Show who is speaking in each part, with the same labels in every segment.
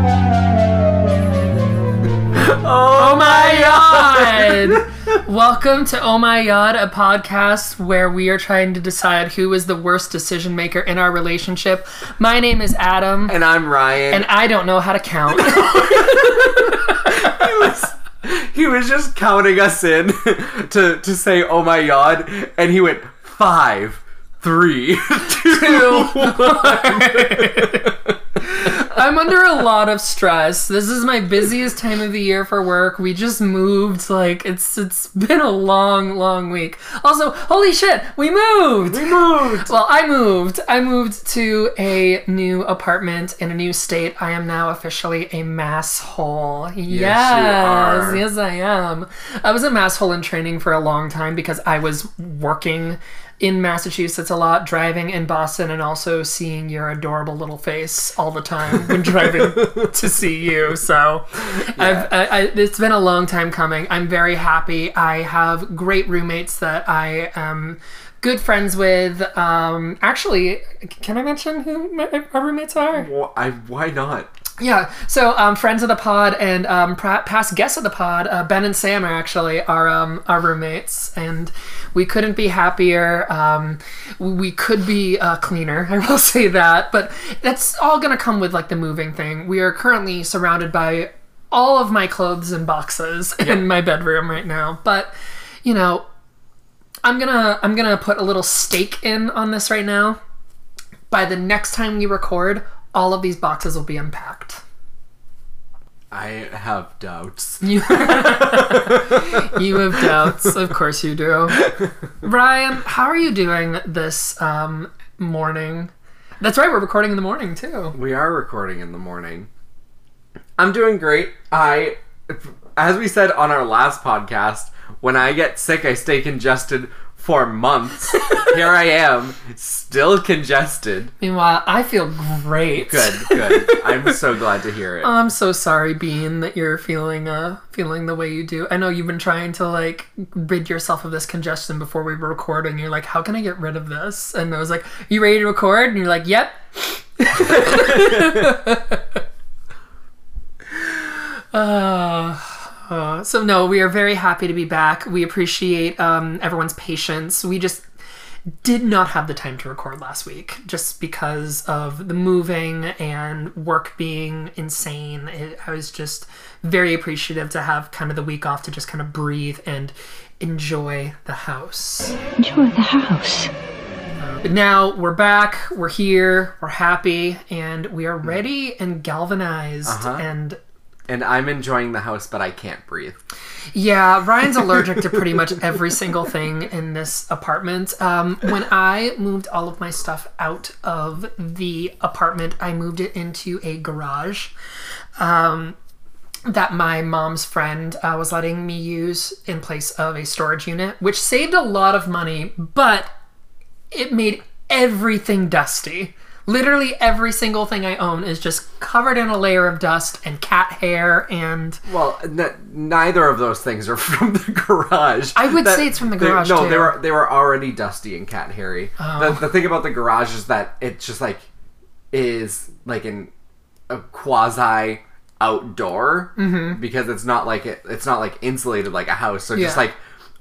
Speaker 1: Welcome to Oh My God, a podcast where we are trying to decide who is the worst decision maker in our relationship. My name is Adam,
Speaker 2: And I'm Ryan.
Speaker 1: and I don't know how to count.
Speaker 2: he was just counting us in to to say "Oh my god," and he went five, three, two,
Speaker 1: I'm under a lot of stress. This is my busiest time of the year for work. We just moved. Like it's it's been a long, long week. Also, holy shit, we moved.
Speaker 2: We moved.
Speaker 1: Well, I moved. I moved to a new apartment in a new state. I am now officially a mass hole. Yes,
Speaker 2: are.
Speaker 1: yes, I am. I was a mass hole in training for a long time because I was working in Massachusetts a lot, driving in Boston, and also seeing your adorable little face all the time when driving to see you. So, I've, I, I, it's been a long time coming. I'm very happy. I have great roommates that I am good friends with. Um, actually, can I mention who my, our roommates are?
Speaker 2: Well, I, why not?
Speaker 1: Yeah. So, um, friends of the pod and um, pra- past guests of the pod, uh, Ben and Sam are actually our um, our roommates, and we couldn't be happier. Um, we could be uh, cleaner, I will say that, but that's all gonna come with like the moving thing. We are currently surrounded by all of my clothes and boxes in my bedroom right now, but you know, I'm gonna I'm gonna put a little stake in on this right now. By the next time we record, all of these boxes will be unpacked.
Speaker 2: I have doubts.
Speaker 1: You, you have doubts, of course you do. Ryan, how are you doing this um, morning? That's right, we're recording in the morning too.
Speaker 2: We are recording in the morning. I'm doing great. I, as we said on our last podcast, when I get sick, I stay congested for months. Here I am, still congested.
Speaker 1: Meanwhile, I feel great.
Speaker 2: Good, good. I'm so glad to hear it.
Speaker 1: I'm so sorry, Bean, that you're feeling uh feeling the way you do. I know you've been trying to like rid yourself of this congestion before we were recording. You're like, how can I get rid of this? And I was like, you ready to record? And you're like, yep. uh, uh, so no, we are very happy to be back. We appreciate um, everyone's patience. We just did not have the time to record last week just because of the moving and work being insane. It, I was just very appreciative to have kind of the week off to just kind of breathe and enjoy the house.
Speaker 3: Enjoy the house.
Speaker 1: But now we're back, we're here, we're happy, and we are ready and galvanized. And
Speaker 2: and I'm enjoying the house, but I can't breathe.
Speaker 1: yeah, Ryan's allergic to pretty much every single thing in this apartment. Um, when I moved all of my stuff out of the apartment, I moved it into a garage. um, that my mom's friend uh, was letting me use in place of a storage unit, which saved a lot of money, but it made everything dusty. Literally every single thing I own is just covered in a layer of dust and cat hair and
Speaker 2: Well, n- neither of those things are from the garage.
Speaker 1: I would say it's from the
Speaker 2: they-
Speaker 1: garage,
Speaker 2: no,
Speaker 1: too. Oh.
Speaker 2: they were they were already dusty and cat hairy. The, the thing about the garage is that it just like is like an a quasi outdoor
Speaker 1: Mm-hmm.
Speaker 2: because it's not like it, it's not like insulated like a house. So just
Speaker 1: Yeah.
Speaker 2: like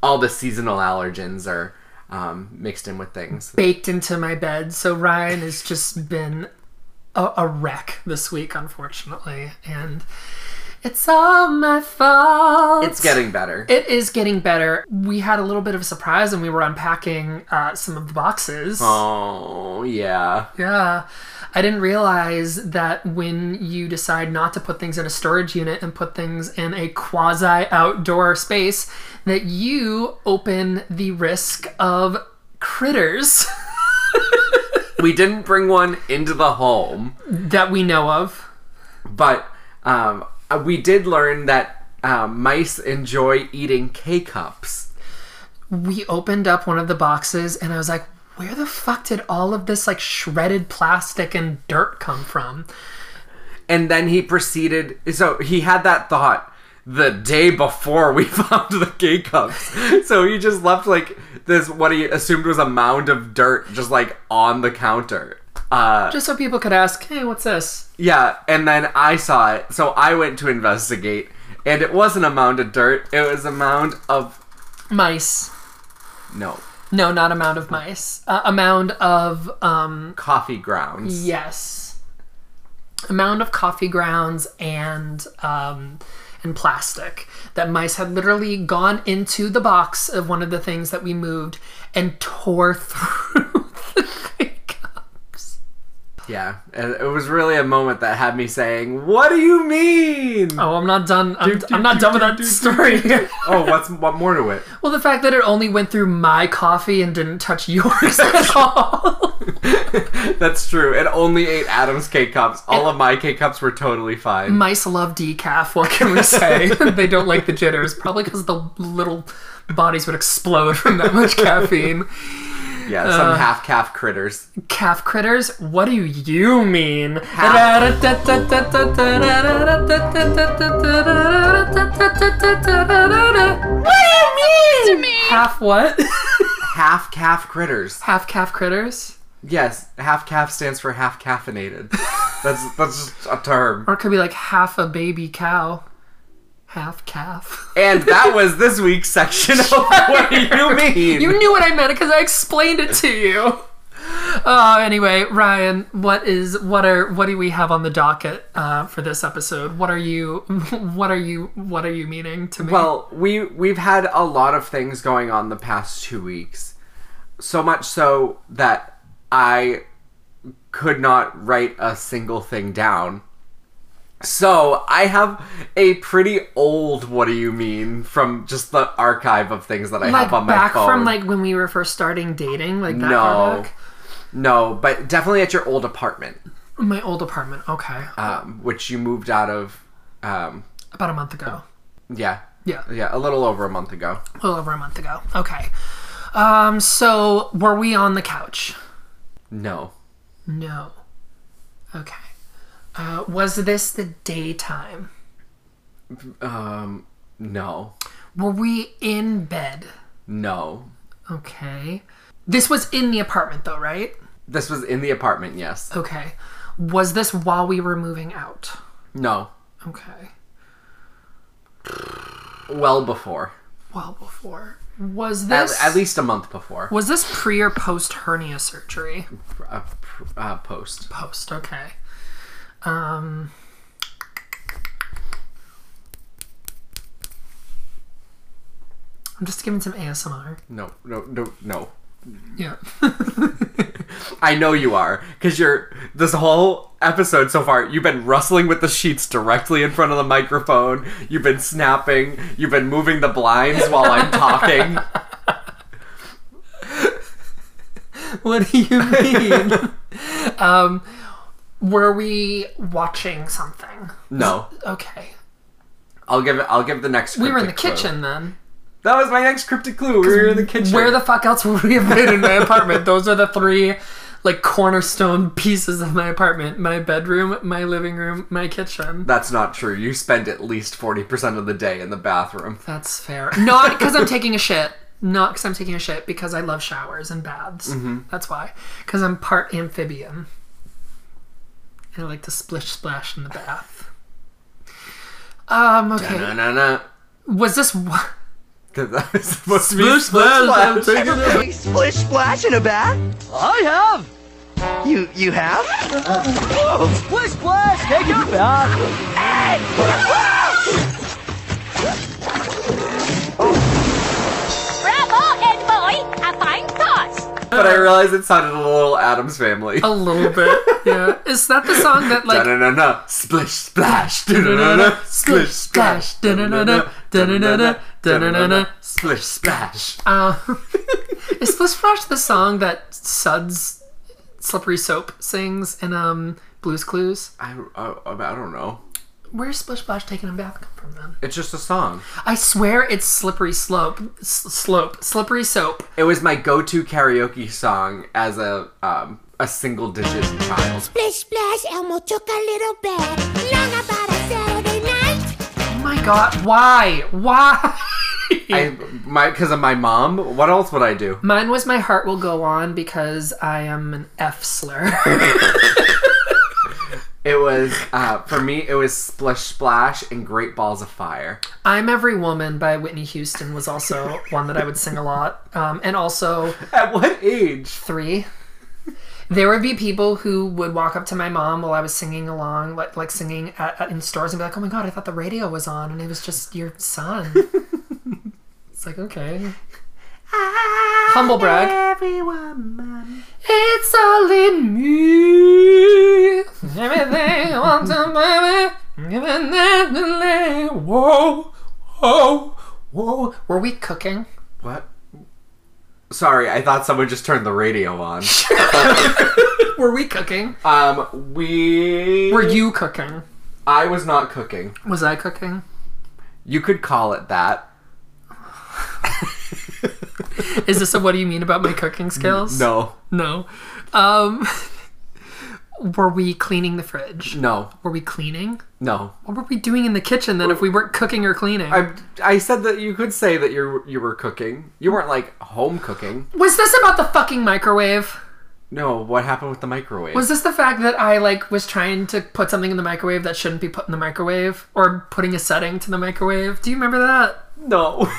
Speaker 2: all the seasonal allergens are um, mixed in with things.
Speaker 1: baked into my bed. So Ryan has just been a, a wreck this week, unfortunately. And it's all my fault.
Speaker 2: It's getting better.
Speaker 1: It is getting better. We had a little bit of a surprise when we were unpacking uh, some of the boxes.
Speaker 2: oh yeah.
Speaker 1: Yeah. I didn't realize that when you decide not to put things in a storage unit and put things in a quasi outdoor space, that you open the risk of critters
Speaker 2: We didn't bring one into the home.
Speaker 1: that we know of.
Speaker 2: But um, we did learn that um, mice enjoy eating K cups.
Speaker 1: we opened up one of the boxes and I was like, where the fuck did all of this like shredded plastic and dirt come from?
Speaker 2: And then he proceeded. So he had that thought the day before we found the K cups. So he just left like this, what he assumed was a mound of dirt, just like on the counter. Uh,
Speaker 1: Just so people could ask, hey, what's this?
Speaker 2: yeah, and then I saw it, so I went to investigate, and it wasn't a mound of dirt, it was a mound of
Speaker 1: mice.
Speaker 2: No.
Speaker 1: No, not amount of mice. Uh, amount of um
Speaker 2: Coffee grounds.
Speaker 1: yes. Amount of coffee grounds and um and plastic that mice had literally gone into the box of one of the things that we moved and tore through the thing.
Speaker 2: Yeah. And it was really a moment that had me saying, What do you mean?
Speaker 1: Oh, I'm not done. I'm,
Speaker 2: Do, do,
Speaker 1: I'm not
Speaker 2: do,
Speaker 1: done with
Speaker 2: do,
Speaker 1: that
Speaker 2: do, do,
Speaker 1: story.
Speaker 2: Oh, what's what more to it?
Speaker 1: Well, the fact that it only went through my coffee and didn't touch yours at all.
Speaker 2: That's true. It only ate Adam's K cups. All of my K cups were totally fine.
Speaker 1: Mice love decaf. What can we say? they don't like the jitters, probably because the little bodies would explode from that much caffeine.
Speaker 2: Yeah, some half calf critters.
Speaker 1: Calf critters? What do you mean?
Speaker 3: What do you mean? To me.
Speaker 1: Half what?
Speaker 2: Half calf critters.
Speaker 1: Half calf critters?
Speaker 2: Yes, half calf stands for half caffeinated. That's that's just a term.
Speaker 1: Or it could be like half a baby cow. Half calf.
Speaker 2: And that was this week's section of What Do You Mean?
Speaker 1: You knew what I meant because I explained it to you. Oh, anyway, Ryan, what is what are what do we have on the docket uh, for this episode? What are you what are you what are you meaning to me?
Speaker 2: Well, we we've had a lot of things going on the past two weeks, so much so that I could not write a single thing down. So I have a pretty old "What do you mean?" from just the archive of things that I
Speaker 1: like
Speaker 2: have on my
Speaker 1: back
Speaker 2: phone.
Speaker 1: from like when we were first starting dating, like that far
Speaker 2: no,
Speaker 1: back.
Speaker 2: no, but definitely at your old apartment,
Speaker 1: My old apartment. Okay,
Speaker 2: um, which you moved out of. Um,
Speaker 1: about a month ago.
Speaker 2: yeah,
Speaker 1: Yeah,
Speaker 2: yeah, a little over a month ago.
Speaker 1: a little over a month ago. Okay. Um. So were we on the couch?
Speaker 2: No,
Speaker 1: No. Okay. Uh, was this the daytime?
Speaker 2: um, no,
Speaker 1: Were we in bed?
Speaker 2: no.
Speaker 1: Okay. This was in the apartment though, right?
Speaker 2: This was in the apartment, yes.
Speaker 1: Okay. Was this while we were moving out?
Speaker 2: No.
Speaker 1: Okay.
Speaker 2: Well before.
Speaker 1: Well before. Was
Speaker 2: At,
Speaker 1: this
Speaker 2: at least a month before.
Speaker 1: was this pre or post hernia surgery?
Speaker 2: Uh, pr- uh, post.
Speaker 1: Post, okay. Um I'm just giving some ASMR.
Speaker 2: No, no, no, no.
Speaker 1: Yeah.
Speaker 2: I know you are, because you're. This whole episode so far, you've been rustling with the sheets directly in front of the microphone. You've been snapping. You've been moving the blinds while I'm talking.
Speaker 1: What do you mean? um, were we watching something?
Speaker 2: No.
Speaker 1: Okay.
Speaker 2: I'll give it. I'll give the next.
Speaker 1: We were in the
Speaker 2: cryptic clue.
Speaker 1: kitchen then.
Speaker 2: That was my next cryptic clue. We were in the kitchen.
Speaker 1: Where the fuck else would we have been in my apartment? Those are the three like cornerstone pieces of my apartment my bedroom, my living room, my kitchen.
Speaker 2: That's not true. You spend at least forty percent of the day in the bathroom.
Speaker 1: That's fair. Not because I'm taking a shit. Not because I'm taking a shit, because I love showers and baths. That's why. Because I'm part amphibian. And I like to splish splash in the bath. Um, okay.
Speaker 2: No, no, no.
Speaker 1: Was this wh-
Speaker 2: Because that was supposed to be
Speaker 1: Splish, splash,
Speaker 2: splash.
Speaker 4: Big splish splash in a bath? I have. You you have? Splish splash, take a bath.
Speaker 3: Bravo and boy, a fine toss.
Speaker 2: But I realized it sounded a little Adams Family.
Speaker 1: a little bit? Yeah. Is that the song that like
Speaker 2: No, no, no, splish, splash, da-na-na-na, splish, splash, da-na-na-na, da-na-na-na, da-na-na-na, splish, splash.
Speaker 1: Uh, is Splish Splash the song that Suds Slippery Soap sings in um, Blues Clues?
Speaker 2: I, I, I don't know.
Speaker 1: Where's Splish Splash taking a bath come from then?
Speaker 2: It's just a song.
Speaker 1: I swear it's Slippery Slope. S- slope. Slippery Soap.
Speaker 2: It was my go-to karaoke song as a um, a single-digit child.
Speaker 5: Splish, splash, Elmo took a little bath. Long about a Saturday night.
Speaker 1: Oh my god, why? Why?
Speaker 2: I my because of my mom. What else would I do?
Speaker 1: Mine was My Heart Will Go On because I am an F slur.
Speaker 2: It was uh, for me. It was Splish Splash and Great Balls of Fire.
Speaker 1: I'm Every Woman by Whitney Houston was also one that I would sing a lot. Um, and also
Speaker 2: At what age?
Speaker 1: three. There would be people who would walk up to my mom while I was singing along, like like singing at, at- in stores, and be like, "Oh my god, I thought the radio was on, and it was just your son." it's like okay, humble brag. It's all in me. Everything I want to baby. Giving that delay. Whoa, whoa, whoa. Were we cooking?
Speaker 2: What? Sorry, I thought someone just turned the radio on.
Speaker 1: Were we cooking?
Speaker 2: Um, we.
Speaker 1: Were you cooking?
Speaker 2: I was not cooking.
Speaker 1: Was I cooking?
Speaker 2: You could call it that.
Speaker 1: Is this a what do you mean about my cooking skills?
Speaker 2: No,
Speaker 1: No. Um, were we cleaning the fridge?
Speaker 2: no,
Speaker 1: Were we cleaning?
Speaker 2: no.
Speaker 1: What were we doing in the kitchen then if we weren't cooking or cleaning?
Speaker 2: I I said that you could say that you you were cooking. You weren't like home cooking.
Speaker 1: was this about the fucking microwave?
Speaker 2: No, what happened with the microwave?
Speaker 1: Was this the fact that I like was trying to put something in the microwave that shouldn't be put in the microwave or putting a setting to the microwave? Do you remember that?
Speaker 2: no.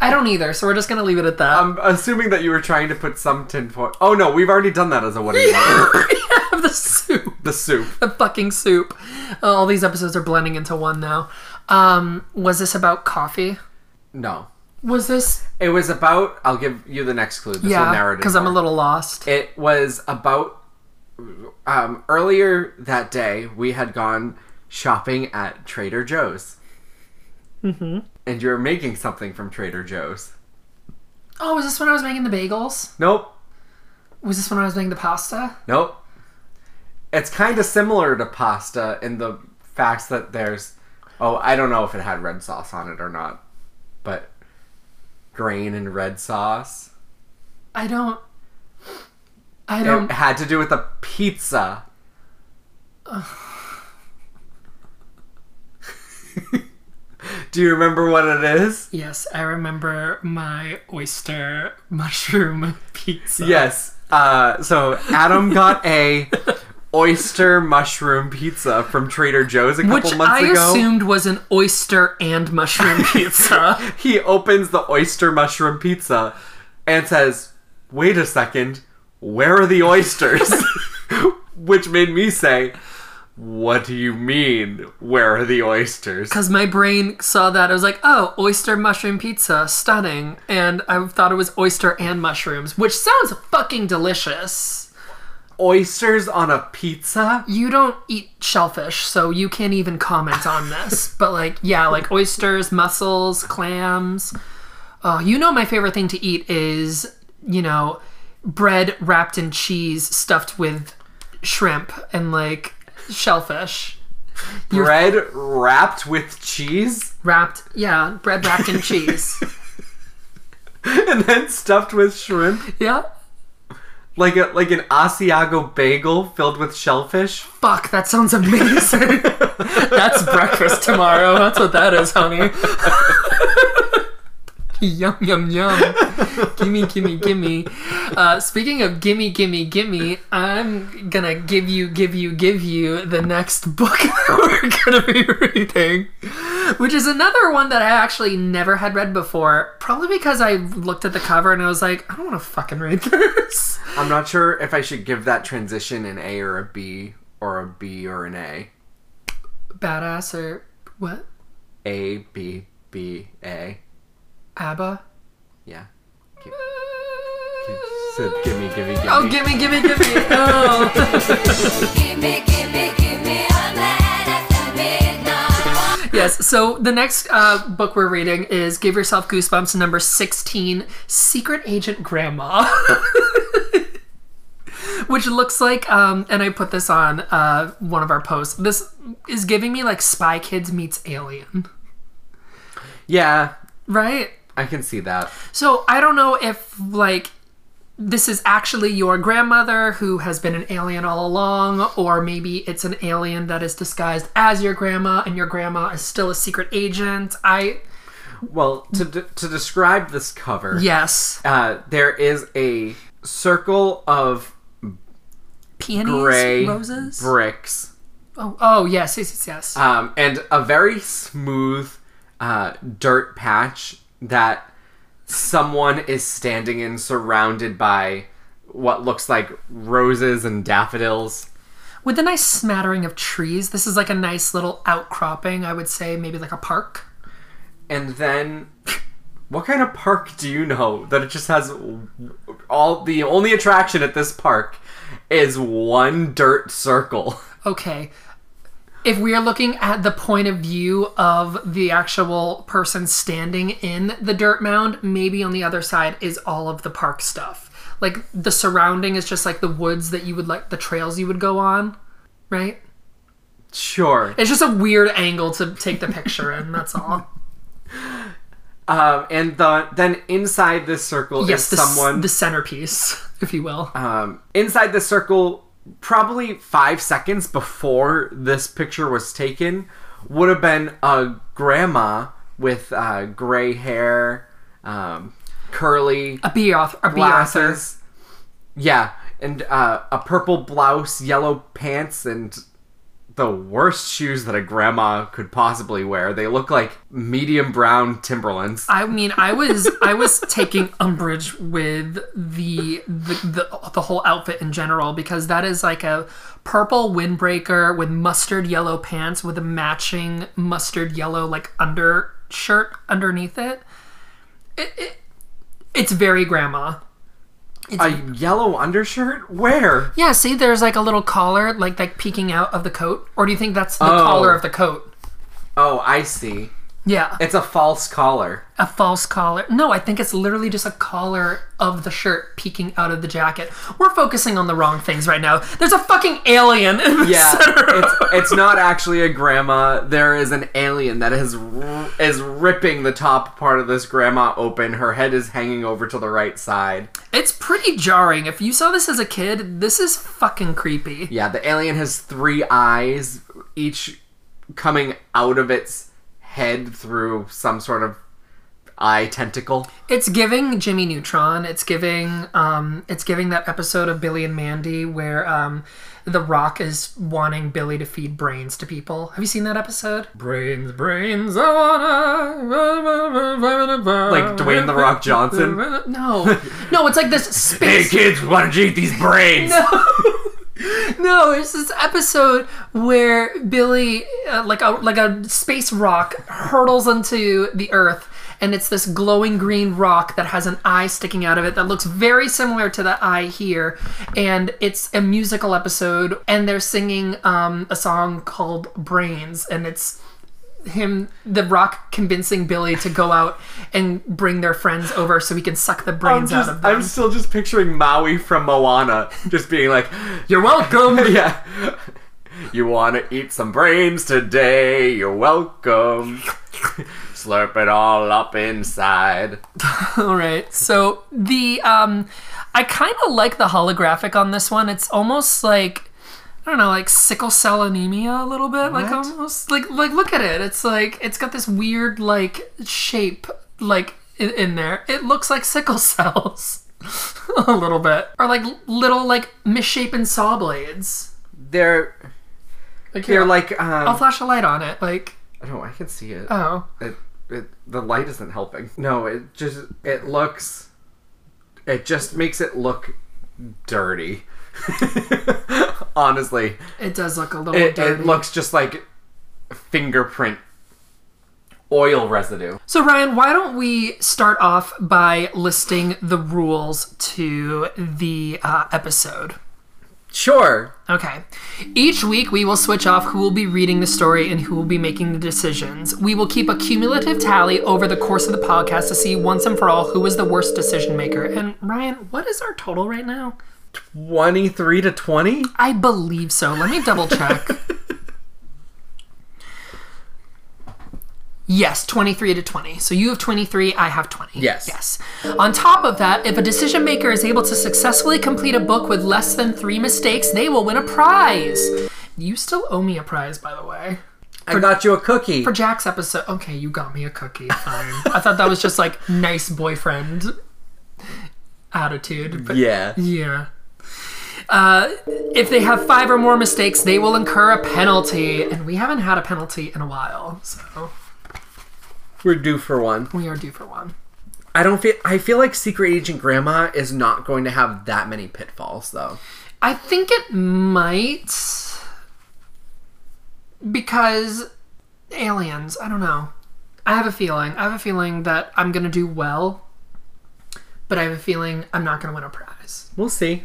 Speaker 1: I don't either, so we're just going to leave it at that.
Speaker 2: I'm assuming that you were trying to put some tin foil. Oh no, we've already done that as a what do you mean?
Speaker 1: the soup.
Speaker 2: the soup.
Speaker 1: the fucking soup. Uh, All these episodes are blending into one now. Um, was this about coffee?
Speaker 2: No.
Speaker 1: Was this
Speaker 2: It was about. I'll give you the next clue. This will narrow
Speaker 1: yeah?
Speaker 2: it
Speaker 1: Because I'm a
Speaker 2: more.
Speaker 1: little lost.
Speaker 2: It was about. Um, earlier that day, we had gone shopping at Trader Joe's. Mm-hmm. And you were making something from Trader Joe's.
Speaker 1: Oh, was this when I was making the bagels?
Speaker 2: Nope.
Speaker 1: Was this when I was making the pasta?
Speaker 2: Nope. It's kind of similar to pasta in the facts that there's. Oh, I don't know if it had red sauce on it or not, but grain and red sauce.
Speaker 1: I don't. I
Speaker 2: It
Speaker 1: don't.
Speaker 2: had to do with a pizza. do you remember what it is?
Speaker 1: Yes, I remember my oyster mushroom pizza.
Speaker 2: Yes. Uh, so Adam got a oyster mushroom pizza from Trader Joe's a couple
Speaker 1: Which
Speaker 2: months
Speaker 1: I
Speaker 2: ago.
Speaker 1: assumed was an oyster and mushroom pizza.
Speaker 2: he opens the oyster mushroom pizza and says, "Wait a second, where are the oysters?" Which made me say, "What do you mean, where are the oysters?"
Speaker 1: Because my brain saw that. I was like, oh, oyster mushroom pizza, stunning. And I thought it was oyster and mushrooms, which sounds fucking delicious.
Speaker 2: Oysters on a pizza?
Speaker 1: You don't eat shellfish, so you can't even comment on this. but, like, yeah, like oysters, mussels, clams. Oh, you know, my favorite thing to eat is, you know, bread wrapped in cheese stuffed with shrimp and, like, shellfish.
Speaker 2: Bread wrapped with cheese
Speaker 1: Wrapped, yeah, bread wrapped in cheese.
Speaker 2: and then stuffed with shrimp,
Speaker 1: Yeah.
Speaker 2: like a like an Asiago bagel filled with shellfish.
Speaker 1: Fuck, that sounds amazing. That's breakfast tomorrow. That's what that is, honey. yum, yum, yum. Gimme, gimme, gimme. Uh, speaking of gimme, gimme, gimme, I'm gonna give you, give you, give you the next book that we're gonna be reading, which is another one that I actually never had read before. Probably because I looked at the cover and I was like, I don't wanna fucking read this.
Speaker 2: I'm not sure if I should give that transition an A or a B or a B or an A.
Speaker 1: Badass or what?
Speaker 2: A B B A.
Speaker 1: ABBA?
Speaker 2: Yeah. Gi- gi- said, gimme, gimme, gimme.
Speaker 1: Oh, gimme, gimme, gimme. Oh.
Speaker 6: Gimme, gimme, gimme a man after midnight.
Speaker 1: yes. So the next uh, book we're reading is Give Yourself Goosebumps number 16 Secret Agent Grandma. Which looks like, um, and I put this on uh, one of our posts. This is giving me like Spy Kids meets Alien,
Speaker 2: yeah,
Speaker 1: right?
Speaker 2: I can see that.
Speaker 1: So I don't know if like this is actually your grandmother who has been an alien all along, or maybe it's an alien that is disguised as your grandma, and your grandma is still a secret agent. I
Speaker 2: Well, to d- to describe this cover,
Speaker 1: yes,
Speaker 2: uh, there is a circle of
Speaker 1: peonies,
Speaker 2: gray
Speaker 1: roses,
Speaker 2: bricks
Speaker 1: Oh, oh yes, yes, yes, yes.
Speaker 2: um, and a very smooth uh, dirt patch that someone is standing in, surrounded by what looks like roses and daffodils.
Speaker 1: With a nice smattering of trees, this is like a nice little outcropping. I would say maybe like a park.
Speaker 2: And then, what kind of park do you know that it just has all the only attraction at this park is one dirt circle?
Speaker 1: Okay. If we are looking at the point of view of the actual person standing in the dirt mound, maybe on the other side is all of the park stuff. Like the surrounding is just like the woods that you would like, the trails you would go on, right?
Speaker 2: Sure.
Speaker 1: It's just a weird angle to take the picture in, that's all.
Speaker 2: Um, and the then inside this circle
Speaker 1: Yes, the,
Speaker 2: is
Speaker 1: s-
Speaker 2: someone
Speaker 1: the centerpiece, if you will.
Speaker 2: um, inside the circle probably five seconds before this picture was taken would have been a grandma with uh, gray hair um, curly
Speaker 1: a B author. A B author.
Speaker 2: glasses yeah and uh, a purple blouse yellow pants and the worst shoes that a grandma could possibly wear they look like medium brown timberlands
Speaker 1: I mean, I was I was taking umbrage with the, the the the whole outfit in general because that is like a purple windbreaker with mustard yellow pants with a matching mustard yellow like undershirt underneath it. It, it it's very grandma.
Speaker 2: a yellow undershirt where
Speaker 1: Yeah, see, there's like a little collar like like peeking out of the coat, or do you think that's the
Speaker 2: Oh.
Speaker 1: collar of the coat?
Speaker 2: oh i see
Speaker 1: Yeah,
Speaker 2: it's a false collar
Speaker 1: a false collar. No, I think it's literally just a collar of the shirt peeking out of the jacket. We're focusing on the wrong things right now. There's a fucking alien in the
Speaker 2: Yeah,
Speaker 1: center.
Speaker 2: it's, it's not actually a grandma. There is an alien that is r- is ripping the top part of this grandma open. Her head is hanging over to the right side.
Speaker 1: It's pretty jarring. If you saw this as a kid, this is fucking creepy.
Speaker 2: Yeah, the alien has three eyes, each coming out of its head through some sort of eye tentacle.
Speaker 1: It's giving Jimmy Neutron. It's giving um it's giving that episode of Billy and Mandy where um the Rock is wanting Billy to feed brains to people. Have you seen that episode? Brains, brains, I wanna
Speaker 2: Like Dwayne the Rock Johnson.
Speaker 1: No, no, it's like this space.
Speaker 2: kids, why don't you eat these brains?
Speaker 1: No, it's this episode where Billy, uh, like a like a space rock, hurtles into the Earth, and it's this glowing green rock that has an eye sticking out of it that looks very similar to the eye here, and it's a musical episode, and they're singing um, a song called "Brains," and it's him the rock convincing billy to go out and bring their friends over so he can suck the
Speaker 2: I'm,
Speaker 1: brains
Speaker 2: Oh, just,
Speaker 1: out of them
Speaker 2: I'm still just picturing Maui from Moana just being like,
Speaker 1: you're welcome
Speaker 2: yeah. You want to eat some brains today? You're welcome. Slurp it all up inside.
Speaker 1: All right. So the um I kind of like the holographic on this one. It's almost like I don't know, like sickle cell anemia a little bit. Like
Speaker 2: What?
Speaker 1: almost like like look at it. It's like it's got this weird like shape like in, in there. It looks like sickle cells a little bit or like little like misshapen saw blades.
Speaker 2: They're
Speaker 1: Like here,
Speaker 2: they're like um,
Speaker 1: I'll flash a light on it. Like
Speaker 2: no, I can see it.
Speaker 1: oh.
Speaker 2: it, it. The light isn't helping. No, it just it looks. It just makes it look dirty. Honestly,
Speaker 1: It does look a little
Speaker 2: it, it
Speaker 1: dirty.
Speaker 2: looks just like fingerprint oil residue.
Speaker 1: So, Ryan, why don't we start off by listing the rules to the uh, episode?
Speaker 2: Sure,
Speaker 1: Okay. Each week, we will switch off who will be reading the story and who will be making the decisions. We will keep a cumulative tally over the course of the podcast to see once and for all who was the worst decision maker. And, Ryan, what is our total right now?
Speaker 2: twenty E three to twenty.
Speaker 1: I believe so. Let me double check. Yes, 23 to 20. So you have 23, I have 20.
Speaker 2: Yes.
Speaker 1: Yes. On top of that, if a decision maker is able to successfully complete a book with less than three mistakes, they will win a prize. You still owe me a prize, by the way.
Speaker 2: I got you a cookie.
Speaker 1: For Jack's episode, okay, you got me a cookie. Fine. I thought that was just like nice boyfriend attitude, but
Speaker 2: yeah.
Speaker 1: yeah. uh, if they have five or more mistakes, they will incur a penalty, and we haven't had a penalty in a while, so
Speaker 2: We're due for one.
Speaker 1: we are due for one.
Speaker 2: I don't feel. I feel like Secret Agent Grandma is not going to have that many pitfalls, though.
Speaker 1: I think it might because aliens. I don't know. I have a feeling. I have a feeling that I'm gonna do well, but I have a feeling I'm not gonna win a prize.
Speaker 2: We'll see.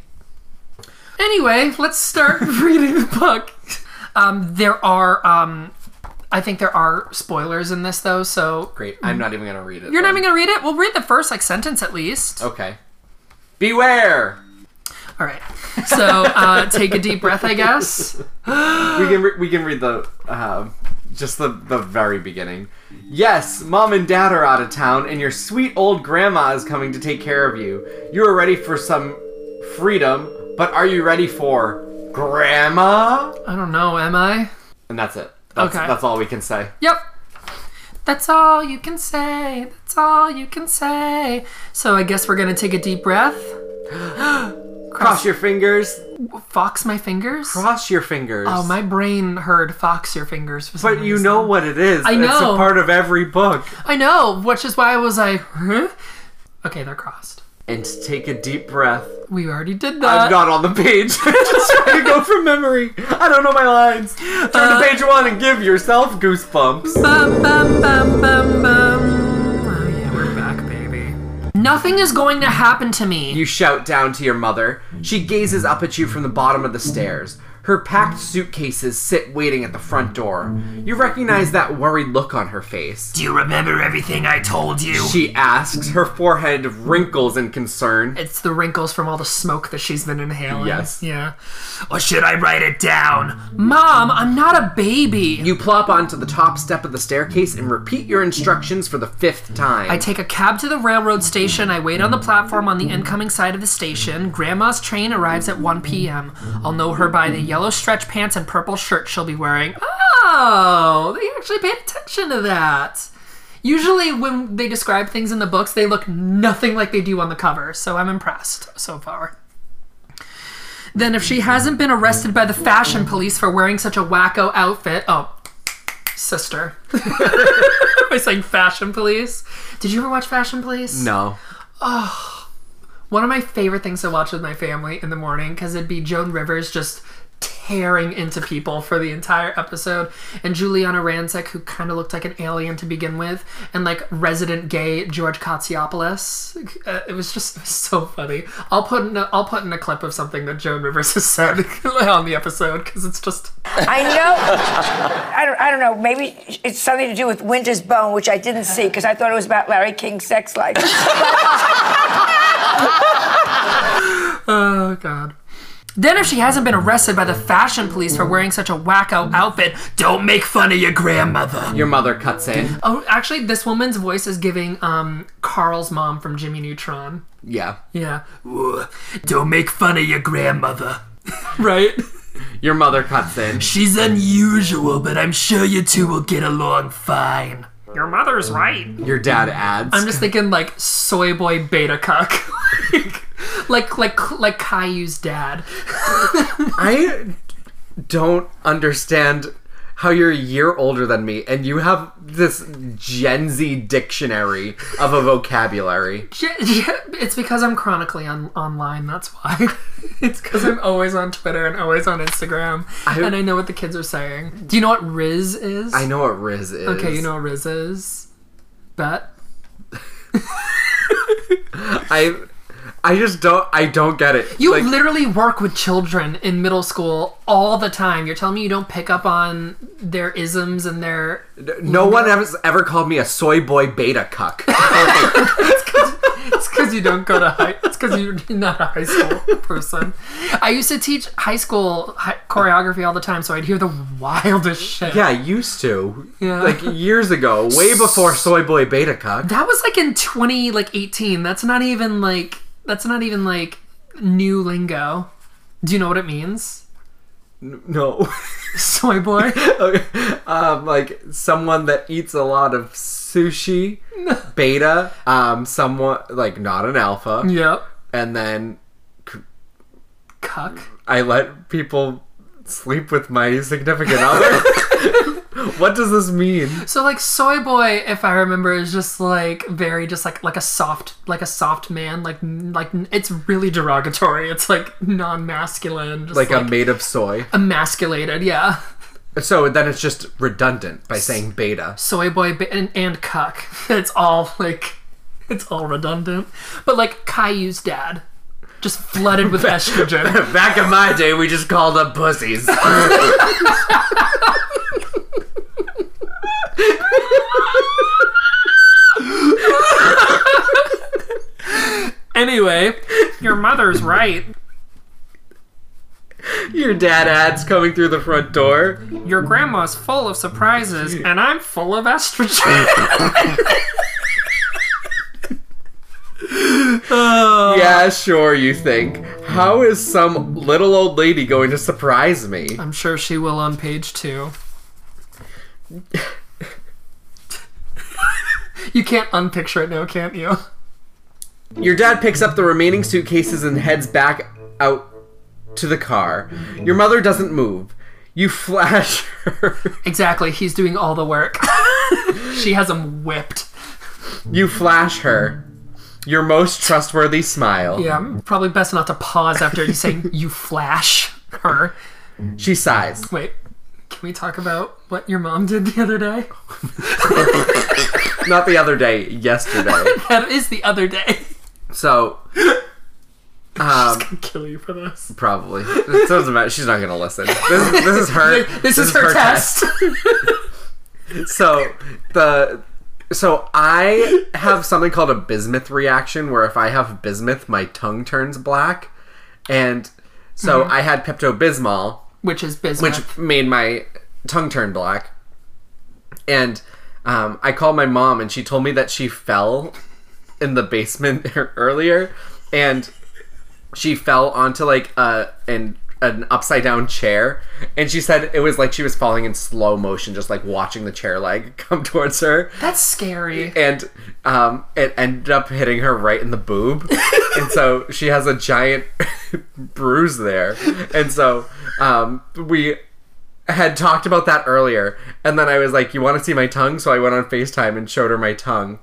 Speaker 1: Anyway, let's start reading the book. Um, there are, um, I think there are spoilers in this though, so
Speaker 2: Great. I'm not even gonna read it.
Speaker 1: Mm. you're not even gonna read it. We'll read the first like sentence at least.
Speaker 2: Okay. Beware. Oh.
Speaker 1: All right. So uh, take a deep breath, I guess.
Speaker 2: we can re- we can read the uh, just the the very beginning. Yes, mom and dad are out of town, and your sweet old grandma is coming to take care of you. You are ready for some freedom, but are you ready for grandma?
Speaker 1: I don't know. Am I?
Speaker 2: And that's it. That's,
Speaker 1: Okay.
Speaker 2: That's all we can say.
Speaker 1: Yep. That's all you can say. That's all you can say. So I guess we're gonna take a deep breath.
Speaker 2: Cross your fingers.
Speaker 1: Fox my fingers.
Speaker 2: Cross your fingers.
Speaker 1: Oh, my brain heard fox your fingers. For some
Speaker 2: But you
Speaker 1: reason.
Speaker 2: know what it is.
Speaker 1: I
Speaker 2: It's a
Speaker 1: know.
Speaker 2: part of every book.
Speaker 1: I know, which is why I was like, huh? Okay, they're crossed.
Speaker 2: And to take a deep breath.
Speaker 1: We already did
Speaker 2: I'm
Speaker 1: that.
Speaker 2: not on the page. I'm just trying to go from memory. I don't know my lines. Turn
Speaker 1: Uh,
Speaker 2: to page one and give yourself goosebumps.
Speaker 1: Bum, bum, bum, bum, bum. Oh, yeah, we're back, baby. Nothing is going to happen to me.
Speaker 2: You shout down to your mother. She gazes up at you from the bottom of the stairs. Her packed suitcases sit waiting at the front door. You recognize that worried look on her face.
Speaker 1: Do you remember everything I told you?
Speaker 2: She asks, her forehead wrinkles in concern.
Speaker 1: It's the wrinkles from all the smoke that she's been inhaling.
Speaker 2: Yes.
Speaker 1: Yeah. Or should I write it down? Mom, I'm not a baby.
Speaker 2: You plop onto the top step of the staircase and repeat your instructions for the fifth time.
Speaker 1: I take a cab to the railroad station. I wait on the platform on the incoming side of the station. Grandma's train arrives at 1 p.m. I'll know her by the yellow stretch pants and purple shirt she'll be wearing. Oh, they actually paid attention to that. Usually, when they describe things in the books, they look nothing like they do on the cover, so I'm impressed so far. Then, if she hasn't been arrested by the fashion police for wearing such a wacko outfit, oh, sister. Am I saying Fashion Police? Did you ever watch Fashion Police?
Speaker 2: no.
Speaker 1: One of my favorite things to watch with my family in the morning because it'd be Joan Rivers just tearing into people for the entire episode and Juliana Rancic who kind of looked like an alien to begin with and like resident gay George Katsiopoulos Uh, it was just so funny I'll put in a, I'll put in a clip of something that Joan Rivers has said on the episode because it's just
Speaker 7: I know. I don't, I don't know. Maybe it's something to do with Winter's Bone, which I didn't see because I thought it was about Larry King's sex life.
Speaker 1: Oh god. Then if she hasn't been arrested by the fashion police for wearing such a wacko outfit, don't make fun of your grandmother.
Speaker 2: Your mother cuts in.
Speaker 1: Oh, actually, this woman's voice is giving um Carl's mom from Jimmy Neutron.
Speaker 2: Yeah.
Speaker 1: Yeah. Ugh, Don't make fun of your grandmother. right?
Speaker 2: Your mother cuts in.
Speaker 1: She's unusual, but I'm sure you two will get along fine. Your mother's right.
Speaker 2: Your dad adds.
Speaker 1: I'm just thinking like soy boy beta cuck. like like like Caillou's dad.
Speaker 2: I don't understand how you're a year older than me and you have this Gen Z dictionary of a vocabulary.
Speaker 1: Yeah, yeah, it's because I'm chronically on online. That's why. it's because I'm always on Twitter and always on Instagram, and I know what the kids are saying. Do you know what Riz is?
Speaker 2: I know what Riz is.
Speaker 1: Okay, you know what Riz is. Bet.
Speaker 2: I I just don't I don't get it.
Speaker 1: You
Speaker 2: Like,
Speaker 1: literally work with children in middle school all the time. You're telling me you don't pick up on their isms and their.
Speaker 2: no one has ever called me a soy boy beta cuck.
Speaker 1: It's because you don't go to high. It's because you're not a high school person. I used to teach high school hi- choreography all the time, so I'd hear the wildest shit.
Speaker 2: yeah, I used to.
Speaker 1: Yeah.
Speaker 2: Like years ago, way before soy boy beta cuck.
Speaker 1: That was like in 20 like 18. That's not even like that's not even like new lingo. Do you know what it means?
Speaker 2: No.
Speaker 1: Soy boy.
Speaker 2: Okay, um, like someone that eats a lot of sushi, beta, um, someone like not an alpha,
Speaker 1: yep.
Speaker 2: and then c-
Speaker 1: cuck.
Speaker 2: I let people sleep with my significant other. what does this mean?
Speaker 1: So like soy boy, if I remember, is just like very just like like a soft like a soft man. Like like it's really derogatory. It's like non masculine. Just
Speaker 2: Like,
Speaker 1: like,
Speaker 2: I'm made of soy.
Speaker 1: emasculated. Yeah,
Speaker 2: So then it's just redundant by saying beta.
Speaker 1: soy boy ba- and, and cuck. It's all like it's all redundant. But like Caillou's dad, just flooded with estrogen.
Speaker 2: Back in my day, we just called them pussies.
Speaker 1: anyway, your mother's right.
Speaker 2: Your dad ads coming through the front door.
Speaker 1: Your grandma's full of surprises, and I'm full of estrogen.
Speaker 2: Yeah, sure, you think. How is some little old lady going to surprise me?
Speaker 1: I'm sure she will on page two. you can't unpicture it now, can't you?
Speaker 2: Your dad picks up the remaining suitcases and heads back out to the car. Your mother doesn't move. You flash her.
Speaker 1: Exactly, he's doing all the work. she has him whipped.
Speaker 2: You flash her. Your most trustworthy smile.
Speaker 1: Yeah, probably best not to pause after you saying you flash her.
Speaker 2: She sighs.
Speaker 1: Wait, can we talk about what your mom did the other day?
Speaker 2: Not the other day, yesterday.
Speaker 1: That is the other day.
Speaker 2: So, um,
Speaker 1: I'll kill you for this.
Speaker 2: probably. It doesn't matter. She's not going to listen. This, this is her.
Speaker 1: This, is, her, test.
Speaker 2: so the so I have something called a bismuth reaction where if I have bismuth my tongue turns black and so I had Pepto Bismol
Speaker 1: Which is
Speaker 2: which
Speaker 1: business.
Speaker 2: made my tongue turn black and um, I called my mom and she told me that she fell in the basement earlier and she fell onto like a an an upside down chair and she said it was like she was falling in slow motion just like watching the chair leg come towards her
Speaker 1: That's scary.
Speaker 2: and um it ended up hitting her right in the boob and so she has a giant bruise there and so um we had talked about that earlier and then i was like you want to see my tongue so i went on facetime and showed her my tongue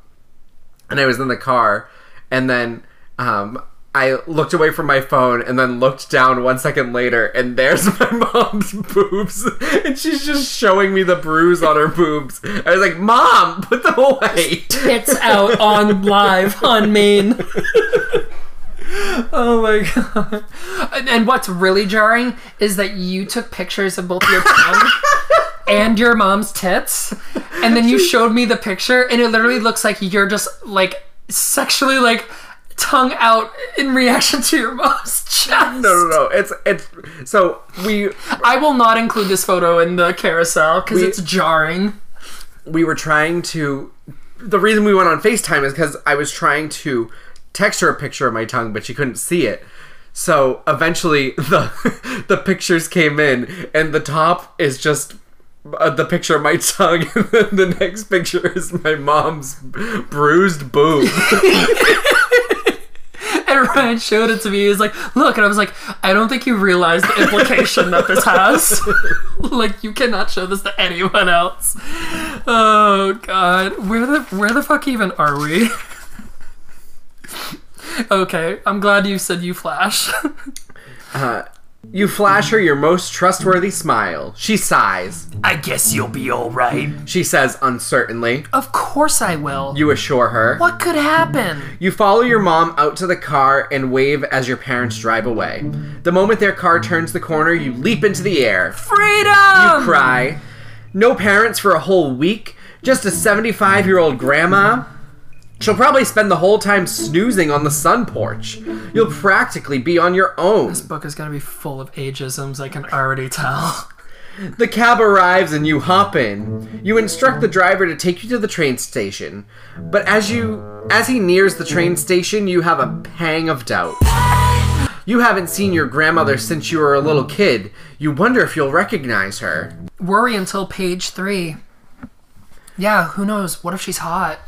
Speaker 2: and I was in the car, and then um, I looked away from my phone, and then looked down one second later, and there's my mom's boobs, and she's just showing me the bruise on her boobs. I was like, "Mom, put them away."
Speaker 1: It's out on live on main. oh my god! And, and what's really jarring is that you took pictures of both your tongue and your mom's tits, and then you showed me the picture, and it literally looks like you're just like sexually like tongue out in reaction to your mom's
Speaker 2: No,
Speaker 1: chest.
Speaker 2: no, no. It's it's. So we
Speaker 1: I will not include this photo in the carousel because
Speaker 2: We-
Speaker 1: it's jarring.
Speaker 2: we were trying to. The reason we went on Facetime is because I was trying to text her a picture of my tongue, but she couldn't see it. So eventually, the the pictures came in, and the top is just uh, the picture of my tongue, and then the next picture is my mom's bruised boob.
Speaker 1: And Ryan showed it to me. He was like, look. And I was like, I don't think you realize the implication that this has. like, you cannot show this to anyone else. Oh, God. Where the, where the fuck even are we? okay, I'm glad you said you flash.
Speaker 2: you flash her your most trustworthy smile. She sighs.
Speaker 1: I guess you'll be alright.
Speaker 2: She says uncertainly.
Speaker 1: Of course I will.
Speaker 2: You assure her.
Speaker 1: what could happen?
Speaker 2: You follow your mom out to the car and wave as your parents drive away. The moment their car turns the corner, you leap into the air,
Speaker 1: Freedom!
Speaker 2: cry. No parents for a whole week, just a 75 year old grandma. She'll probably spend the whole time snoozing on the sun porch. You'll practically be on your own.
Speaker 1: This book is gonna be full of ageisms, I can already tell.
Speaker 2: The cab arrives and you hop in. You instruct the driver to take you to the train station. But as you as he nears the train station, you have a pang of doubt. You haven't seen your grandmother since you were a little kid. You wonder if you'll recognize her.
Speaker 1: worry until page three. Yeah, who knows? What if she's hot?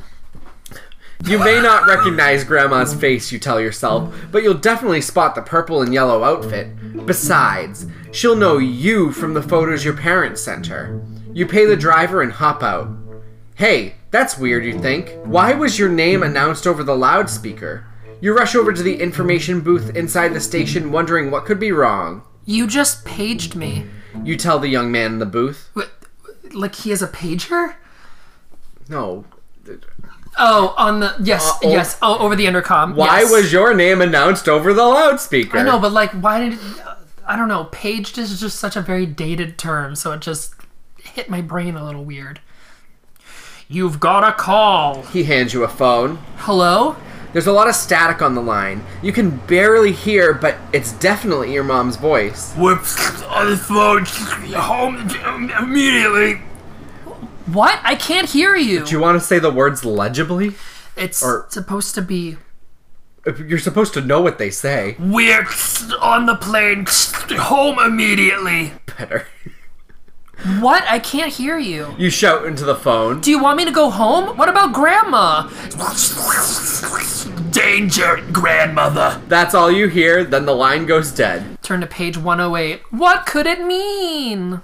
Speaker 2: You may not recognize Grandma's face, you tell yourself, but you'll definitely spot the purple and yellow outfit. Besides, she'll know you from the photos your parents sent her. You pay the driver and hop out. Hey, that's weird, you think. Why was your name announced over the loudspeaker? You rush over to the information booth inside the station, wondering what could be wrong.
Speaker 1: You just paged me.
Speaker 2: You tell the young man in the booth.
Speaker 1: Wait, Like he is a pager?
Speaker 2: No.
Speaker 1: Oh, on the yes,
Speaker 2: oh.
Speaker 1: yes. Oh, over the intercom.
Speaker 2: Why
Speaker 1: yes.
Speaker 2: was your name announced over the loudspeaker?
Speaker 1: I know, but like, why did I don't know? Paged is just such a very dated term, so it just hit my brain a little weird. You've got a call.
Speaker 2: He hands you a phone.
Speaker 1: Hello?
Speaker 2: There's a lot of static on the line. You can barely hear, but it's definitely your mom's voice.
Speaker 8: Whoops, on the phone, home immediately.
Speaker 1: What? I can't hear you.
Speaker 2: Do you want to say the words legibly?
Speaker 1: it's
Speaker 2: or-
Speaker 1: supposed to be.
Speaker 2: If You're supposed to know what they say
Speaker 8: We're on the plane, home immediately.
Speaker 2: better.
Speaker 1: What? I can't hear you.
Speaker 2: You shout into the phone.
Speaker 1: Do you want me to go home? What about grandma?
Speaker 8: Danger, grandmother.
Speaker 2: That's all you hear, then the line goes dead.
Speaker 1: Turn to page 108. What could it mean?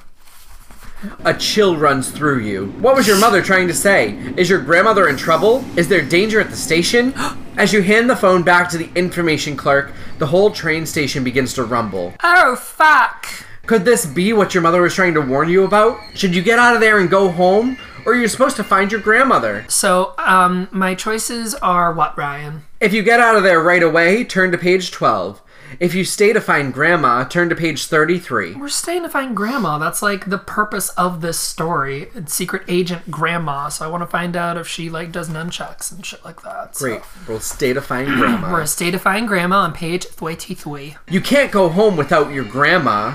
Speaker 2: A chill runs through you. What was your mother trying to say? Is your grandmother in trouble? Is there danger at the station? As you hand the phone back to the information clerk, the whole train station begins to rumble.
Speaker 1: Oh, fuck.
Speaker 2: Could this be what your mother was trying to warn you about? Should you get out of there and go home? Or you're supposed to find your grandmother?
Speaker 1: So, um, my choices are what, Ryan?
Speaker 2: If you get out of there right away, turn to page 12. If you stay to find grandma, turn to page 33.
Speaker 1: We're staying to find grandma. That's like the purpose of this story. It's secret agent grandma. So I want to find out if she like does nunchucks and shit like that. So
Speaker 2: Great. We'll stay to find
Speaker 1: We're
Speaker 2: grandma.
Speaker 1: a stay to find grandma on page 23.
Speaker 2: You can't go home without your grandma.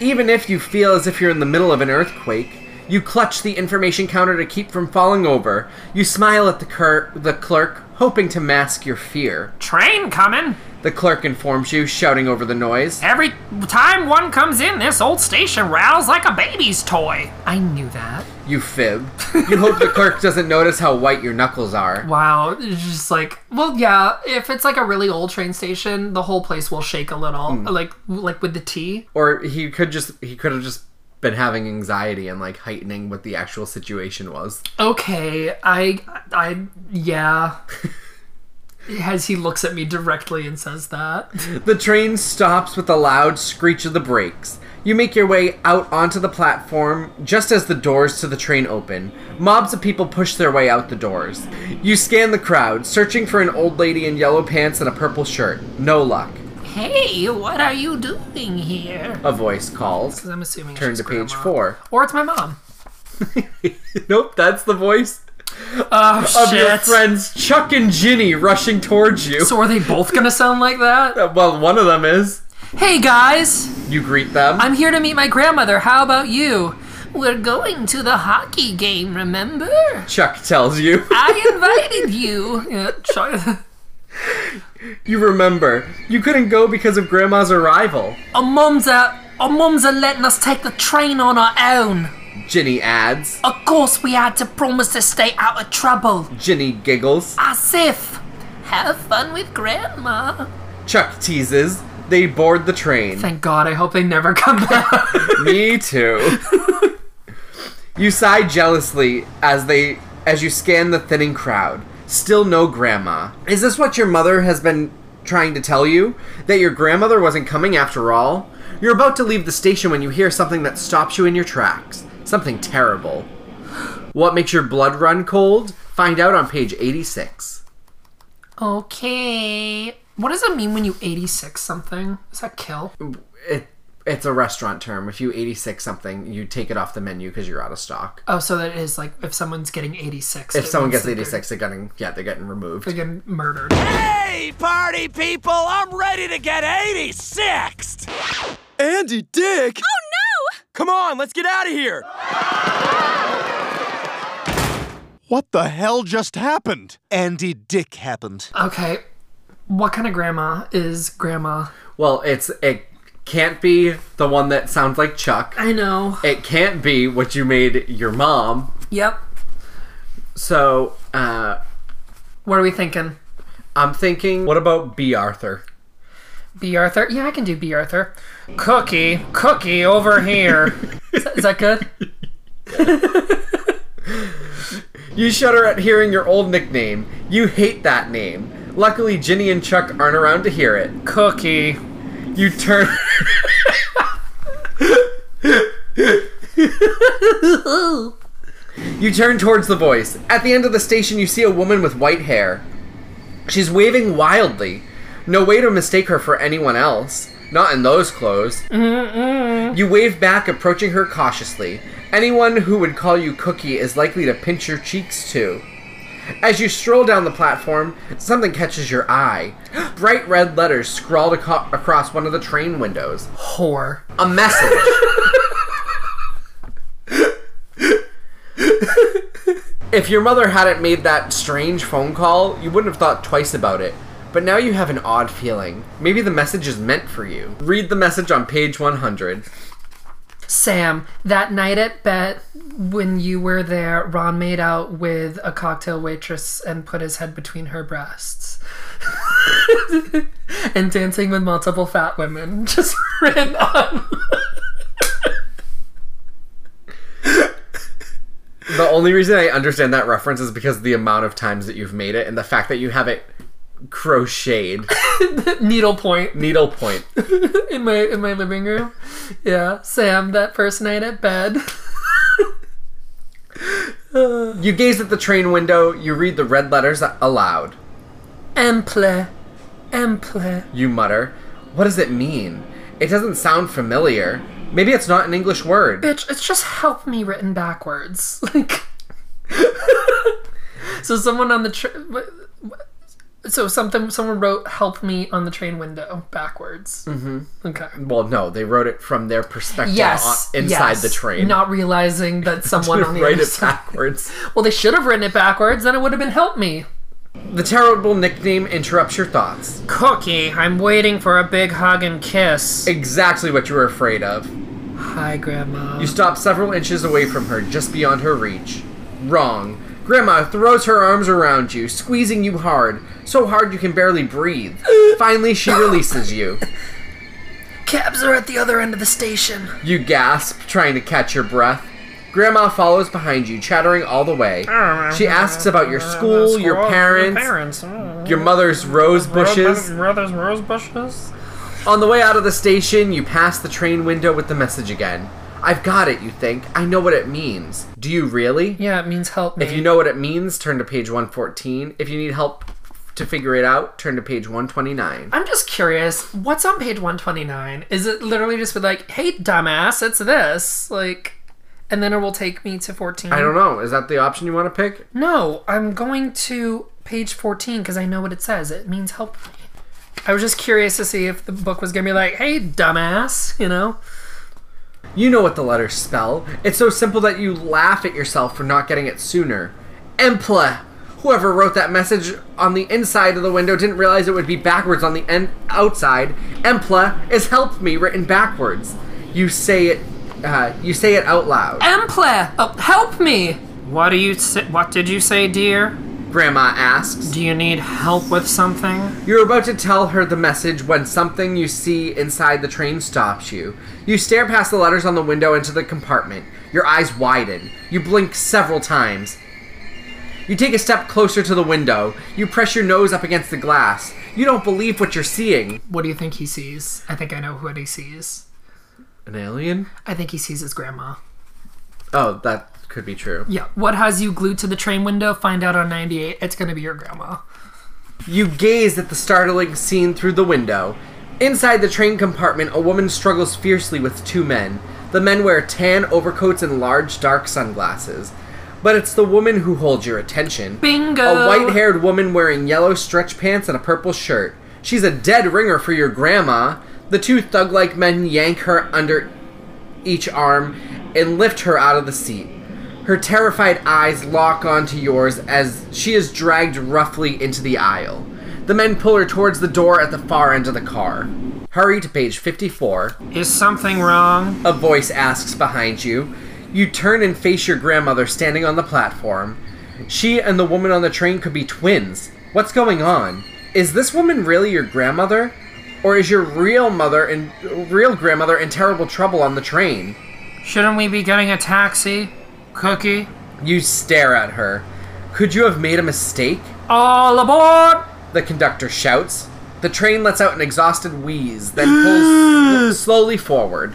Speaker 2: Even if you feel as if you're in the middle of an earthquake, you clutch the information counter to keep from falling over. You smile at the, cur- the clerk, hoping to mask your fear.
Speaker 1: Train coming.
Speaker 2: The clerk informs you, shouting over the noise.
Speaker 1: Every time one comes in, this old station rattles like a baby's toy. I knew that.
Speaker 2: You fib. You hope the clerk doesn't notice how white your knuckles are.
Speaker 1: Wow, it's just like well, yeah. If it's like a really old train station, the whole place will shake a little,
Speaker 2: Hmm.
Speaker 1: like like with the tea.
Speaker 2: Or he could just he could have just been having anxiety and like heightening what the actual situation was.
Speaker 1: Okay, I, I, yeah. As he looks at me directly and says that.
Speaker 2: The train stops with a loud screech of the brakes. You make your way out onto the platform just as the doors to the train open. Mobs of people push their way out the doors. You scan the crowd, searching for an old lady in yellow pants and a purple shirt. No luck.
Speaker 1: Hey, what are you doing here?
Speaker 2: A voice calls.
Speaker 1: I'm assuming.
Speaker 2: Turn
Speaker 1: she's
Speaker 2: to page
Speaker 1: grandma.
Speaker 2: four.
Speaker 1: Or it's my mom.
Speaker 2: Nope, that's the voice
Speaker 1: Oh
Speaker 2: of
Speaker 1: shit!
Speaker 2: your friends Chuck and Ginny rushing towards you.
Speaker 1: So are they both gonna sound like that?
Speaker 2: Uh, Well, one of them is.
Speaker 1: Hey guys,
Speaker 2: You greet them.
Speaker 1: I'm here to meet my grandmother. How about you? We're going to the hockey game. Remember?
Speaker 2: Chuck tells you.
Speaker 1: I invited you. Yeah, Chuck-
Speaker 2: You remember. You couldn't go because of Grandma's arrival.
Speaker 1: Our mums are. Our mums are letting us take the train on our own.
Speaker 2: Ginny adds.
Speaker 1: Of course, we had to promise to stay out of trouble.
Speaker 2: Ginny giggles.
Speaker 1: As if. Have fun with Grandma.
Speaker 2: Chuck teases. They board the train.
Speaker 1: Thank God, I hope they never come back.
Speaker 2: Me too. you sigh jealously as they as you scan the thinning crowd. Still no grandma. Is this what your mother has been trying to tell you? That your grandmother wasn't coming after all? You're about to leave the station when you hear something that stops you in your tracks. Something terrible. What makes your blood run cold? Find out on page 86.
Speaker 1: okay. What does it mean when you 86 something? Is that kill?
Speaker 2: It it's a restaurant term. If you 86 something, you take it off the menu because you're out of stock.
Speaker 1: Oh, so that is like if someone's getting 86.
Speaker 2: If
Speaker 1: it
Speaker 2: someone
Speaker 1: means
Speaker 2: gets
Speaker 1: that they're-
Speaker 2: 86, they're getting yeah, they're getting removed.
Speaker 1: They're getting murdered.
Speaker 8: Hey, party people, I'm ready to get 86th.
Speaker 4: Andy Dick!
Speaker 8: Come on, let's get out of here.
Speaker 9: What the hell just happened? Andy Dick happened.
Speaker 1: Okay. What kind of grandma is grandma?
Speaker 2: Well, it's it can't be the one that sounds like Chuck.
Speaker 1: I know.
Speaker 2: It can't be what you made your mom.
Speaker 1: Yep.
Speaker 2: So, uh
Speaker 1: What are we thinking?
Speaker 2: I'm thinking, what about B. Arthur?
Speaker 1: B. Arthur? Yeah, I can do B. Arthur. Cookie, cookie over here. is, that, is that good?
Speaker 2: You shudder at hearing your old nickname. You hate that name. Luckily, Ginny and Chuck aren't around to hear it.
Speaker 1: Cookie.
Speaker 2: You turn. you turn towards the voice. At the end of the station, you see a woman with white hair. She's waving wildly. No way to mistake her for anyone else. Not in those clothes. You wave back, approaching her cautiously. Anyone who would call you Cookie is likely to pinch your cheeks too. As you stroll down the platform, something catches your eye. Bright red letters scrawled aco- across one of the train windows.
Speaker 1: Whore.
Speaker 2: A message. if your mother hadn't made that strange phone call, you wouldn't have thought twice about it. But now you have an odd feeling. Maybe the message is meant for you. Read the message on page 100.
Speaker 1: Sam, that night at Bet, when you were there, Ron made out with a cocktail waitress and put his head between her breasts. and dancing with multiple fat women just ran on.
Speaker 2: The only reason I understand that reference is because of the amount of times that you've made it and the fact that you have it crocheted
Speaker 1: Needlepoint
Speaker 2: needlepoint.
Speaker 1: in my in my living room. Yeah, Sam, that first night at bed.
Speaker 2: You gaze at the train window, you read the red letters aloud.
Speaker 1: Emple. Emple.
Speaker 2: You mutter, What does it mean? It doesn't sound familiar. Maybe it's not an English word.
Speaker 1: Bitch, it's just help me written backwards. Like, so someone on the train. So something someone wrote "help me" on the train window backwards. Mm-hmm. Okay.
Speaker 2: Well, no, they wrote it from their perspective
Speaker 1: Yes.
Speaker 2: on, inside
Speaker 1: yes.
Speaker 2: the train.
Speaker 1: not realizing that someone on the
Speaker 2: write
Speaker 1: other
Speaker 2: it
Speaker 1: side-
Speaker 2: backwards.
Speaker 1: Well, they should have written it backwards. Then it would have been "help me."
Speaker 2: The terrible nickname interrupts your thoughts.
Speaker 1: Cookie, I'm waiting for a big hug and kiss.
Speaker 2: Exactly what you were afraid of.
Speaker 1: Hi, Grandma.
Speaker 2: You stop several inches away from her, just beyond her reach. Wrong. Grandma throws her arms around you, squeezing you hard, so hard you can barely breathe. Finally, she releases you.
Speaker 1: Cabs are at the other end of the station.
Speaker 2: You gasp, trying to catch your breath. Grandma follows behind you, chattering all the way. She asks about your school, your parents, your mother's rose bushes.
Speaker 1: oh. Brothers, rose bushes.
Speaker 2: On the way out of the station, you pass the train window with the message again. I've got it, you think. I know what it means. Do you really?
Speaker 1: Yeah, it means help me.
Speaker 2: If you know what it means, turn to page 114. If you need help to figure it out, turn to page 129.
Speaker 1: I'm just curious, what's on page 129? Is it literally just with like, hey, dumbass, it's this? Like, and then it will take me to 14?
Speaker 2: I don't know. Is that the option you want to pick?
Speaker 1: No, I'm going to page 14 because I know what it says. It means help me. I was just curious to see if the book was going to be like, hey, dumbass, you know?
Speaker 2: You know what the letters spell. It's so simple that you laugh at yourself for not getting it sooner. Empla. Whoever wrote that message on the inside of the window didn't realize it would be backwards on the en- outside. Empla is help me written backwards. You say it. Uh, you say it out loud.
Speaker 1: Emple, oh, help me! What do you say, what did you say, dear?
Speaker 2: Grandma asks.
Speaker 1: Do you need help with something?
Speaker 2: You're about to tell her the message when something you see inside the train stops you. You stare past the letters on the window into the compartment. Your eyes widen. You blink several times. You take a step closer to the window. You press your nose up against the glass. You don't believe what you're seeing.
Speaker 1: What do you think he sees? I think I know what he sees.
Speaker 2: An alien?
Speaker 1: I think he sees his grandma.
Speaker 2: Oh, that could be true.
Speaker 1: Yeah. What has you glued to the train window? Find out on 98. It's going to be your grandma.
Speaker 2: You gaze at the startling scene through the window. Inside the train compartment, a woman struggles fiercely with two men. The men wear tan overcoats and large, dark sunglasses. But it's the woman who holds your attention.
Speaker 1: Bingo!
Speaker 2: A white haired woman wearing yellow stretch pants and a purple shirt. She's a dead ringer for your grandma. The two thug like men yank her under each arm and lift her out of the seat. Her terrified eyes lock onto yours as she is dragged roughly into the aisle. The men pull her towards the door at the far end of the car. Hurry to page 54.
Speaker 1: Is something wrong?
Speaker 2: A voice asks behind you. You turn and face your grandmother standing on the platform. She and the woman on the train could be twins. What's going on? Is this woman really your grandmother? Or is your real mother and real grandmother in terrible trouble on the train?
Speaker 1: Shouldn't we be getting a taxi? Cookie?
Speaker 2: You stare at her. Could you have made a mistake?
Speaker 1: All aboard!
Speaker 2: The conductor shouts. The train lets out an exhausted wheeze, then pulls slowly forward.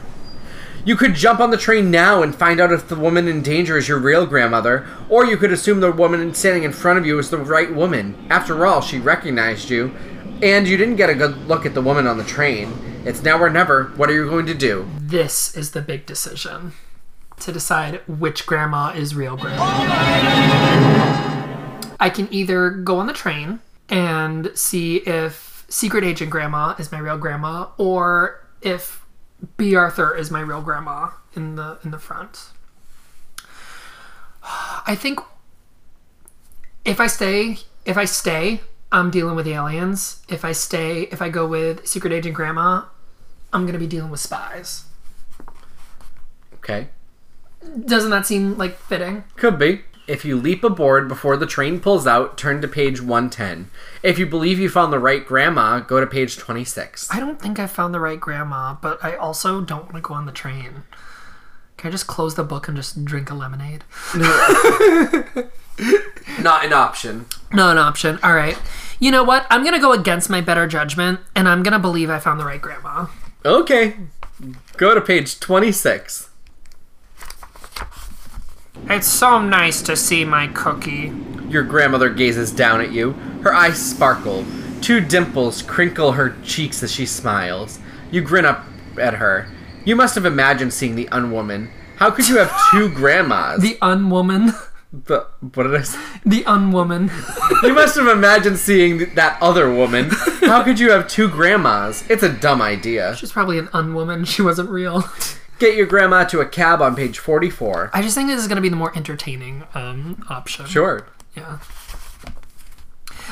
Speaker 2: You could jump on the train now and find out if the woman in danger is your real grandmother, or you could assume the woman standing in front of you is the right woman. After all, she recognized you, and you didn't get a good look at the woman on the train. It's now or never. What are you going to do?
Speaker 1: This is the big decision to decide which grandma is real grandma. I can either go on the train and see if Secret Agent Grandma is my real grandma, or if B. Arthur is my real grandma in the in the front. I think if I stay, if I stay, I'm dealing with aliens. If I stay, if I go with Secret Agent Grandma, I'm gonna be dealing with spies.
Speaker 2: Okay.
Speaker 1: Doesn't that seem like fitting?
Speaker 2: Could be. If you leap aboard before the train pulls out, turn to page 110. If you believe you found the right grandma, go to page 26.
Speaker 1: I don't think I found the right grandma, but I also don't want to go on the train. Can I just close the book and just drink a lemonade?
Speaker 2: Not an option.
Speaker 1: Not an option. All right. You know what? I'm going to go against my better judgment and I'm going to believe I found the right grandma.
Speaker 2: Okay. Go to page 26.
Speaker 1: It's so nice to see my cookie.
Speaker 2: Your grandmother gazes down at you. Her eyes sparkle. Two dimples crinkle her cheeks as she smiles. You grin up at her. You must have imagined seeing the unwoman. How could you have two grandmas?
Speaker 1: The unwoman.
Speaker 2: the, what did I say?
Speaker 1: The unwoman.
Speaker 2: You must have imagined seeing that other woman. How could you have two grandmas? It's a dumb idea.
Speaker 1: She's probably an unwoman. She wasn't real.
Speaker 2: Get your grandma to a cab on page 44.
Speaker 1: I just think this is going to be the more entertaining um, option.
Speaker 2: Sure.
Speaker 1: Yeah.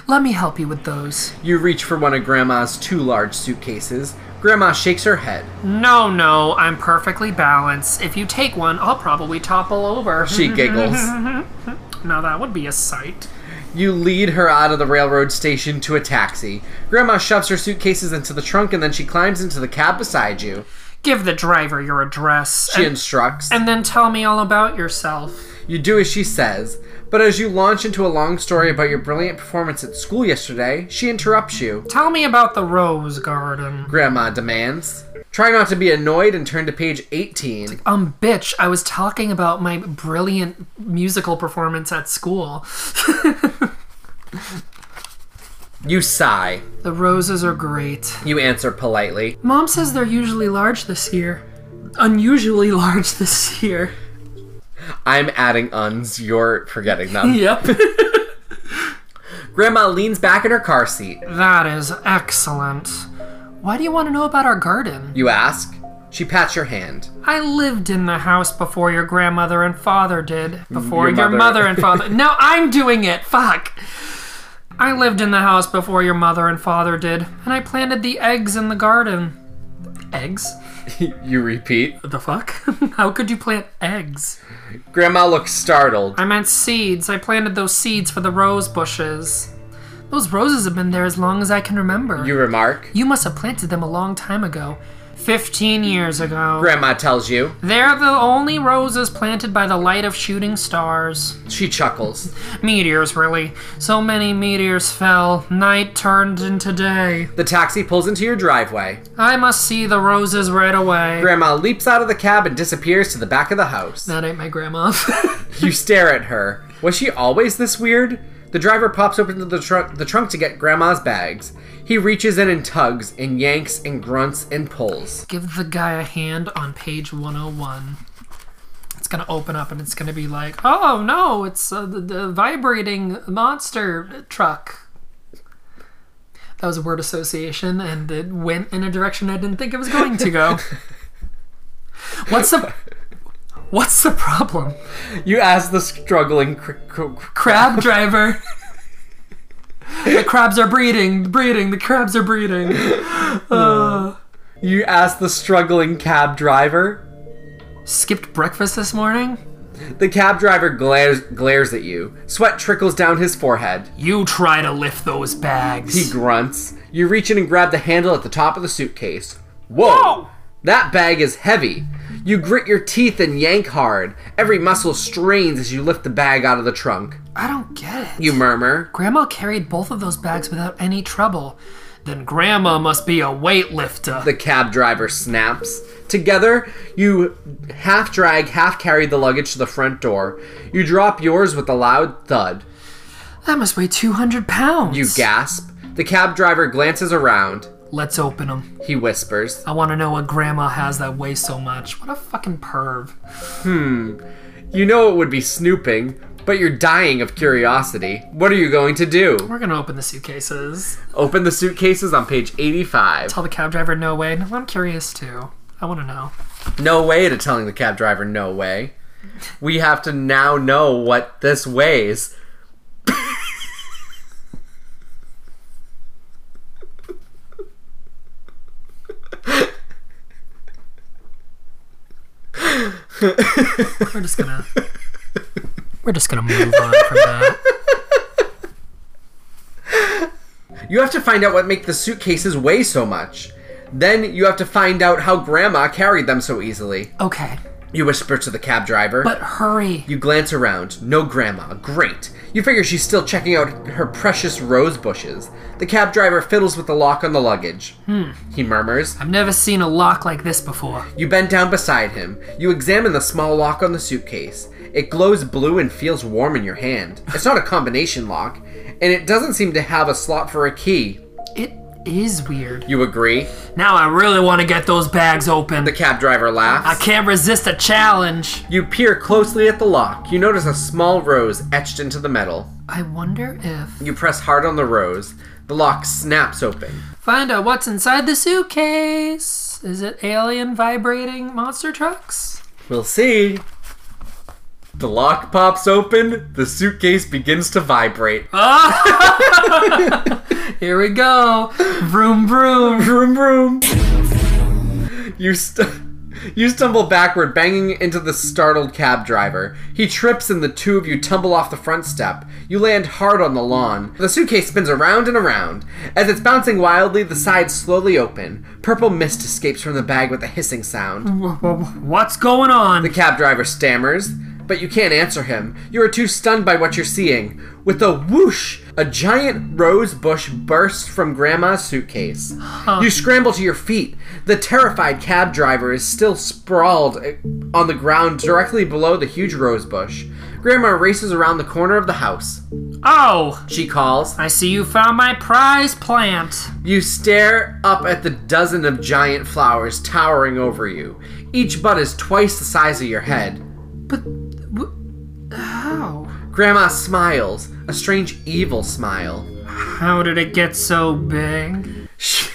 Speaker 1: Let me help you with those.
Speaker 2: You reach for one of Grandma's two large suitcases. Grandma shakes her head.
Speaker 1: No, no, I'm perfectly balanced. If you take one, I'll probably topple over.
Speaker 2: She giggles.
Speaker 1: now that would be a sight.
Speaker 2: You lead her out of the railroad station to a taxi. Grandma shoves her suitcases into the trunk and then she climbs into the cab beside you.
Speaker 1: Give the driver your address
Speaker 2: She
Speaker 1: and,
Speaker 2: instructs.
Speaker 1: and then tell me all about yourself.
Speaker 2: You do as she says, but as you launch into a long story about your brilliant performance at school yesterday, she interrupts you.
Speaker 1: Tell me about the rose garden.
Speaker 2: Grandma demands. Try not to be annoyed and turn to page 18.
Speaker 1: Um, bitch, I was talking about my brilliant musical performance at school.
Speaker 2: You sigh.
Speaker 1: the roses are great.
Speaker 2: You answer politely.
Speaker 1: Mom says they're usually large this year. Unusually large this year.
Speaker 2: I'm adding uns, you're forgetting them.
Speaker 1: Yep.
Speaker 2: Grandma leans back in her car seat.
Speaker 1: that is excellent. Why do you want to know about our garden?
Speaker 2: You ask. She pats your hand.
Speaker 1: I lived in the house before your grandmother and father did. Before
Speaker 2: Mm, Your mother.
Speaker 1: your mother, and father. now I'm doing it. Fuck. I lived in the house before your mother and father did, and I planted the eggs in the garden. Eggs?
Speaker 2: You repeat.
Speaker 1: What the fuck? How could you plant eggs?
Speaker 2: Grandma looks startled.
Speaker 1: I meant seeds. I planted those seeds for the rose bushes. Those roses have been there as long as I can remember.
Speaker 2: You remark.
Speaker 1: you must have planted them a long time ago. Fifteen years ago.
Speaker 2: Grandma tells you.
Speaker 1: They're the only roses planted by the light of shooting stars.
Speaker 2: She chuckles.
Speaker 1: Meteors, really. So many meteors fell. Night turned into day.
Speaker 2: The taxi pulls into your driveway.
Speaker 1: I must see the roses right away.
Speaker 2: Grandma leaps out of the cab and disappears to the back of the house.
Speaker 1: that ain't my grandma.
Speaker 2: You stare at her. Was she always this weird? The driver pops open the, tru- the trunk to get Grandma's bags. He reaches in and tugs and yanks and grunts and pulls.
Speaker 1: Give the guy a hand on page 101. It's gonna open up and it's gonna be like, oh no, it's uh, the, the vibrating monster truck. That was a word association and it went in a direction I didn't think it was going to go. What's the. What's the problem?
Speaker 2: You ask the struggling cr- cr- cr-
Speaker 1: crab driver. the crabs are breeding, breeding. The crabs are breeding.
Speaker 2: you ask the struggling cab driver.
Speaker 1: Skipped breakfast this morning.
Speaker 2: The cab driver glares glares at you. Sweat trickles down his forehead.
Speaker 1: You try to lift those bags.
Speaker 2: He grunts. You reach in and grab the handle at the top of the suitcase. Whoa! That bag is heavy. You grit your teeth and yank hard. Every muscle strains as you lift the bag out of the trunk.
Speaker 1: I don't get it.
Speaker 2: You murmur.
Speaker 1: Grandma carried both of those bags without any trouble. Then Grandma must be a weightlifter.
Speaker 2: The cab driver snaps. Together, you half drag, half carry the luggage to the front door. You drop yours with a loud thud.
Speaker 1: that must weigh 200 pounds.
Speaker 2: You gasp. The cab driver glances around.
Speaker 1: Let's open them.
Speaker 2: He whispers.
Speaker 1: I want to know what Grandma has that weighs so much. What a fucking perv.
Speaker 2: You know it would be snooping, but you're dying of curiosity. What are you going to do?
Speaker 1: We're gonna open the suitcases.
Speaker 2: Open the suitcases on page 85.
Speaker 1: Tell the cab driver no way. No, I'm curious too. I want to know.
Speaker 2: No way to telling the cab driver no way. We have to now know what this weighs.
Speaker 1: We're just gonna. We're just gonna move on from that.
Speaker 2: You have to find out what make the suitcases weigh so much. Then you have to find out how grandma carried them so easily.
Speaker 1: Okay,
Speaker 2: You whisper to the cab driver.
Speaker 1: but hurry.
Speaker 2: You glance around. No grandma. Great. You figure she's still checking out her precious rose bushes. The cab driver fiddles with the lock on the luggage. Hmm. He murmurs.
Speaker 1: I've never seen a lock like this before.
Speaker 2: You bend down beside him. You examine the small lock on the suitcase. It glows blue and feels warm in your hand. It's not a combination lock, and it doesn't seem to have a slot for a key.
Speaker 1: It is weird.
Speaker 2: You agree?
Speaker 1: Now I really want to get those bags open.
Speaker 2: The cab driver
Speaker 1: I
Speaker 2: laughs.
Speaker 1: can't resist a challenge.
Speaker 2: You peer closely at the lock. You notice a small rose etched into the metal.
Speaker 1: I wonder if.
Speaker 2: You press hard on the rose. The lock snaps open.
Speaker 1: Find out what's inside the suitcase. Is it alien vibrating monster trucks?
Speaker 2: We'll see. The lock pops open. The suitcase begins to vibrate.
Speaker 1: Here we go. Vroom vroom.
Speaker 2: Vroom vroom. You st- you stumble backward, banging into the startled cab driver. He trips, and the two of you tumble off the front step. You land hard on the lawn. The suitcase spins around and around. As it's bouncing wildly, the sides slowly open. Purple mist escapes from the bag with a hissing sound.
Speaker 1: What's going on?
Speaker 2: The cab driver stammers, but you can't answer him. You are too stunned by what you're seeing. With a whoosh, a giant rose bush bursts from Grandma's suitcase. You scramble to your feet. The terrified cab driver is still sprawled eh, on the ground directly below the huge rose bush. Grandma races around the corner of the house.
Speaker 1: Oh,
Speaker 2: She calls.
Speaker 1: I see you found my prize plant.
Speaker 2: You stare up at the dozen of giant flowers towering over you. Each bud is twice the size of your head.
Speaker 1: But wh- how?
Speaker 2: Grandma smiles, a strange evil smile.
Speaker 1: How did it get so big?
Speaker 2: She,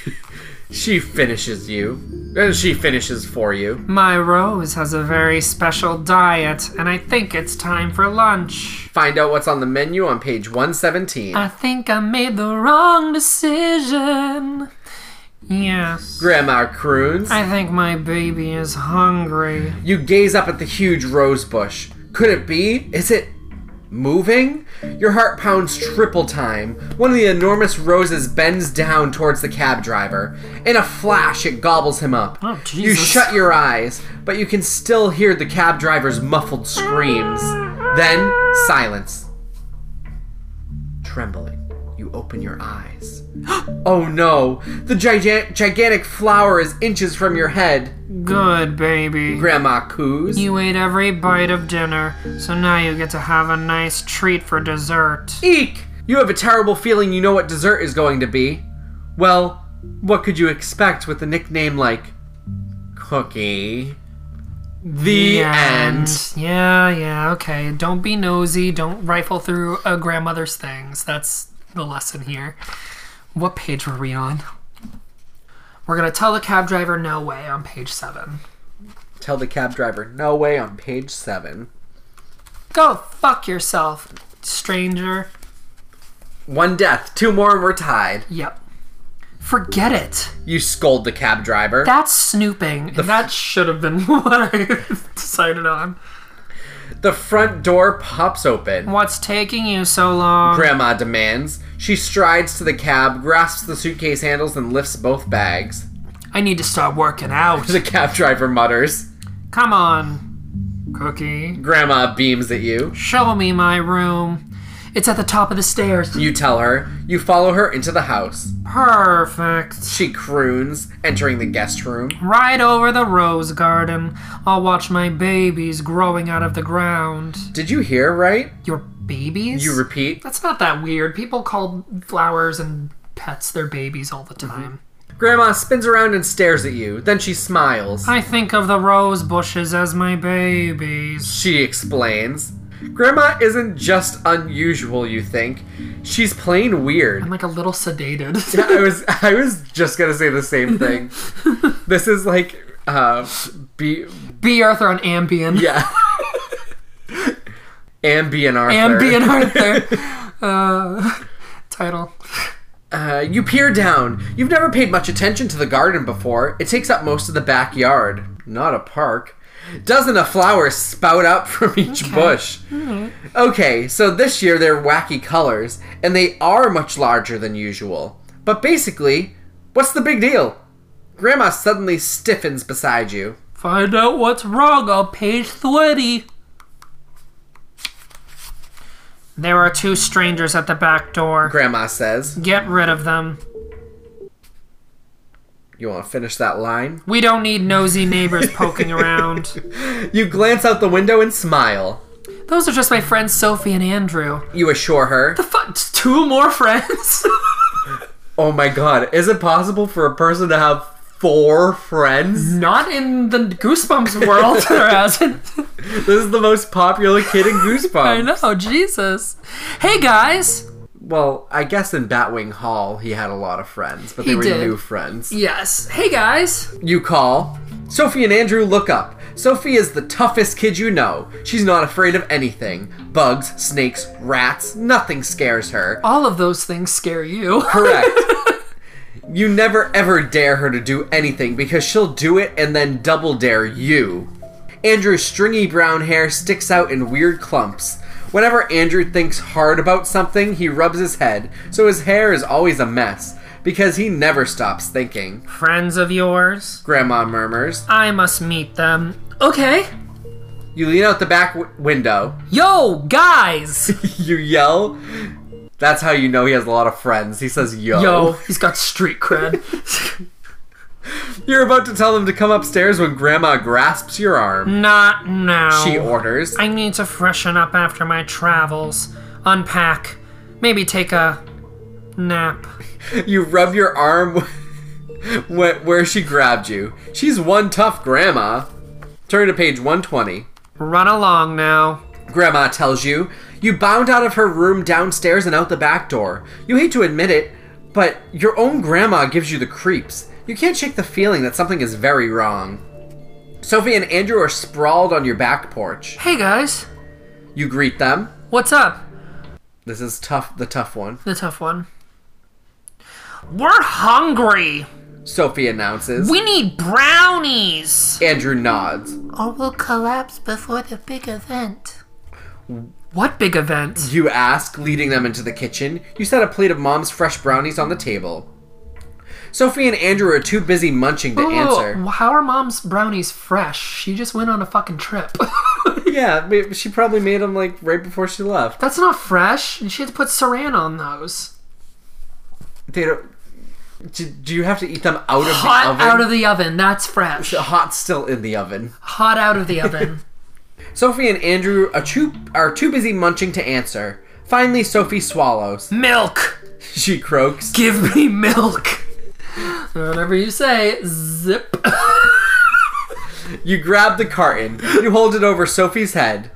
Speaker 2: she finishes you. Uh, She finishes for you.
Speaker 1: My rose has a very special diet, and I think it's time for lunch.
Speaker 2: Find out what's on the menu on page 117.
Speaker 1: I think I made the wrong decision. Yes.
Speaker 2: Grandma croons.
Speaker 1: I think my baby is hungry.
Speaker 2: You gaze up at the huge rose bush. Could it be? Is it moving? Your heart pounds triple time. One of the enormous roses bends down towards the cab driver. In a flash, it gobbles him up.
Speaker 1: Oh, Jesus.
Speaker 2: You shut your eyes, but you can still hear the cab driver's muffled screams. Then, silence. Trembling, you open your eyes. oh no! The giga- gigantic flower is inches from your head.
Speaker 1: Good baby.
Speaker 2: Grandma coos.
Speaker 1: You ate every bite of dinner, so now you get to have a nice treat for dessert.
Speaker 2: Eek! You have a terrible feeling you know what dessert is going to be. Well, what could you expect with a nickname like Cookie? The, end.
Speaker 1: Yeah, yeah, okay. Don't be nosy. Don't rifle through a grandmother's things. That's the lesson here. What page were we on? We're gonna tell the cab driver no way on page seven.
Speaker 2: Tell the cab driver no way on page seven.
Speaker 1: Go fuck yourself, stranger.
Speaker 2: One death, two more, and we're tied.
Speaker 1: Yep. Forget it.
Speaker 2: You scold the cab driver.
Speaker 1: That's snooping. and that should have been what I decided on.
Speaker 2: The front door pops open.
Speaker 1: What's taking you so long?
Speaker 2: Grandma demands. She strides to the cab, grasps the suitcase handles, and lifts both bags.
Speaker 1: I need to start working out.
Speaker 2: The cab driver mutters.
Speaker 1: Come on, Cookie.
Speaker 2: Grandma beams at you.
Speaker 1: Show me my room. It's at the top of the stairs.
Speaker 2: You tell her. You follow her into the house.
Speaker 1: Perfect.
Speaker 2: She croons, entering the guest room.
Speaker 1: Right over the rose garden. I'll watch my babies growing out of the ground.
Speaker 2: Did you hear right?
Speaker 1: Your babies?
Speaker 2: You repeat.
Speaker 1: That's not that weird. People call flowers and pets their babies all the time.
Speaker 2: Grandma spins around and stares at you. Then she smiles.
Speaker 1: I think of the rose bushes as my babies.
Speaker 2: She explains. Grandma isn't just unusual, you think. She's plain weird.
Speaker 1: I'm like a little sedated.
Speaker 2: I was I was just gonna say the same thing. this is like uh be
Speaker 1: B. Arthur on Ambien.
Speaker 2: yeah. Ambien Arthur.
Speaker 1: Ambien Arthur. uh, title.
Speaker 2: Uh, you peer down. You've never paid much attention to the garden before. It takes up most of the backyard. Not a park. Dozen of flowers spout up from each bush. Okay, so this year they're wacky colors, and they are much larger than usual. But basically, what's the big deal? Grandma suddenly stiffens beside you.
Speaker 1: Find out what's wrong on page 30. There are two strangers at the back door.
Speaker 2: Grandma says,
Speaker 1: Get rid of them.
Speaker 2: You want to finish that line?
Speaker 1: We don't need nosy neighbors poking around.
Speaker 2: You glance out the window and smile.
Speaker 1: Those are just my friends Sophie and Andrew.
Speaker 2: You assure her,
Speaker 1: Fuck, two more friends?
Speaker 2: Oh my god, is it possible for a person to have four friends?
Speaker 1: Not in the Goosebumps world, there hasn't.
Speaker 2: This is the most popular kid in Goosebumps.
Speaker 1: I know, Jesus. Hey guys!
Speaker 2: Well, I guess in Batwing Hall he had a lot of friends, but they
Speaker 1: He
Speaker 2: were
Speaker 1: did.
Speaker 2: new friends.
Speaker 1: Yes. Hey guys!
Speaker 2: You call. Sophie and Andrew look up. Sophie is the toughest kid you know. She's not afraid of anything. Bugs, snakes, rats, nothing scares her.
Speaker 1: All of those things scare you.
Speaker 2: Correct. you never ever dare her to do anything because she'll do it and then double dare you. Andrew's stringy brown hair sticks out in weird clumps. Whenever Andrew thinks hard about something, he rubs his head, so his hair is always a mess because he never stops thinking.
Speaker 1: Friends of yours?
Speaker 2: Grandma murmurs.
Speaker 1: I must meet them. Okay.
Speaker 2: You lean out the back w- window.
Speaker 1: Yo, guys!
Speaker 2: You yell. That's how you know he has a lot of friends. He says, "Yo."
Speaker 1: Yo, Oh, he's got street cred.
Speaker 2: You're about to tell him to come upstairs when Grandma grasps your arm.
Speaker 1: Not now.
Speaker 2: She orders.
Speaker 1: I need to freshen up after my travels, unpack, maybe take a nap.
Speaker 2: You rub your arm where, where she grabbed you. She's one tough grandma. Turn to page 120.
Speaker 1: Run along now.
Speaker 2: Grandma tells you, you bound out of her room downstairs and out the back door. You hate to admit it, but your own grandma gives you the creeps. You can't shake the feeling that something is very wrong. Sophie and Andrew are sprawled on your back porch.
Speaker 1: Hey guys,
Speaker 2: You greet them.
Speaker 1: what's up?
Speaker 2: This is tough, the tough one.
Speaker 1: The tough one. We're hungry.
Speaker 2: Sophie announces.
Speaker 1: We need brownies.
Speaker 2: Andrew nods.
Speaker 5: Or will collapse before the big event.
Speaker 1: What big event?
Speaker 2: You ask, leading them into the kitchen. You set a plate of mom's fresh brownies on the table. Sophie and Andrew are too busy munching to answer.
Speaker 1: Oh, how are mom's brownies fresh? She just went on a fucking trip.
Speaker 2: Yeah, ma- she probably made them like right before she left.
Speaker 1: That's not fresh. And she had to put saran on those.
Speaker 2: They don't. Do, do you have to eat them out of
Speaker 1: Hot
Speaker 2: the oven?
Speaker 1: out of the oven. That's fresh.
Speaker 2: Hot still in the oven.
Speaker 1: Hot out of the oven.
Speaker 2: Sophie and Andrew are too, are too busy munching to answer. Finally, Sophie swallows.
Speaker 1: milk.
Speaker 2: She croaks.
Speaker 1: Give me milk. Whatever you say, zip.
Speaker 2: You grab the carton. You hold it over Sophie's head.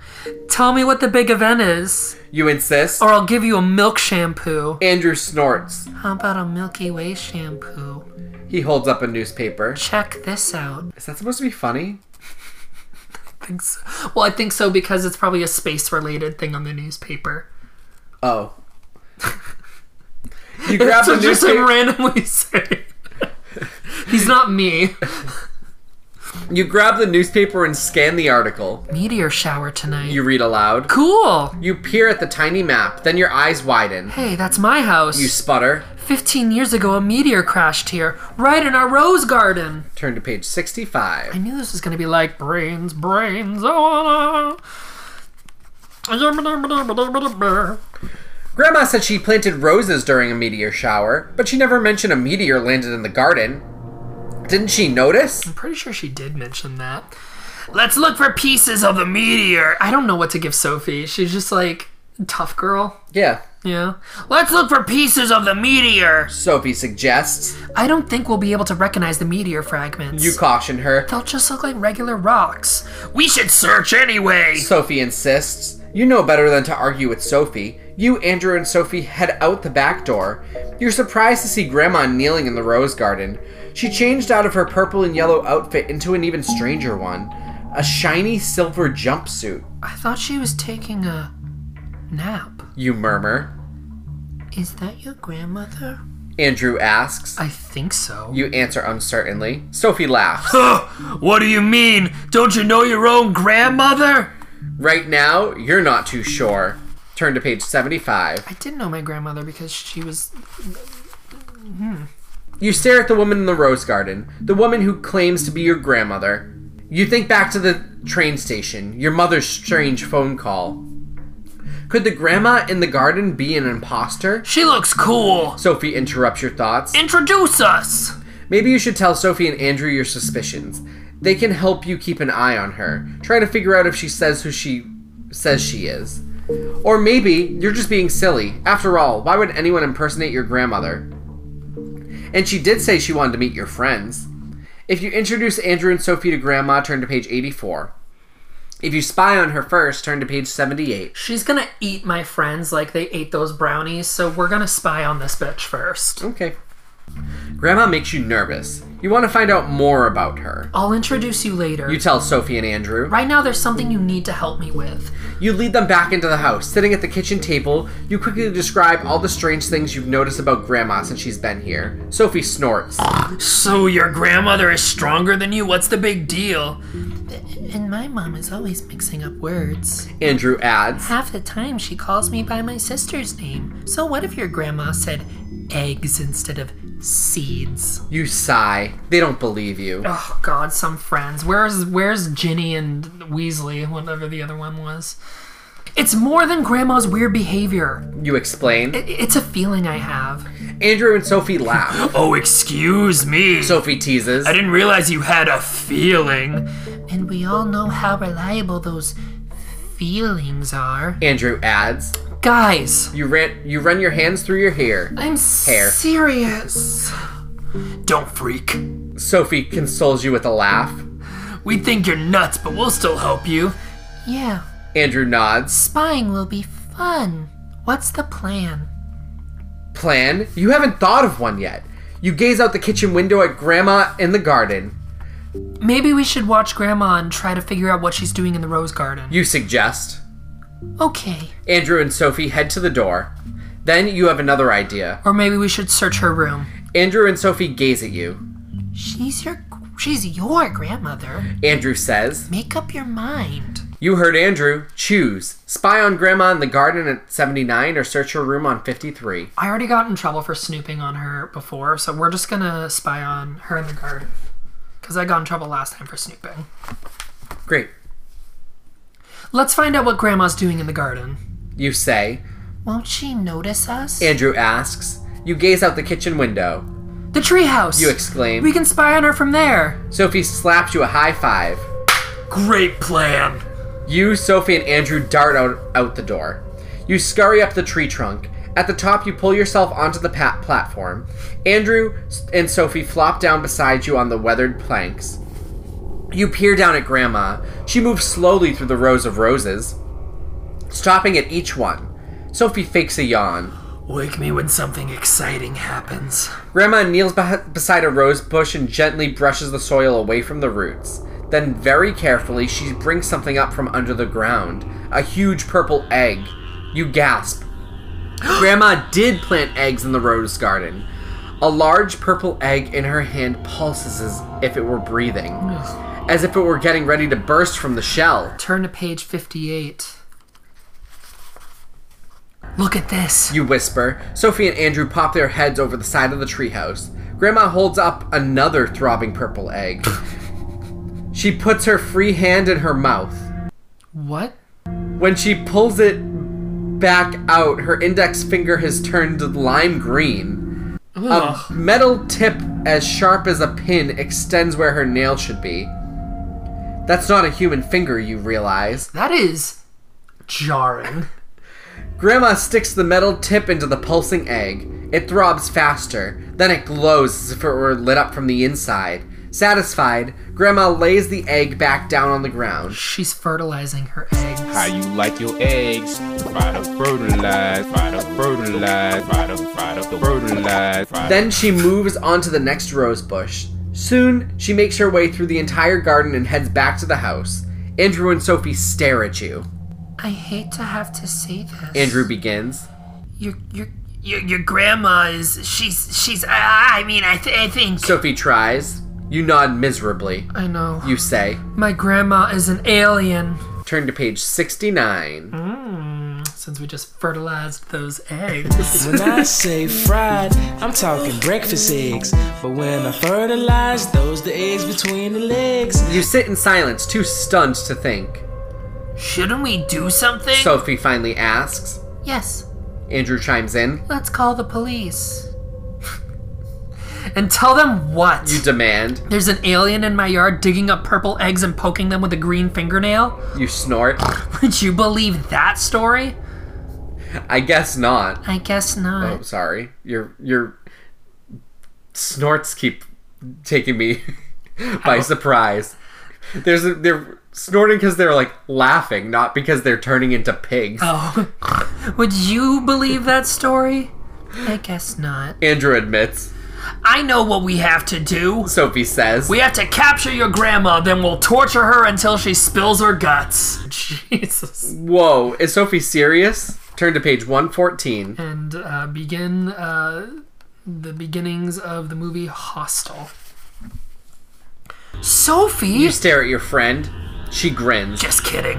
Speaker 1: Tell me what the big event is,
Speaker 2: You insist.
Speaker 1: or I'll give you a milk shampoo.
Speaker 2: Andrew snorts.
Speaker 1: How about a Milky Way shampoo?
Speaker 2: He holds up a newspaper.
Speaker 1: Check this out.
Speaker 2: Is that supposed to be funny?
Speaker 1: I think so. Well, I think so because it's probably a space related thing on the newspaper.
Speaker 2: Oh. you grab the
Speaker 1: so just him
Speaker 2: newspaper.
Speaker 1: randomly saying. He's not me.
Speaker 2: You grab the newspaper and scan the article.
Speaker 1: Meteor shower tonight.
Speaker 2: You read aloud.
Speaker 1: cool.
Speaker 2: You peer at the tiny map, then your eyes widen.
Speaker 1: Hey, that's my house.
Speaker 2: You sputter.
Speaker 1: 15 years ago, a meteor crashed here, right in our rose garden.
Speaker 2: Turn to page 65.
Speaker 1: I knew this was gonna be like brains, brains. Oh, oh,
Speaker 2: Grandma said she planted roses during a meteor shower, but she never mentioned a meteor landed in the garden. Didn't she notice?
Speaker 1: I'm pretty sure she did mention that. Let's look for pieces of the meteor. I don't know what to give Sophie. She's just like tough girl.
Speaker 2: Yeah.
Speaker 1: Yeah. Let's look for pieces of the meteor.
Speaker 2: Sophie suggests.
Speaker 1: I don't think we'll be able to recognize the meteor fragments.
Speaker 2: You caution her.
Speaker 1: They'll just look like regular rocks. We should search anyway.
Speaker 2: Sophie insists. You know better than to argue with Sophie. You, Andrew, and Sophie head out the back door. You're surprised to see Grandma kneeling in the rose garden. She changed out of her purple and yellow outfit into an even stranger one a shiny silver jumpsuit.
Speaker 1: I thought she was taking a nap.
Speaker 2: You murmur.
Speaker 1: Is that your grandmother?
Speaker 2: Andrew asks.
Speaker 1: I think so.
Speaker 2: You answer uncertainly. Sophie laughs.
Speaker 1: what do you mean? Don't you know your own grandmother?
Speaker 2: right now, you're not too sure. Turn to page 75.
Speaker 1: I didn't know my grandmother because she was.
Speaker 2: You stare at the woman in the rose garden, the woman who claims to be your grandmother. You think back to the train station, your mother's strange phone call. Could the grandma in the garden be an imposter?
Speaker 1: She looks cool.
Speaker 2: Sophie interrupts your thoughts.
Speaker 1: Introduce us.
Speaker 2: Maybe you should tell Sophie and Andrew your suspicions. They can help you keep an eye on her. Try to figure out if she says who she says she is. Or maybe you're just being silly. After all, why would anyone impersonate your grandmother? And she did say she wanted to meet your friends. If you introduce Andrew and Sophie to Grandma, turn to page 84. If you spy on her first, turn to page 78.
Speaker 1: She's gonna eat my friends like they ate those brownies, so we're gonna spy on this bitch first.
Speaker 2: Okay. Grandma makes you nervous. You want to find out more about her.
Speaker 1: I'll introduce you later.
Speaker 2: You tell Sophie and Andrew.
Speaker 1: right now, there's something you need to help me with.
Speaker 2: You lead them back into the house. Sitting at the kitchen table, you quickly describe all the strange things you've noticed about Grandma since she's been here. Sophie snorts.
Speaker 1: So, your grandmother is stronger than you? What's the big deal? And my mom is always mixing up words.
Speaker 2: Andrew adds.
Speaker 1: Half the time, she calls me by my sister's name. So, what if your grandma said eggs instead of seeds?
Speaker 2: You sigh. They don't believe you.
Speaker 1: Oh God, some friends. Where's Where's Ginny and Weasley, whatever the other one was? It's more than Grandma's weird behavior.
Speaker 2: You explain.
Speaker 1: I- It's a feeling I have.
Speaker 2: Andrew and Sophie laugh.
Speaker 1: Oh, excuse me.
Speaker 2: Sophie teases.
Speaker 1: didn't realize you had a feeling. And we all know how reliable those feelings are.
Speaker 2: Andrew adds.
Speaker 1: Guys,
Speaker 2: You ran you run your hands through your hair.
Speaker 1: I'm
Speaker 2: Hair.
Speaker 1: serious. Don't freak.
Speaker 2: Sophie consoles you with a laugh.
Speaker 1: We think you're nuts, but we'll still help you. Yeah,
Speaker 2: Andrew nods.
Speaker 1: spying will be fun. What's the plan?
Speaker 2: Plan? You haven't thought of one yet. You gaze out the kitchen window at Grandma in the garden.
Speaker 1: Maybe we should watch Grandma and try to figure out what she's doing in the rose garden.
Speaker 2: You suggest.
Speaker 1: Okay.
Speaker 2: Andrew and Sophie head to the door. Then you have another idea.
Speaker 1: Or maybe we should search her room.
Speaker 2: Andrew and Sophie gaze at you.
Speaker 1: She's your she's your grandmother.
Speaker 2: Andrew says,
Speaker 1: Make up your mind.
Speaker 2: You heard Andrew. Choose. Spy on Grandma in the garden at 79 or search her room on 53.
Speaker 1: I already got in trouble for snooping on her before, so we're just gonna spy on her in the garden. Cause I got in trouble last time for snooping.
Speaker 2: Great.
Speaker 1: Let's find out what grandma's doing in the garden.
Speaker 2: You say.
Speaker 1: Won't she notice us?
Speaker 2: Andrew asks. You gaze out the kitchen window.
Speaker 1: the treehouse!
Speaker 2: You exclaim.
Speaker 1: we can spy on her from there.
Speaker 2: Sophie slaps you a high five.
Speaker 1: Great plan.
Speaker 2: You, Sophie, and Andrew dart out, out the door. You scurry up the tree trunk. At the top, you pull yourself onto the pat- platform. Andrew s- and Sophie flop down beside you on the weathered planks. You peer down at Grandma. She moves slowly through the rows of roses, stopping at each one. Sophie fakes a yawn.
Speaker 1: Wake me when something exciting happens.
Speaker 2: Grandma kneels beh beside a rose bush and gently brushes the soil away from the roots. Then, very carefully, she brings something up from under the ground a huge purple egg. You gasp. Grandma did plant eggs in the rose garden. A large purple egg in her hand pulses as if it were breathing. as if it were getting ready to burst from the shell.
Speaker 1: Turn to page 58. Look at this.
Speaker 2: You whisper. Sophie and Andrew pop their heads over the side of the treehouse. Grandma holds up another throbbing purple egg. she puts her free hand in her mouth.
Speaker 1: What?
Speaker 2: When she pulls it back out, her index finger has turned lime green. A metal tip as sharp as a pin extends where her nail should be. That's not a human finger, you realize.
Speaker 1: That is jarring.
Speaker 2: Grandma sticks the metal tip into the pulsing egg. It throbs faster, then it glows as if it were lit up from the inside. Satisfied, Grandma lays the egg back down on the ground.
Speaker 1: She's fertilizing her eggs.
Speaker 10: How you like your eggs? Try to fertilize, try to fertilize, try to, try to fertilize. Try
Speaker 2: Then she moves on to the next rose bush. Soon, she makes her way through the entire garden and heads back to the house. Andrew and Sophie stare at you.
Speaker 1: I hate to have to say this.
Speaker 2: Andrew begins.
Speaker 1: your your your, your grandma is she's she's I, I mean I, th- I think
Speaker 2: Sophie tries. You nod miserably.
Speaker 1: I know
Speaker 2: You say.
Speaker 1: my grandma is an alien.
Speaker 2: Turn to page 69.
Speaker 1: Hmm, Since we just fertilized those eggs,
Speaker 11: When I say fried, I'm talking breakfast eggs. But when I fertilize, those the eggs between the legs.
Speaker 2: You sit in silence, too stunned to think.
Speaker 1: shouldn't we do something?
Speaker 2: Sophie finally asks.
Speaker 1: yes,
Speaker 2: Andrew chimes in.
Speaker 1: let's call the police. and tell them what?
Speaker 2: You demand.
Speaker 1: There's an alien in my yard digging up purple eggs and poking them with a green fingernail.
Speaker 2: You snort.
Speaker 1: Would you believe that story?
Speaker 2: I guess not.
Speaker 1: I guess
Speaker 2: Oh,
Speaker 1: not.
Speaker 2: sorry. Your your snorts keep taking me by surprise. There's a, they're snorting because they're like laughing, not because they're turning into pigs.
Speaker 1: Oh. Would you believe that story? I guess not.
Speaker 2: Andrew admits.
Speaker 1: I know what we have to do.
Speaker 2: Sophie says.
Speaker 1: We have to capture your grandma, then we'll torture her until she spills her guts. Jesus.
Speaker 2: Whoa, is Sophie serious? Turn to page 114.
Speaker 1: And uh, begin uh, the beginnings of the movie Hostel. Sophie!
Speaker 2: You stare at your friend. She grins.
Speaker 1: Just kidding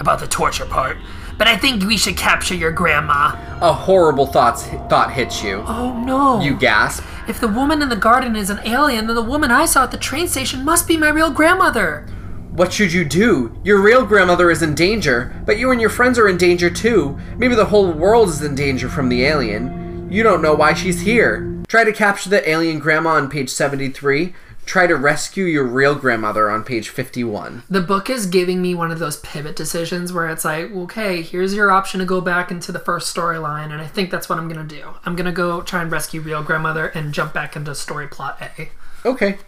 Speaker 1: about the torture part. But I think we should capture your grandma.
Speaker 2: A horrible thoughts, thought hits you.
Speaker 1: Oh no.
Speaker 2: You gasp.
Speaker 1: if the woman in the garden is an alien, then the woman I saw at the train station must be my real grandmother.
Speaker 2: What should you do? Your real grandmother is in danger, but you and your friends are in danger too. Maybe the whole world is in danger from the alien. You don't know why she's here. Try to capture the alien grandma on page 73. Try to rescue your real grandmother on page 51.
Speaker 1: The book is giving me one of those pivot decisions where it's like, okay, here's your option to go back into the first storyline, and I think that's what I'm gonna do. I'm gonna go try and rescue real grandmother and jump back into story plot A.
Speaker 2: Okay.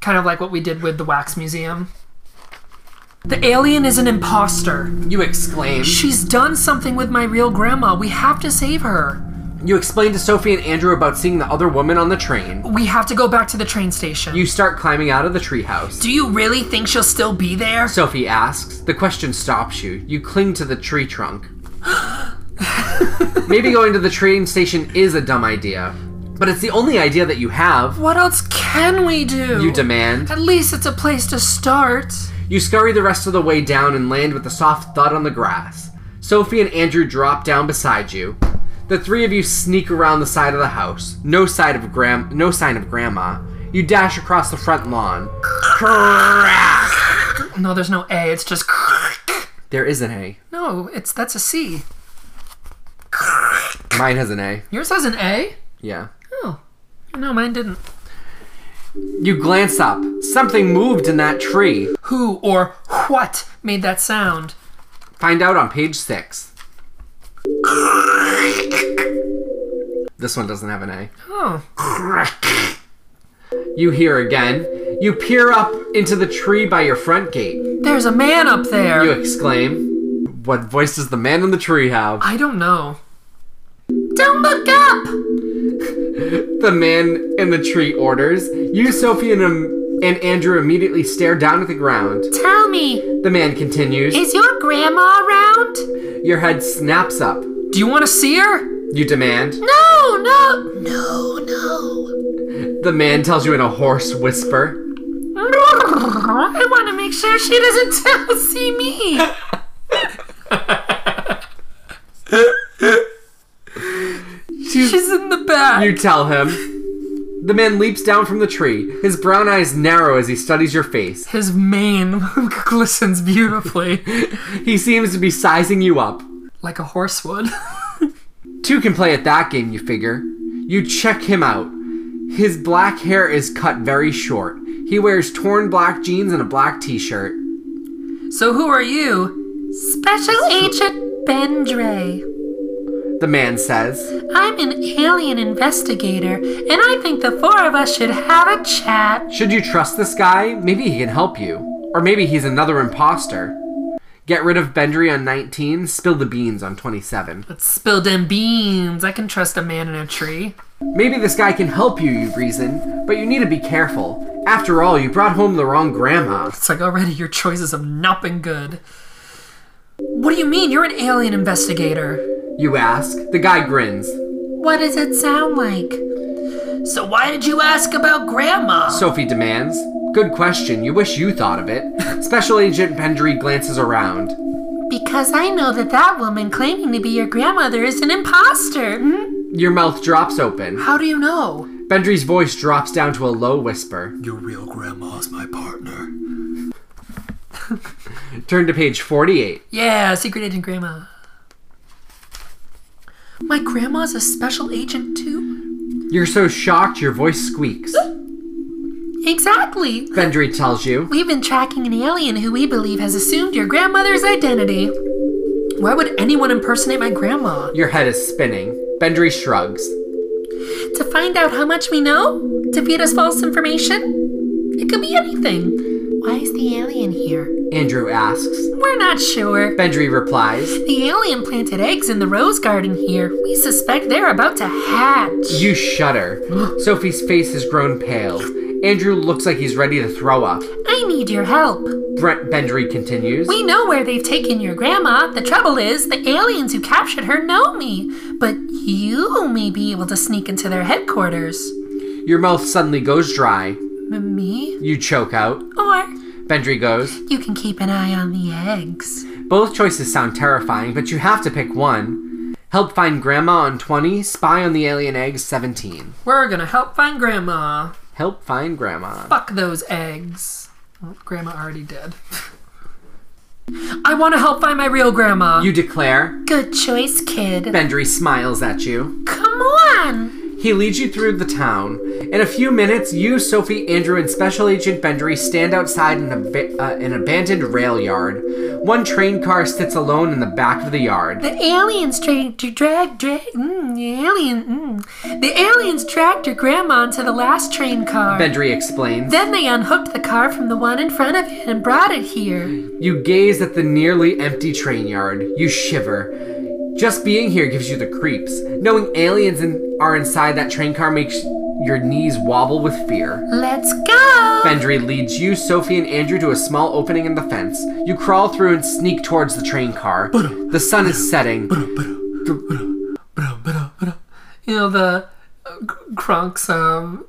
Speaker 1: Kind of like what we did with the Wax Museum. The alien is an imposter.
Speaker 2: You exclaim.
Speaker 1: She's done something with my real grandma. We have to save her.
Speaker 2: You explain to Sophie and Andrew about seeing the other woman on the train.
Speaker 1: We have to go back to the train station.
Speaker 2: You start climbing out of the treehouse.
Speaker 1: Do you really think she'll still be there?
Speaker 2: Sophie asks. The question stops you. You cling to the tree trunk. Maybe going to the train station is a dumb idea, but it's the only idea that you have.
Speaker 1: What else can we do?
Speaker 2: You demand.
Speaker 1: At least it's a place to start.
Speaker 2: You scurry the rest of the way down and land with a soft thud on the grass. Sophie and Andrew drop down beside you. The three of you sneak around the side of the house. No sign of gram no sign of grandma. You dash across the front lawn. Crack!
Speaker 1: No, there's no A. It's just.
Speaker 2: There is an A.
Speaker 1: No, it's that's a C.
Speaker 2: Mine has an A.
Speaker 1: Yours has an A.
Speaker 2: Yeah.
Speaker 1: Oh, no, mine didn't.
Speaker 2: You glance up. Something moved in that tree.
Speaker 1: Who or what made that sound?
Speaker 2: Find out on page six. This one doesn't have an A.
Speaker 1: Oh,
Speaker 2: You hear again. You peer up into the tree by your front gate.
Speaker 1: there's a man up there.
Speaker 2: You exclaim, What voice does the man in the tree have?
Speaker 1: I don't know.
Speaker 3: Don't look up!
Speaker 2: The man in the tree orders. You, Sophie, and, um, and Andrew immediately stare down at the ground.
Speaker 3: Tell me,
Speaker 2: The man continues.
Speaker 3: is your grandma around?
Speaker 2: Your head snaps up.
Speaker 1: Do you want to see her?
Speaker 2: You demand.
Speaker 3: No, no, no, no.
Speaker 2: The man tells you in a hoarse whisper.
Speaker 3: I want to make sure she doesn't tell, see me.
Speaker 2: She's
Speaker 1: in the back.
Speaker 2: You tell him. The man leaps down from the tree. His brown eyes narrow as he studies your face.
Speaker 1: His mane glistens beautifully.
Speaker 2: he seems to be sizing you up.
Speaker 1: Like a horse would.
Speaker 2: Two can play at that game, you figure. You check him out. His black hair is cut very short. He wears torn black jeans and a black t shirt.
Speaker 1: So who are you?
Speaker 3: Special Agent Bendre.
Speaker 2: The man says.
Speaker 3: I'm an alien investigator, and I think the four of us should have a chat.
Speaker 2: Should you trust this guy? Maybe he can help you. Or maybe he's another imposter. Get rid of Bendry on 19, spill the beans on 27.
Speaker 1: Spill them beans. I can trust a man in a tree.
Speaker 2: Maybe this guy can help you, you reason, but you need to be careful. After all, you brought home the wrong grandma.
Speaker 1: It's like already your choices have not been good. What do you mean? You're an alien investigator.
Speaker 2: You ask. The guy grins.
Speaker 3: What does it sound like?
Speaker 1: So why did you ask about Grandma?
Speaker 2: Sophie demands. Good question. You wish you thought of it. Special Agent Pendry glances around.
Speaker 3: Because I know that that woman claiming to be your grandmother is an imposter. Hmm?
Speaker 2: Your mouth drops open.
Speaker 1: How do you know?
Speaker 2: Bendry's voice drops down to a low whisper.
Speaker 12: Your real grandma's my partner.
Speaker 2: Turn to page 48.
Speaker 1: Yeah, Secret Agent Grandma. My grandma's a special agent too?
Speaker 2: You're so shocked your voice squeaks.
Speaker 3: Exactly.
Speaker 2: Bendry tells you.
Speaker 3: We've been tracking an alien who we believe has assumed your grandmother's identity. Why would anyone impersonate my grandma?
Speaker 2: Your head is spinning. Bendry shrugs.
Speaker 3: To find out how much we know? To feed us false information? It could be anything. Why is the alien here?
Speaker 2: Andrew asks.
Speaker 3: We're not sure.
Speaker 2: Bendry replies.
Speaker 3: The alien planted eggs in the rose garden here. We suspect they're about to hatch.
Speaker 2: You shudder. Sophie's face has grown pale. Andrew looks like he's ready to throw up.
Speaker 3: I need your help.
Speaker 2: Brent Bendry continues.
Speaker 3: We know where they've taken your grandma. The trouble is, the aliens who captured her know me. But you may be able to sneak into their headquarters.
Speaker 2: Your mouth suddenly goes dry.
Speaker 3: M- Me?
Speaker 2: You choke out.
Speaker 3: Or
Speaker 2: Bendry goes.
Speaker 3: you can keep an eye on the eggs.
Speaker 2: Both choices sound terrifying, but you have to pick one. Help find Grandma on 20, spy on the alien eggs 17.
Speaker 1: We're gonna help find Grandma.
Speaker 2: Help find Grandma.
Speaker 1: Fuck those eggs. Oh, grandma already dead. I want to help find my real grandma.
Speaker 2: You declare.
Speaker 3: Good choice, kid.
Speaker 2: Bendry smiles at you.
Speaker 3: Come on!
Speaker 2: He leads you through the town. In a few minutes, you, Sophie, Andrew, and Special Agent Bendry stand outside an, ab- uh, an abandoned rail yard. One train car sits alone in the back of the yard.
Speaker 3: The aliens tra- dra- drag drag mm, the alien mm. the aliens dragged your grandma into the last train car.
Speaker 2: Bendry explains.
Speaker 3: Then they unhooked the car from the one in front of it and brought it here.
Speaker 2: You gaze at the nearly empty train yard. You shiver. Just being here gives you the creeps. Knowing aliens in- are inside that train car makes your knees wobble with fear.
Speaker 3: Let's go.
Speaker 2: Bendry leads you, Sophie, and Andrew to a small opening in the fence. You crawl through and sneak towards the train car. The sun is setting.
Speaker 1: You know the uh, Gr- Kronk's um,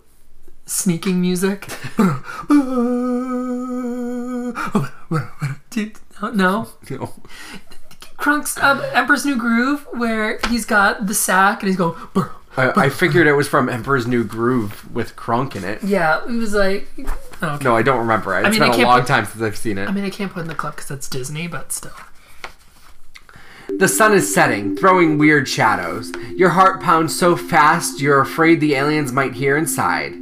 Speaker 1: sneaking music. Do you- no,
Speaker 2: No.
Speaker 1: Kronk's um, Emperor's New Groove, where he's got the sack and he's going. "Brr."
Speaker 2: I, I figured it was from Emperor's New Groove with Kronk in it.
Speaker 1: Yeah, it was like. Okay.
Speaker 2: No, I don't remember. It's
Speaker 1: I mean, I
Speaker 2: been a
Speaker 1: can't
Speaker 2: long
Speaker 1: put-
Speaker 2: time since I've seen it.
Speaker 1: I mean, I can't put in the clip because that's Disney, but still.
Speaker 2: The sun is setting, throwing weird shadows. Your heart pounds so fast you're afraid the aliens might hear inside.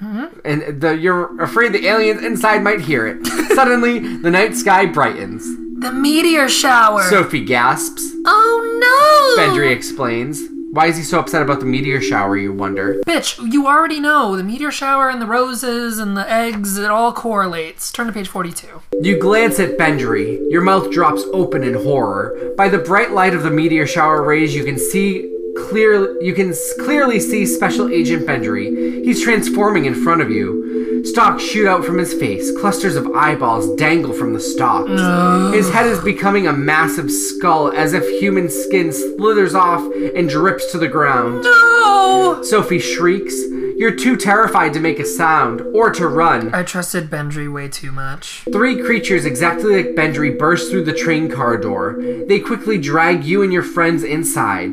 Speaker 1: Hmm?
Speaker 2: And the, you're afraid the aliens inside might hear it. Suddenly, the night sky brightens.
Speaker 3: The meteor shower.
Speaker 2: Sophie gasps.
Speaker 3: oh no.
Speaker 2: Bendry explains. Why is he so upset about the meteor shower, you wonder?
Speaker 1: Bitch, you already know the meteor shower and the roses and the eggs, it all correlates. Turn to page 42.
Speaker 2: You glance at Bendry. Your mouth drops open in horror. By the bright light of the meteor shower rays, you can see clear. You can s- clearly see Special Agent Bendry. He's transforming in front of you. Stalks shoot out from his face. Clusters of eyeballs dangle from the stalks. His head is becoming a massive skull, as if human skin slithers off and drips to the ground.
Speaker 1: No!
Speaker 2: Sophie shrieks. You're too terrified to make a sound or to run.
Speaker 3: I trusted Bendry way too much.
Speaker 2: Three creatures exactly like Bendry burst through the train car door. They quickly drag you and your friends inside.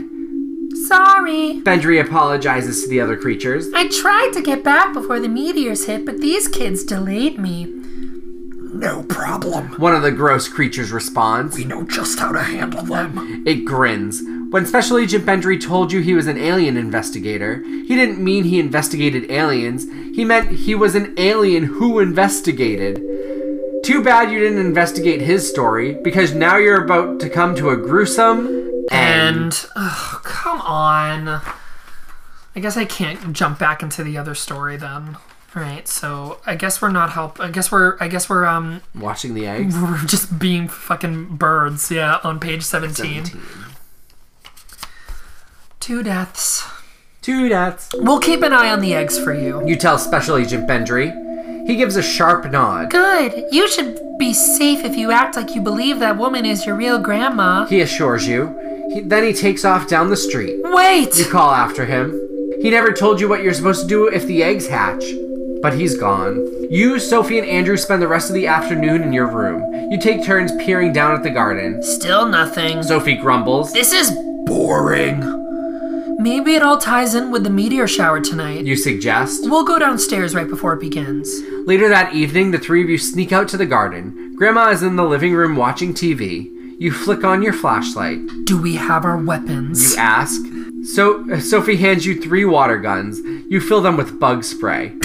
Speaker 1: Sorry.
Speaker 2: Bendry apologizes to the other creatures.
Speaker 1: I tried to get back before the meteors hit, but these kids delayed me.
Speaker 2: No problem. One of the gross creatures responds. We know just how to handle them. It grins. When Special Agent Bendry told you he was an alien investigator, he didn't mean he investigated aliens. He meant he was an alien who investigated. Too bad you didn't investigate his story, because now you're about to come to a gruesome end.
Speaker 3: And oh, come on. I guess I can't jump back into the other story then. All right, so I guess we're not help. I guess we're. I guess we're um.
Speaker 2: Watching the eggs.
Speaker 3: We're just being fucking birds. Yeah, on page seventeen. Two deaths.
Speaker 2: Two deaths.
Speaker 3: We'll keep an eye on the eggs for you.
Speaker 2: You tell Special Agent Bendry. He gives a sharp nod.
Speaker 1: Good. You should be safe if you act like you believe that woman is your real grandma.
Speaker 2: He assures you. He, then he takes off down the street.
Speaker 1: Wait!
Speaker 2: You call after him. He never told you what you're supposed to do if the eggs hatch, but he's gone. You, Sophie, and Andrew spend the rest of the afternoon in your room. You take turns peering down at the garden.
Speaker 1: Still nothing.
Speaker 2: Sophie grumbles.
Speaker 1: This is
Speaker 2: boring,
Speaker 1: Maybe it all ties in with the meteor shower tonight.
Speaker 2: you suggest.
Speaker 1: We'll go downstairs right before it begins.
Speaker 2: Later that evening, the three of you sneak out to the garden. Grandma is in the living room watching TV. You flick on your flashlight.
Speaker 3: Do we have our weapons?
Speaker 2: You ask. So Sophie hands you three water guns. You fill them with bug spray.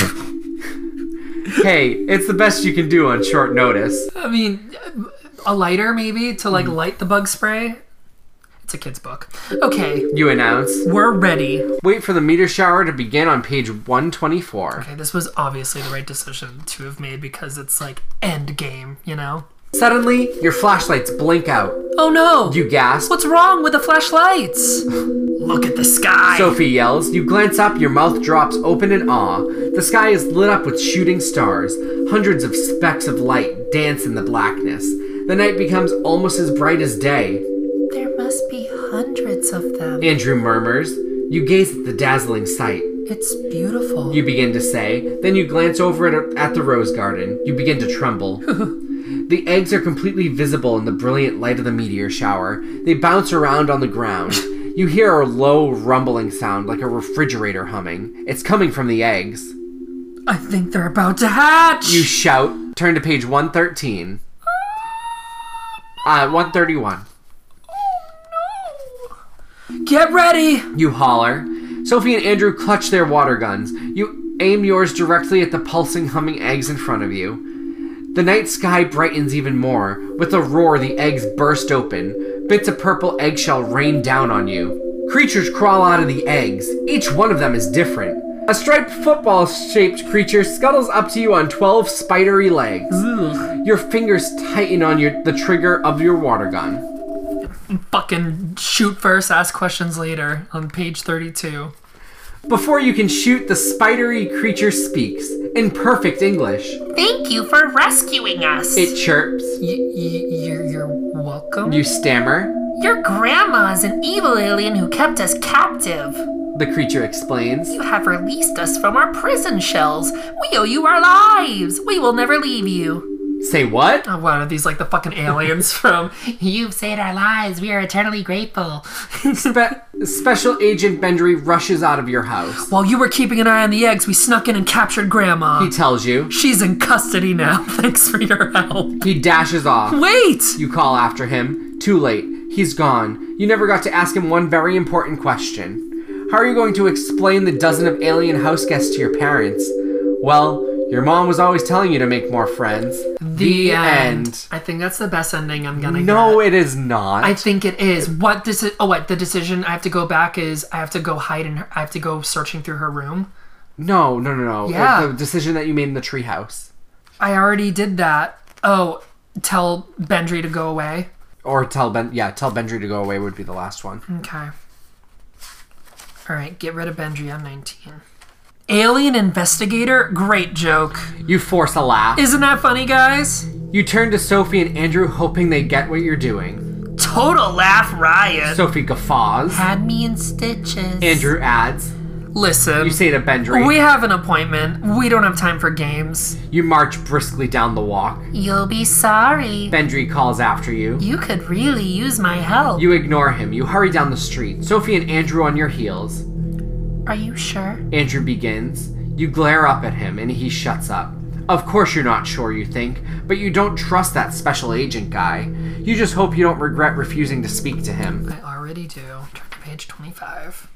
Speaker 2: hey, it's the best you can do on short notice.
Speaker 3: I mean, a lighter maybe to
Speaker 2: Mm-hmm.
Speaker 3: like light the bug spray. It's a kid's book. Okay,
Speaker 2: You announce.
Speaker 3: We're ready.
Speaker 2: Wait for the meteor shower to begin on page 124.
Speaker 3: okay, this was obviously the right decision to have made because it's like end game, you know.
Speaker 2: Suddenly, your flashlights blink out.
Speaker 3: Oh no!
Speaker 2: You gasp.
Speaker 3: What's wrong with the flashlights? Look at the sky.
Speaker 2: Sophie yells. You glance up, your mouth drops open in awe. The sky is lit up with shooting stars. Hundreds of specks of light dance in the blackness. The night becomes almost as bright as day.
Speaker 1: There must be hundreds of them.
Speaker 2: Andrew murmurs. You gaze at the dazzling sight.
Speaker 1: It's beautiful.
Speaker 2: You begin to say. Then you glance over at, at the rose garden. You begin to tremble. the eggs are completely visible in the brilliant light of the meteor shower. They bounce around on the ground. you hear a low rumbling sound like a refrigerator humming. It's coming from the eggs.
Speaker 3: I think they're about to hatch.
Speaker 2: You shout. Turn to page 113. Uh, 131.
Speaker 3: Get ready.
Speaker 2: You holler. Sophie and Andrew clutch their water guns. You aim yours directly at the pulsing, humming eggs in front of you. The night sky brightens even more. With a roar, the eggs burst open. Bits of purple eggshell rain down on you. Creatures crawl out of the eggs. Each one of them is different. A striped football shaped creature scuttles up to you on 12 spidery legs. Your fingers tighten on your, the trigger of your water gun.
Speaker 3: Fucking shoot first, ask questions later on page 32.
Speaker 2: Before you can shoot, the spidery creature speaks in perfect English.
Speaker 1: Thank you for rescuing us.
Speaker 2: It chirps.
Speaker 3: you're, you're welcome.
Speaker 2: You stammer.
Speaker 1: Your grandma is an evil alien who kept us captive.
Speaker 2: The creature explains.
Speaker 1: You have released us from our prison shells. We owe you our lives. We will never leave you.
Speaker 2: Say what?
Speaker 3: Oh, wow, are these like the fucking aliens from.
Speaker 1: You've saved our lives. We are eternally grateful.
Speaker 2: Spe- Special Agent Bendry rushes out of your house.
Speaker 3: While you were keeping an eye on the eggs, we snuck in and captured Grandma.
Speaker 2: He tells you.
Speaker 3: She's in custody now. Thanks for your help.
Speaker 2: He dashes off.
Speaker 3: Wait!
Speaker 2: You call after him. Too late. He's gone. You never got to ask him one very important question. How are you going to explain the dozen of alien house guests to your parents? Well, your mom was always telling you to make more friends.
Speaker 3: I think that's the best ending I'm gonna get.
Speaker 2: No, it is not.
Speaker 3: I think it is. What this is? Oh, what the decision? I have to go back. Is I have to go hide in? Her, I have to go searching through her room.
Speaker 2: no, no, no, no.
Speaker 3: Yeah.
Speaker 2: The decision that you made in the treehouse.
Speaker 3: I already did that. Oh, tell Bendry to go away.
Speaker 2: Or tell Ben, yeah, tell Bendry to go away would be the last one.
Speaker 3: Okay. All right, get rid of Bendry on 19. Alien investigator, great joke.
Speaker 2: You force a laugh.
Speaker 3: Isn't that funny, guys?
Speaker 2: you turn to Sophie and Andrew, hoping they get what you're doing.
Speaker 1: Total laugh riot.
Speaker 2: Sophie guffaws.
Speaker 1: Had me in stitches.
Speaker 2: Andrew adds,
Speaker 3: Listen.
Speaker 2: You say to Bendry,
Speaker 3: We have an appointment. We don't have time for games.
Speaker 2: you march briskly down the walk.
Speaker 1: You'll be sorry.
Speaker 2: Bendry calls after you.
Speaker 1: You could really use my help.
Speaker 2: You ignore him. You hurry down the street. Sophie and Andrew on your heels.
Speaker 1: Are you sure?
Speaker 2: Andrew begins. You glare up at him and he shuts up. Of course you're not sure, you think, but you don't trust that special agent guy. You just hope you don't regret refusing to speak to him.
Speaker 3: I already do. Turn to page 25.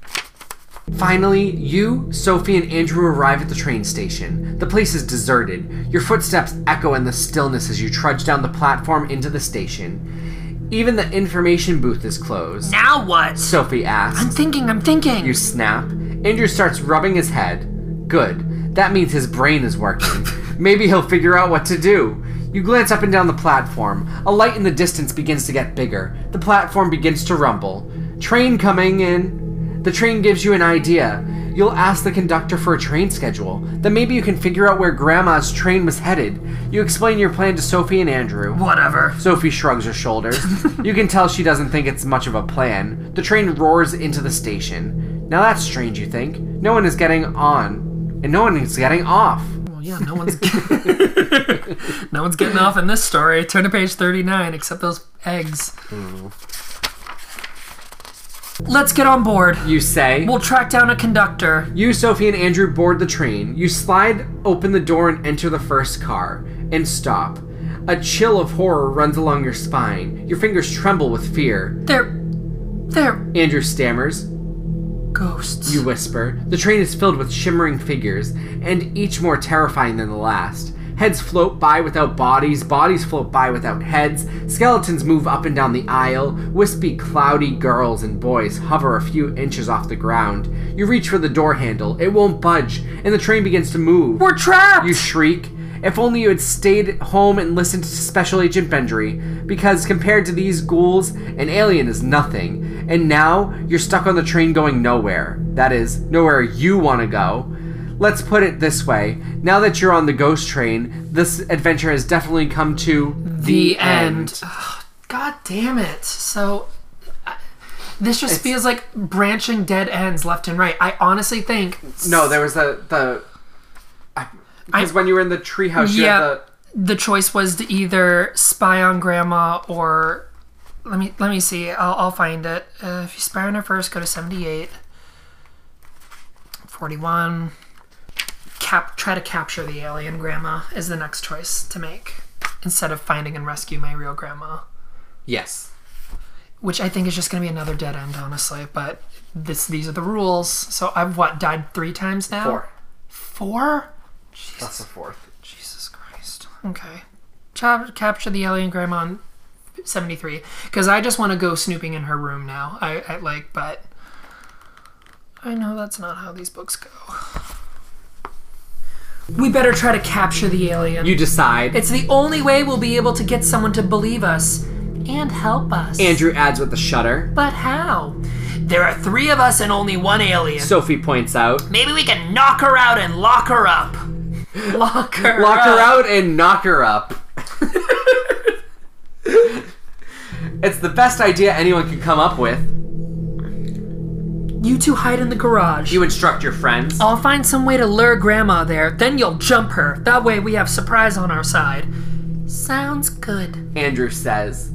Speaker 2: Finally, you, Sophie, and Andrew arrive at the train station. The place is deserted. Your footsteps echo in the stillness as you trudge down the platform into the station. Even the information booth is closed.
Speaker 1: Now what?
Speaker 2: Sophie asks.
Speaker 1: I'm thinking, I'm thinking.
Speaker 2: You snap. Andrew starts rubbing his head. Good. That means his brain is working. Maybe he'll figure out what to do. You glance up and down the platform. A light in the distance begins to get bigger. The platform begins to rumble. Train coming in. The train gives you an idea. You'll ask the conductor for a train schedule. Then maybe you can figure out where Grandma's train was headed. You explain your plan to Sophie and Andrew.
Speaker 3: Whatever.
Speaker 2: Sophie shrugs her shoulders. you can tell she doesn't think it's much of a plan. The train roars into the station. Now that's strange, you think. No one is getting on, and no one is getting off.
Speaker 3: Well, yeah, no one's no one's getting off in this story. Turn to page 39, except those eggs. Hmm. Let's get on board.
Speaker 2: You say.
Speaker 3: We'll track down a conductor.
Speaker 2: You, Sophie, and Andrew board the train. You slide open the door and enter the first car, and stop. A chill of horror runs along your spine. Your fingers tremble with fear.
Speaker 3: They're they're
Speaker 2: Andrew stammers.
Speaker 3: ghosts.
Speaker 2: You whisper. The train is filled with shimmering figures, and each more terrifying than the last. Heads float by without bodies, bodies float by without heads, skeletons move up and down the aisle, wispy, cloudy girls and boys hover a few inches off the ground. You reach for the door handle, it won't budge, and the train begins to move.
Speaker 3: We're trapped.
Speaker 2: You shriek. If only you had stayed home and listened to Special Agent Bendry, because compared to these ghouls, an alien is nothing. And now you're stuck on the train going nowhere. That is, nowhere you want to go. Let's put it this way now that you're on the ghost train, this adventure has definitely come to
Speaker 3: The end. God damn it. So I- this just feels like branching dead ends left and right. I honestly think
Speaker 2: No, there was the. the because when you were in the treehouse, you had
Speaker 3: yeah,
Speaker 2: the.
Speaker 3: the choice was to either spy on grandma or let me let me see. I'll, I'll find it. Uh, if you spy on her first, go to 78. 41. Cap, try to capture the alien grandma is the next choice to make instead of finding and rescue my real grandma,
Speaker 2: Yes.
Speaker 3: which I think is just going to be another dead end, honestly. But this these are the rules. So I've what died three times now.
Speaker 2: Four.
Speaker 3: Four.
Speaker 2: That's the fourth.
Speaker 3: Jesus Christ. Okay. Chap- capture the alien grandma on 73. Because I just want to go snooping in her room now. I, I like, but. I know that's not how these books go. We better try to capture the alien.
Speaker 2: You decide.
Speaker 3: it's the only way we'll be able to get someone to believe us and help us.
Speaker 2: Andrew adds with a shudder.
Speaker 3: But how? There are three of us and only one alien.
Speaker 2: Sophie points out.
Speaker 3: Maybe we can knock her out and lock her up. Lock her
Speaker 2: Lock
Speaker 3: up.
Speaker 2: her out and knock her up. it's the best idea anyone could come up with.
Speaker 3: You two hide in the garage.
Speaker 2: You instruct your friends.
Speaker 3: I'll find some way to lure Grandma there, then you'll jump her. That way we have surprise on our side.
Speaker 1: Sounds good.
Speaker 2: Andrew says.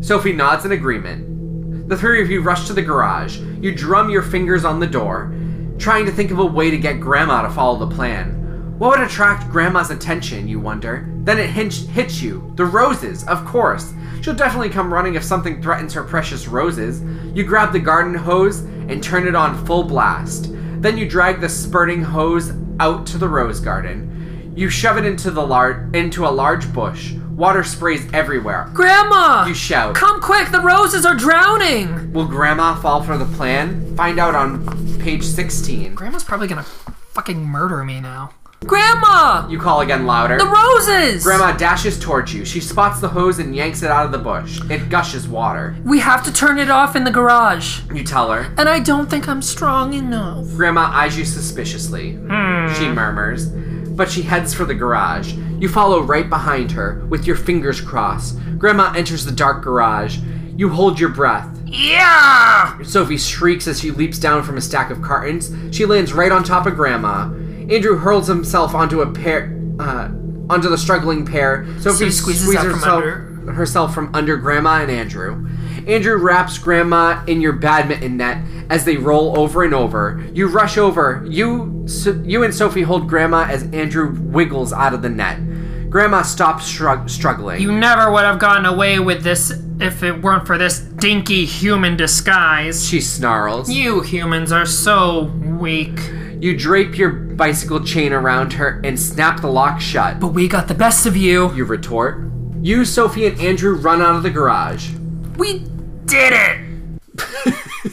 Speaker 2: Sophie nods in agreement. The three of you rush to the garage. You drum your fingers on the door, trying to think of a way to get Grandma to follow the plan. What would attract Grandma's attention, you wonder? Then it hinch- hits you. The roses, of course. She'll definitely come running if something threatens her precious roses. You grab the garden hose and turn it on full blast. Then you drag the spurting hose out to the rose garden. You shove it into the lar- into a large bush. Water sprays everywhere.
Speaker 3: Grandma!
Speaker 2: You shout.
Speaker 3: Come quick, the roses are drowning!
Speaker 2: Will Grandma fall for the plan? Find out on page 16.
Speaker 3: Grandma's probably gonna fucking murder me now. Grandma!
Speaker 2: You call again louder.
Speaker 3: The roses!
Speaker 2: Grandma dashes towards you. She spots the hose and yanks it out of the bush. It gushes water.
Speaker 3: We have to turn it off in the garage.
Speaker 2: You tell her.
Speaker 3: And I don't think I'm strong enough.
Speaker 2: Grandma eyes you suspiciously.
Speaker 3: Hmm.
Speaker 2: She murmurs, but she heads for the garage. You follow right behind her, with your fingers crossed. Grandma enters the dark garage. You hold your breath. Yeah! Sophie shrieks as she leaps down from a stack of cartons. She lands right on top of Grandma. Andrew hurls himself onto a pair, uh, onto the struggling pair. Sophie
Speaker 3: squeezes out from
Speaker 2: herself, herself from under Grandma and Andrew. Andrew wraps Grandma in your badminton net as they roll over and over. You rush over. You, so, you and Sophie hold Grandma as Andrew wiggles out of the net. Grandma stops shrug- struggling.
Speaker 3: You never would have gotten away with this if it weren't for this dinky human disguise.
Speaker 2: She snarls.
Speaker 3: You humans are so weak.
Speaker 2: You drape your bicycle chain around her and snap the lock shut.
Speaker 3: But we got the best of you.
Speaker 2: You retort. You, Sophie, and Andrew run out of the garage.
Speaker 3: We did it!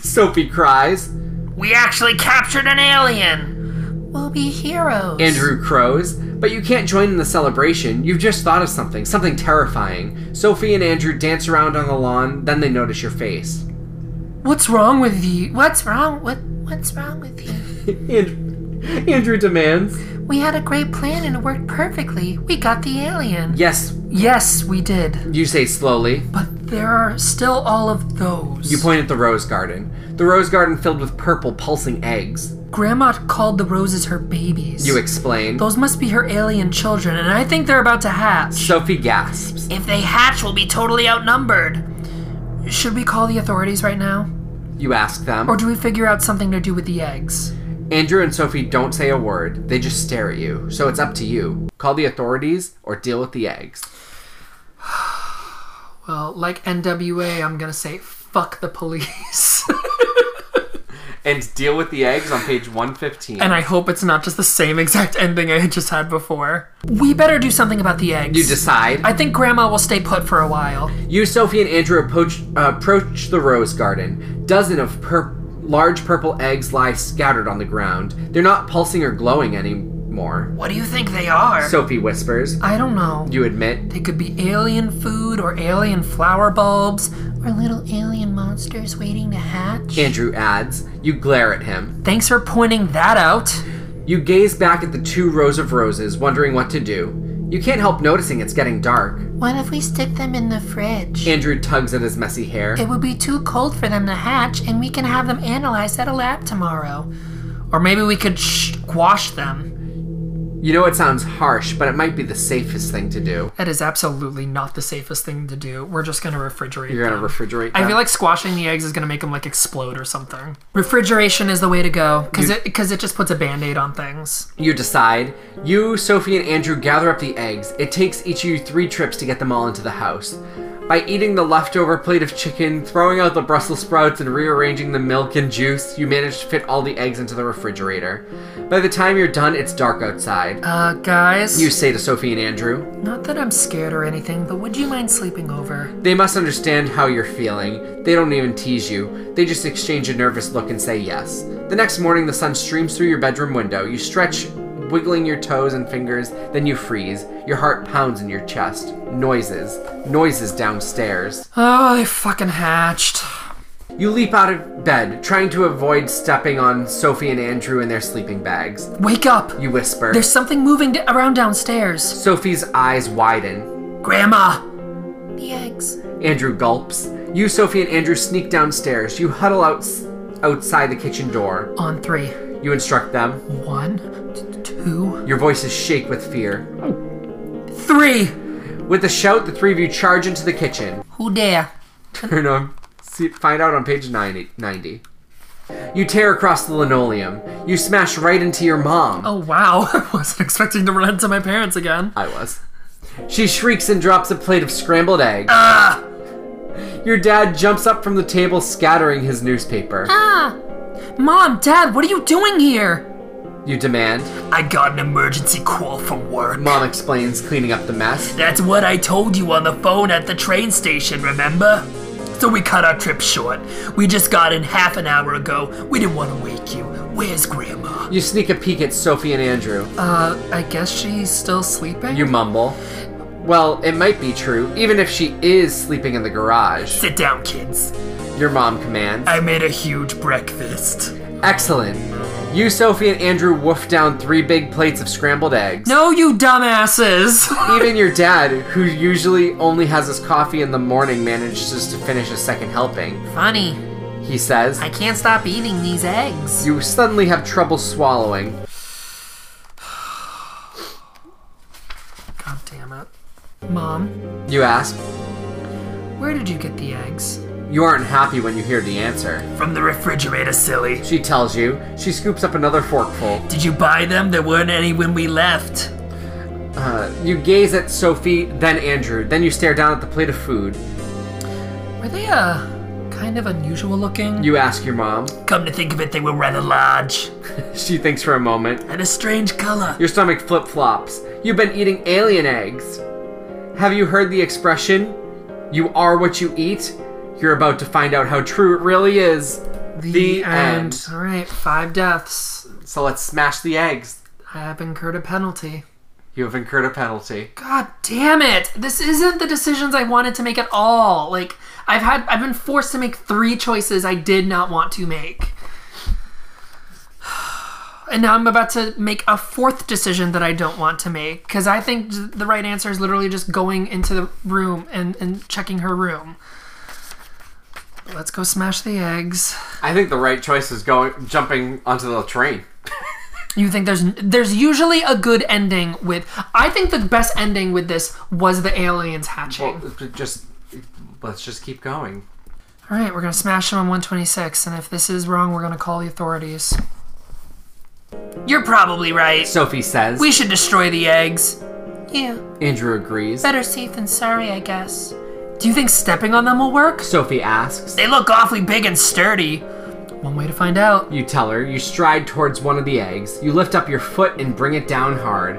Speaker 2: Sophie cries.
Speaker 1: We actually captured an alien. We'll be heroes.
Speaker 2: Andrew crows. But you can't join in the celebration. You've just thought of something, something terrifying. Sophie and Andrew dance around on the lawn, then they notice your face.
Speaker 3: What's wrong with you?
Speaker 1: What's wrong? What What's wrong with you?
Speaker 2: And- Andrew demands.
Speaker 1: We had a great plan and it worked perfectly. We got the alien.
Speaker 2: Yes,
Speaker 3: Yes, we did.
Speaker 2: you say slowly.
Speaker 3: There are still all of those.
Speaker 2: You point at the rose garden. The rose garden filled with purple, pulsing eggs.
Speaker 3: Grandma called the roses her babies.
Speaker 2: You explain.
Speaker 3: Those must be her alien children, and I think they're about to hatch.
Speaker 2: Sophie gasps.
Speaker 1: If they hatch, we'll be totally outnumbered.
Speaker 3: Should we call the authorities right now?
Speaker 2: You ask them.
Speaker 3: Or do we figure out something to do with the eggs?
Speaker 2: Andrew and Sophie don't say a word. They just stare at you. So it's up to you. Call the authorities or deal with the eggs.
Speaker 3: Well, like NWA, I'm gonna say fuck the police.
Speaker 2: And deal with the eggs on page 115.
Speaker 3: and I hope it's not just the same exact ending I had just had before. We better do something about the eggs.
Speaker 2: You decide.
Speaker 3: I think Grandma will stay put for a while.
Speaker 2: You, Sophie, and Andrew approach, uh, approach the rose garden. Dozen of pur- large purple eggs lie scattered on the ground. They're not pulsing or glowing anymore.
Speaker 3: What do you think they are?
Speaker 2: Sophie whispers.
Speaker 3: I don't know.
Speaker 2: You admit.
Speaker 3: They could be alien food or alien flower bulbs.
Speaker 1: We're little alien monsters waiting to hatch.
Speaker 2: Andrew adds. You glare at him.
Speaker 3: Thanks for pointing that out.
Speaker 2: You gaze back at the two rows of roses, wondering what to do. You can't help noticing it's getting dark.
Speaker 1: What if we stick them in the fridge?
Speaker 2: Andrew tugs at his messy hair.
Speaker 1: It would be too cold for them to hatch, and we can have them analyzed at a lab tomorrow.
Speaker 3: Or maybe we could squash them.
Speaker 2: You know it sounds harsh, but it might be the safest thing to do.
Speaker 3: That is absolutely not the safest thing to do. We're just gonna refrigerate
Speaker 2: You're
Speaker 3: them.
Speaker 2: gonna refrigerate.
Speaker 3: I feel
Speaker 2: them.
Speaker 3: like squashing the eggs is gonna make them like explode or something. Refrigeration is the way to go because it because it just puts a band-aid on things.
Speaker 2: You decide. You, Sophie, and Andrew gather up the eggs. It takes each of you three trips to get them all into the house. By eating the leftover plate of chicken, throwing out the Brussels sprouts, and rearranging the milk and juice, you manage to fit all the eggs into the refrigerator. By the time you're done, it's dark outside.
Speaker 3: Uh, guys,
Speaker 2: You say to Sophie and Andrew,
Speaker 3: not that I'm scared or anything, but would you mind sleeping over?
Speaker 2: They must understand how you're feeling. They don't even tease you. They just exchange a nervous look and say yes. The next morning, the sun streams through your bedroom window. You stretch, wiggling your toes and fingers, then you freeze. Your heart pounds in your chest. Noises. Noises downstairs.
Speaker 3: Oh, they fucking hatched.
Speaker 2: You leap out of bed, trying to avoid stepping on Sophie and Andrew in their sleeping bags.
Speaker 3: Wake up!
Speaker 2: You whisper.
Speaker 3: There's something moving d- around downstairs.
Speaker 2: Sophie's eyes widen.
Speaker 3: Grandma,
Speaker 1: The eggs.
Speaker 2: Andrew gulps. You, Sophie, and Andrew sneak downstairs. You huddle out- outside the kitchen door.
Speaker 3: on three.
Speaker 2: You instruct them.
Speaker 3: One, t- two,
Speaker 2: Your voices shake with fear.
Speaker 3: three.
Speaker 2: With a shout, the three of you charge into the kitchen.
Speaker 1: Who dare?
Speaker 2: Turn on. See, find out on page 90. 90. You tear across the linoleum. You smash right into your mom.
Speaker 3: Oh wow, I wasn't expecting to run into my parents again.
Speaker 2: I was. She shrieks and drops a plate of scrambled eggs.
Speaker 3: Ah!
Speaker 2: Your dad jumps up from the table, scattering his newspaper.
Speaker 3: Ah! Mom, Dad, what are you doing here?
Speaker 2: You demand.
Speaker 3: I got an emergency call from work.
Speaker 2: Mom explains, cleaning up the mess.
Speaker 3: That's what I told you on the phone at the train station, remember? So we cut our trip short. We just got in half an hour ago. We didn't want to wake you. Where's Grandma?
Speaker 2: You sneak a peek at Sophie and Andrew.
Speaker 3: Uh, I guess she's still sleeping?
Speaker 2: You mumble. Well, it might be true, even if she is sleeping in the garage.
Speaker 3: Sit down, kids.
Speaker 2: Your mom commands.
Speaker 3: I made a huge breakfast.
Speaker 2: Excellent. You, Sophie, and Andrew wolfed down three big plates of scrambled eggs.
Speaker 3: No, you dumbasses!
Speaker 2: Even your dad, who usually only has his coffee in the morning, manages to finish a second helping.
Speaker 1: Funny.
Speaker 2: He says,
Speaker 1: I can't stop eating these eggs.
Speaker 2: You suddenly have trouble swallowing.
Speaker 3: God damn it. Mom,
Speaker 2: You ask.
Speaker 3: where did you get the eggs?
Speaker 2: You aren't happy when you hear the answer.
Speaker 3: From the refrigerator, silly.
Speaker 2: She tells you. She scoops up another forkful.
Speaker 3: Did you buy them? There weren't any when we left.
Speaker 2: Uh, you gaze at Sophie, then Andrew. Then you stare down at the plate of food.
Speaker 3: Were they, uh, kind of unusual looking?
Speaker 2: You ask your mom.
Speaker 3: Come to think of it, they were rather large.
Speaker 2: She thinks for a moment.
Speaker 3: And a strange color.
Speaker 2: Your stomach flip flops. You've been eating alien eggs. Have you heard the expression, you are what you eat? You're about to find out how true it really is. The, end.
Speaker 3: Alright, five deaths.
Speaker 2: So let's smash the eggs.
Speaker 3: I have incurred a penalty.
Speaker 2: You have incurred a penalty.
Speaker 3: God damn it! This isn't the decisions I wanted to make at all. Like I've had, I've been forced to make three choices I did not want to make, and now I'm about to make a fourth decision that I don't want to make because I think th- the right answer is literally just going into the room and and checking her room. Let's go smash the eggs.
Speaker 2: I think the right choice is going jumping onto the train.
Speaker 3: You think there's there's usually a good ending with I think the best ending with this was the aliens hatching.
Speaker 2: Just let's just keep going.
Speaker 3: All right, we're gonna smash him on 126, and if this is wrong, we're gonna call the authorities. You're probably right.
Speaker 2: Sophie says.
Speaker 3: We should destroy the eggs. Yeah,
Speaker 2: Andrew agrees.
Speaker 1: Better safe than sorry, I guess.
Speaker 3: Do you think stepping on them will work?
Speaker 2: Sophie asks.
Speaker 3: They look awfully big and sturdy. One way to find out.
Speaker 2: You tell her. You stride towards one of the eggs. You lift up your foot and bring it down hard.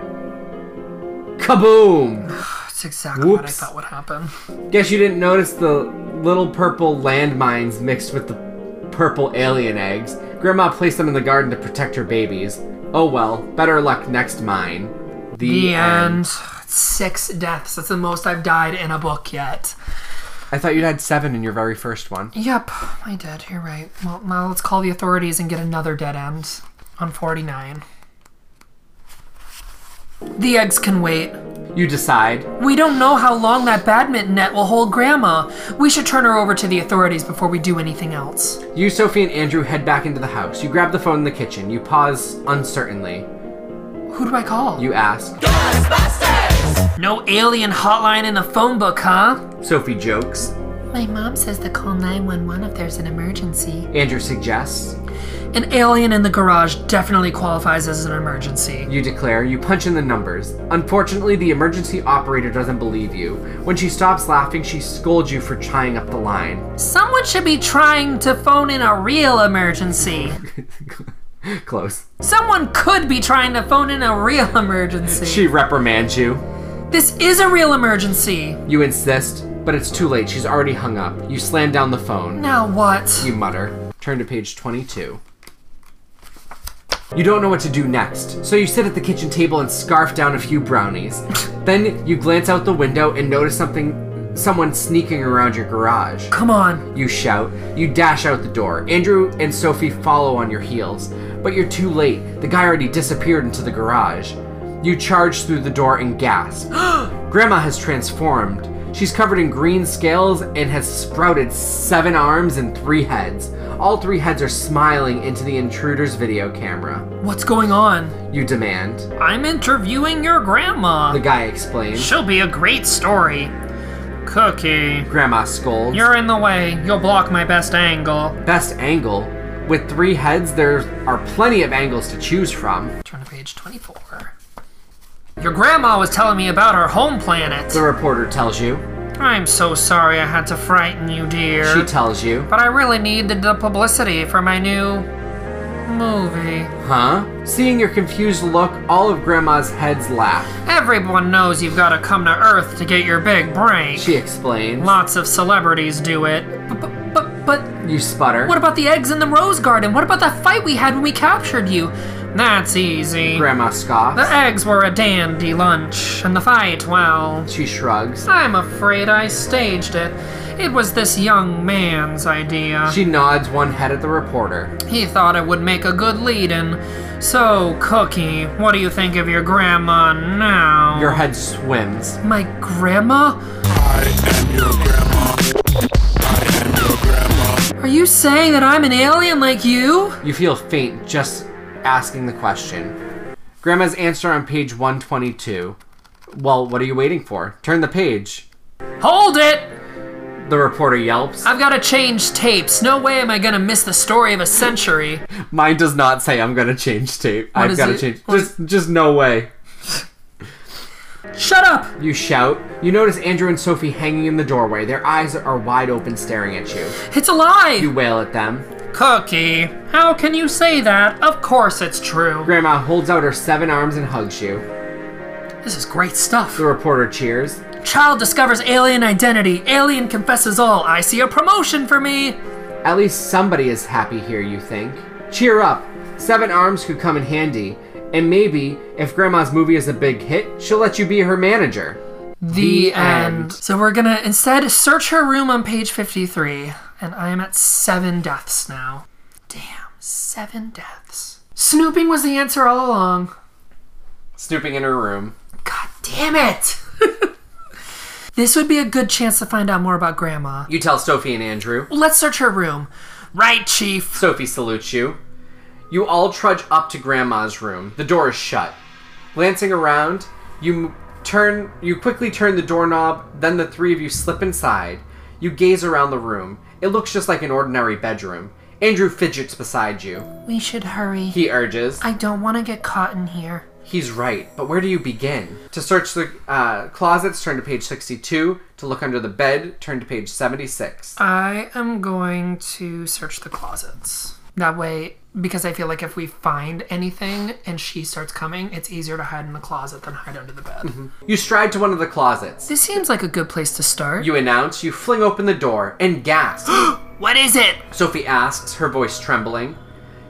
Speaker 2: Kaboom!
Speaker 3: That's exactly what I
Speaker 2: Whoops.
Speaker 3: thought would happen.
Speaker 2: Guess you didn't notice the little purple landmines mixed with the purple alien eggs. Grandma placed them in the garden to protect her babies. Oh well, better luck next mine. The,
Speaker 3: The
Speaker 2: end.
Speaker 3: end. Six deaths. That's the most I've died in a book yet.
Speaker 2: I thought you'd had seven in your very first one.
Speaker 3: Yep, my dad, you're right. Well, now let's call the authorities and get another dead end on 49. The eggs can wait.
Speaker 2: You decide.
Speaker 3: We don't know how long that badminton net will hold Grandma. We should turn her over to the authorities before we do anything else.
Speaker 2: You, Sophie, and Andrew head back into the house. You grab the phone in the kitchen. You pause uncertainly.
Speaker 3: Who do I call?
Speaker 2: You ask.
Speaker 3: No alien hotline in the phone book, huh?
Speaker 2: Sophie jokes.
Speaker 1: My mom says to call 911 if there's an emergency.
Speaker 2: Andrew suggests.
Speaker 3: An alien in the garage definitely qualifies as an emergency.
Speaker 2: You declare, you punch in the numbers. Unfortunately, the emergency operator doesn't believe you. When she stops laughing, she scolds you for tying up the line.
Speaker 1: Someone should be trying to phone in a real emergency.
Speaker 2: Close.
Speaker 1: Someone could be trying to phone in a real emergency.
Speaker 2: She reprimands you.
Speaker 3: This is a real emergency.
Speaker 2: You insist, but it's too late. She's already hung up. You slam down the phone.
Speaker 3: Now what?
Speaker 2: You mutter. Turn to page 22. You don't know what to do next, so you sit at the kitchen table and scarf down a few brownies. then you glance out the window and notice something someone sneaking around your garage.
Speaker 3: Come on.
Speaker 2: You shout. You dash out the door. Andrew and Sophie follow on your heels, but you're too late. The guy already disappeared into the garage. You charge through the door and gasp. Grandma has transformed. She's covered in green scales and has sprouted seven arms and three heads. All three heads are smiling into the intruder's video camera.
Speaker 3: What's going on?
Speaker 2: You demand.
Speaker 3: I'm interviewing your grandma.
Speaker 2: The guy explains.
Speaker 3: She'll be a great story. Cookie.
Speaker 2: Grandma scolds.
Speaker 3: You're in the way. You'll block my best angle.
Speaker 2: Best angle. With three heads, there are plenty of angles to choose from.
Speaker 3: Turn to page 24. Your grandma was telling me about her home planet.
Speaker 2: The reporter tells you.
Speaker 3: I'm so sorry I had to frighten you, dear.
Speaker 2: She tells you.
Speaker 3: but I really needed the publicity for my new movie.
Speaker 2: Huh? Seeing your confused look, all of Grandma's heads laugh.
Speaker 3: Everyone knows you've got to come to Earth to get your big break.
Speaker 2: She explains.
Speaker 3: Lots of celebrities do it. But, but, but
Speaker 2: You sputter.
Speaker 3: What about the eggs in the rose garden? What about that fight we had when we captured you? That's easy.
Speaker 2: Grandma scoffs.
Speaker 3: The eggs were a dandy lunch, and the fight, well.
Speaker 2: She shrugs.
Speaker 3: I'm afraid I staged it. It was this young man's idea.
Speaker 2: She nods one head at the reporter.
Speaker 3: He thought it would make a good lead in. So, Cookie, what do you think of your grandma now?
Speaker 2: Your head swims.
Speaker 3: My grandma? Are you saying that I'm an alien like you?
Speaker 2: You feel faint just asking the question. Grandma's answer on page 122. Well, what are you waiting for? Turn the page.
Speaker 3: Hold it!
Speaker 2: The reporter yelps.
Speaker 3: I've gotta change tapes. No way am I gonna miss the story of a century.
Speaker 2: Mine does not say I'm gonna change tape.
Speaker 3: What
Speaker 2: I've
Speaker 3: is
Speaker 2: gotta
Speaker 3: it?
Speaker 2: change. Just, just no way.
Speaker 3: Shut up!
Speaker 2: You shout. You notice Andrew and Sophie hanging in the doorway. Their eyes are wide open, staring at you.
Speaker 3: It's a lie!
Speaker 2: You wail at them.
Speaker 3: Cookie, how can you say that? Of course it's true.
Speaker 2: Grandma holds out her seven arms and hugs you.
Speaker 3: This is great stuff.
Speaker 2: The reporter cheers.
Speaker 3: Child discovers alien identity. Alien confesses all. I see a promotion for me.
Speaker 2: At least somebody is happy here, you think. Cheer up. Seven arms could come in handy. And maybe, if Grandma's movie is a big hit, she'll let you be her manager.
Speaker 3: The end. So we're gonna instead search her room on page 53, and I am at seven deaths now. Damn, seven deaths. Snooping was the answer all along.
Speaker 2: Snooping in her room.
Speaker 3: Damn it! this would be a good chance to find out more about Grandma.
Speaker 2: You tell Sophie and Andrew.
Speaker 3: Let's search her room. Right, Chief.
Speaker 2: Sophie salutes you. You all trudge up to Grandma's room. The door is shut. Glancing around, you m- turn. You quickly turn the doorknob. Then the three of you slip inside. You gaze around the room. It looks just like an ordinary bedroom. Andrew fidgets beside you.
Speaker 1: We should hurry.
Speaker 2: He urges.
Speaker 1: I don't want to get caught in here.
Speaker 2: He's right, but where do you begin? To search the uh, closets, turn to page 62. To look under the bed, turn to page 76.
Speaker 3: I am going to search the closets. That way, because I feel like if we find anything and she starts coming, it's easier to hide in the closet than hide under the bed.
Speaker 2: You stride to one of the closets.
Speaker 3: This seems like a good place to start.
Speaker 2: You announce, you fling open the door, and gasp.
Speaker 3: What is it?
Speaker 2: Sophie asks, her voice trembling.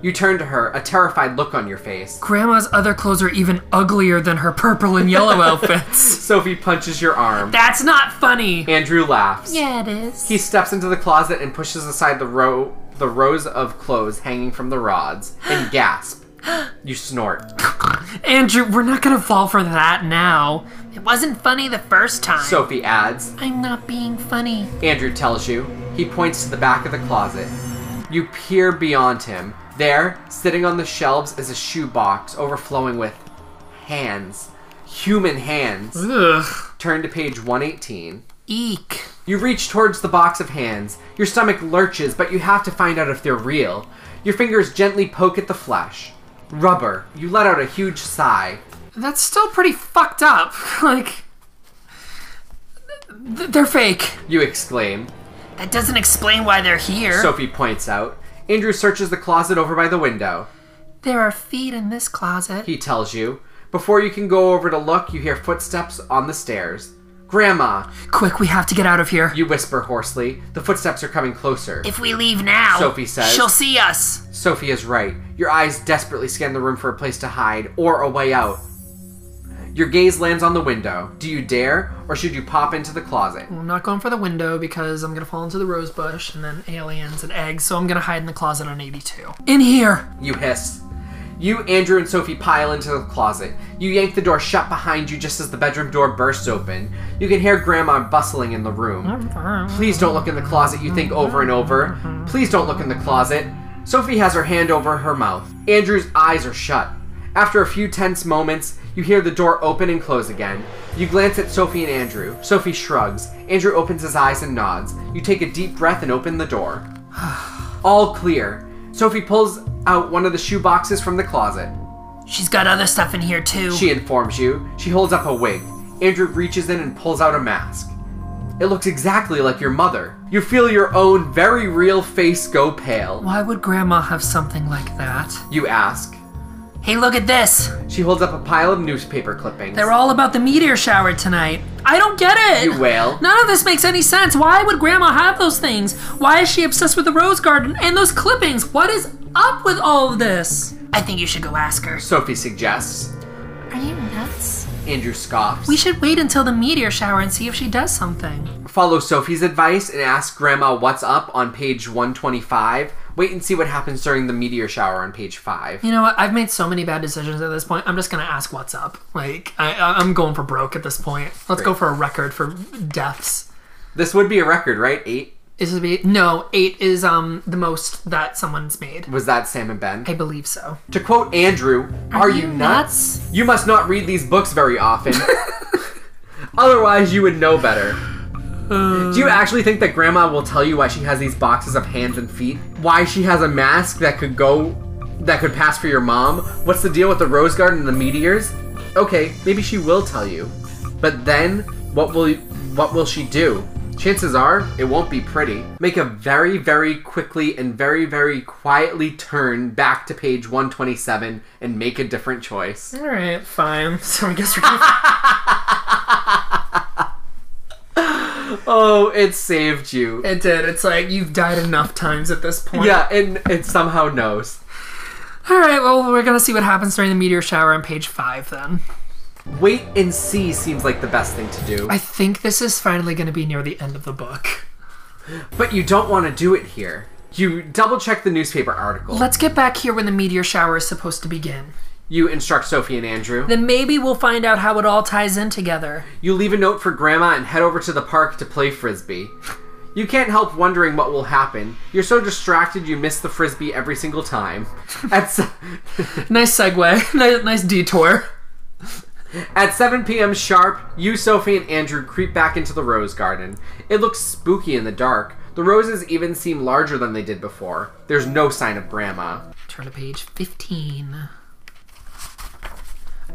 Speaker 2: You turn to her, a terrified look on your face.
Speaker 3: Grandma's other clothes are even uglier than her purple and yellow outfits.
Speaker 2: Sophie punches your arm.
Speaker 3: That's not funny.
Speaker 2: Andrew laughs.
Speaker 1: Yeah, it is.
Speaker 2: He steps into the closet and pushes aside the row the rows of clothes hanging from the rods and gasp. You snort.
Speaker 3: Andrew, we're not gonna fall for that now.
Speaker 1: It wasn't funny the first time.
Speaker 2: Sophie adds.
Speaker 1: I'm not being funny.
Speaker 2: Andrew tells you. He points to the back of the closet. You peer beyond him. There, sitting on the shelves, is a shoebox overflowing with hands. Human hands.
Speaker 3: Ugh.
Speaker 2: Turn to page 118.
Speaker 3: Eek.
Speaker 2: You reach towards the box of hands. Your stomach lurches, but you have to find out if they're real. Your fingers gently poke at the flesh. Rubber. You let out a huge sigh.
Speaker 3: That's still pretty fucked up. Like, th- they're fake.
Speaker 2: You exclaim.
Speaker 1: That doesn't explain why they're here.
Speaker 2: Sophie points out. Andrew searches the closet over by the window.
Speaker 1: there are feet in this closet.
Speaker 2: he tells you. Before you can go over to look, you hear footsteps on the stairs. Grandma,
Speaker 3: Quick, we have to get out of here.
Speaker 2: you whisper hoarsely. The footsteps are coming closer.
Speaker 1: If we leave now,
Speaker 2: Sophie says.
Speaker 1: she'll see us.
Speaker 2: Sophie is right. Your eyes desperately scan the room for a place to hide or a way out. Your gaze lands on the window. Do you dare, or should you pop into the closet?
Speaker 3: I'm not going for the window because I'm gonna fall into the rose bush and then aliens and eggs, so I'm gonna hide in the closet on 82. In here!
Speaker 2: You hiss. You, Andrew, and Sophie pile into the closet. You yank the door shut behind you just as the bedroom door bursts open. You can hear Grandma bustling in the room. Please don't look in the closet, you think over and over. Please don't look in the closet. Sophie has her hand over her mouth. Andrew's eyes are shut. After a few tense moments, you hear the door open and close again. You glance at Sophie and Andrew. Sophie shrugs. Andrew opens his eyes and nods. You take a deep breath and open the door. All clear. Sophie pulls out one of the shoe boxes from the closet.
Speaker 1: She's got other stuff in here too.
Speaker 2: She informs you. She holds up a wig. Andrew reaches in and pulls out a mask. It looks exactly like your mother. You feel your own very real face go pale.
Speaker 3: Why would Grandma have something like that?
Speaker 2: You ask.
Speaker 1: hey, look at this.
Speaker 2: She holds up a pile of newspaper clippings.
Speaker 3: They're all about the meteor shower tonight. I don't get it!
Speaker 2: You wail.
Speaker 3: None of this makes any sense. Why would Grandma have those things? Why is she obsessed with the rose garden and those clippings? What is up with all of this?
Speaker 1: I think you should go ask her.
Speaker 2: Sophie suggests.
Speaker 1: Are you nuts?
Speaker 2: Andrew scoffs.
Speaker 1: We should wait until the meteor shower and see if she does something.
Speaker 2: Follow Sophie's advice and ask Grandma what's up on page 125. Wait and see what happens during the meteor shower on page 5.
Speaker 3: You know what? I've made so many bad decisions at this point. I'm just gonna ask what's up. Like I, I- I'm going for broke at this point. Let's go
Speaker 2: Great.
Speaker 3: for a record for deaths.
Speaker 2: This would be a record, right? 8?
Speaker 3: This would be no eight is um the most that someone's made.
Speaker 2: Was that Sam and Ben?
Speaker 3: I believe so.
Speaker 2: To quote Andrew, are, you nuts? You must not read these books very often. Otherwise, you would know better. Do you actually think that grandma will tell you why she has these boxes of hands and feet? Why she has a mask that could go that could pass for your mom? What's the deal with the rose garden and the meteors? Okay, maybe she will tell you. But then what will what will she do? Chances are it won't be pretty. Make a very very quickly and very very quietly turn back to page 127 and make a different choice.
Speaker 3: All right, fine. So I guess we're gonna.
Speaker 2: Oh, it saved you.
Speaker 3: it did. It's like you've died enough times at this point.
Speaker 2: Yeah, and it somehow knows.
Speaker 3: All right. Well, we're gonna see what happens during the meteor shower on page five then.
Speaker 2: Wait and see seems like the best thing to do.
Speaker 3: I think this is finally gonna be near the end of the book.
Speaker 2: But you don't want to do it here. You double check the newspaper article.
Speaker 3: Let's get back here when the meteor shower is supposed to begin.
Speaker 2: You instruct Sophie and Andrew.
Speaker 3: Then maybe we'll find out how it all ties in together.
Speaker 2: You leave a note for Grandma and head over to the park to play frisbee. You can't help wondering what will happen. You're so distracted you miss the frisbee every single time. At, se-
Speaker 3: Nice segue. nice, nice detour.
Speaker 2: At 7 p.m. sharp, you, Sophie, and Andrew creep back into the rose garden. It looks spooky in the dark. The roses even seem larger than they did before. There's no sign of Grandma.
Speaker 3: Turn to page 15.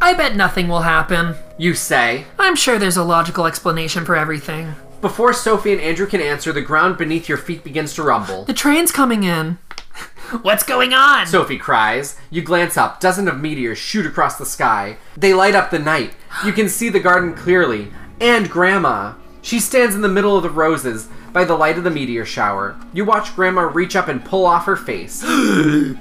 Speaker 3: I bet nothing will happen.
Speaker 2: You say,
Speaker 3: I'm sure there's a logical explanation for everything.
Speaker 2: Before Sophie and Andrew can answer, the ground beneath your feet begins to rumble.
Speaker 3: The train's coming in. What's going on?
Speaker 2: Sophie cries. You glance up. Dozen of meteors shoot across the sky. They light up the night. You can see the garden clearly. And Grandma. She stands in the middle of the roses by the light of the meteor shower. You watch Grandma reach up and pull off her face. you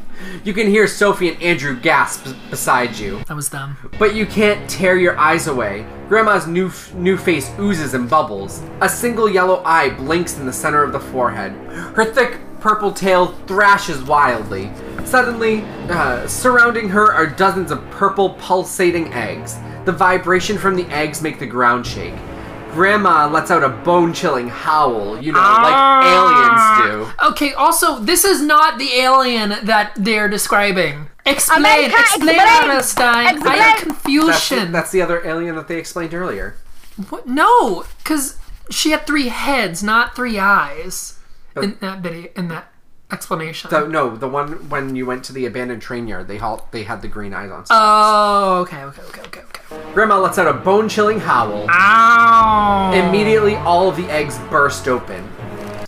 Speaker 2: can hear Sophie and Andrew gasp b- beside you.
Speaker 3: that was them.
Speaker 2: But you can't tear your eyes away. Grandma's new f- new face oozes and bubbles. A single yellow eye blinks in the center of the forehead. Her thick purple tail thrashes wildly. Suddenly, uh, surrounding her are dozens of purple pulsating eggs. The vibration from the eggs make the ground shake. Grandma lets out a bone-chilling howl, you know, like aliens do.
Speaker 3: Okay, also, this is not the alien that they're describing. Explain,
Speaker 13: America,
Speaker 3: explain,
Speaker 13: explain,
Speaker 3: Einstein. I
Speaker 13: explain.
Speaker 3: am
Speaker 2: That's the,
Speaker 3: confusion.
Speaker 2: that's the other alien that they explained earlier.
Speaker 3: What? No, because she had three heads, not three eyes. In that video, in that explanation.
Speaker 2: The, Oh, no, the one when you went to the abandoned train yard, they halt, they had the green eyes on.
Speaker 3: oh, okay, okay, okay, okay, okay.
Speaker 2: Grandma lets out a bone chilling howl.
Speaker 3: Ow!
Speaker 2: Immediately, all of the eggs burst open.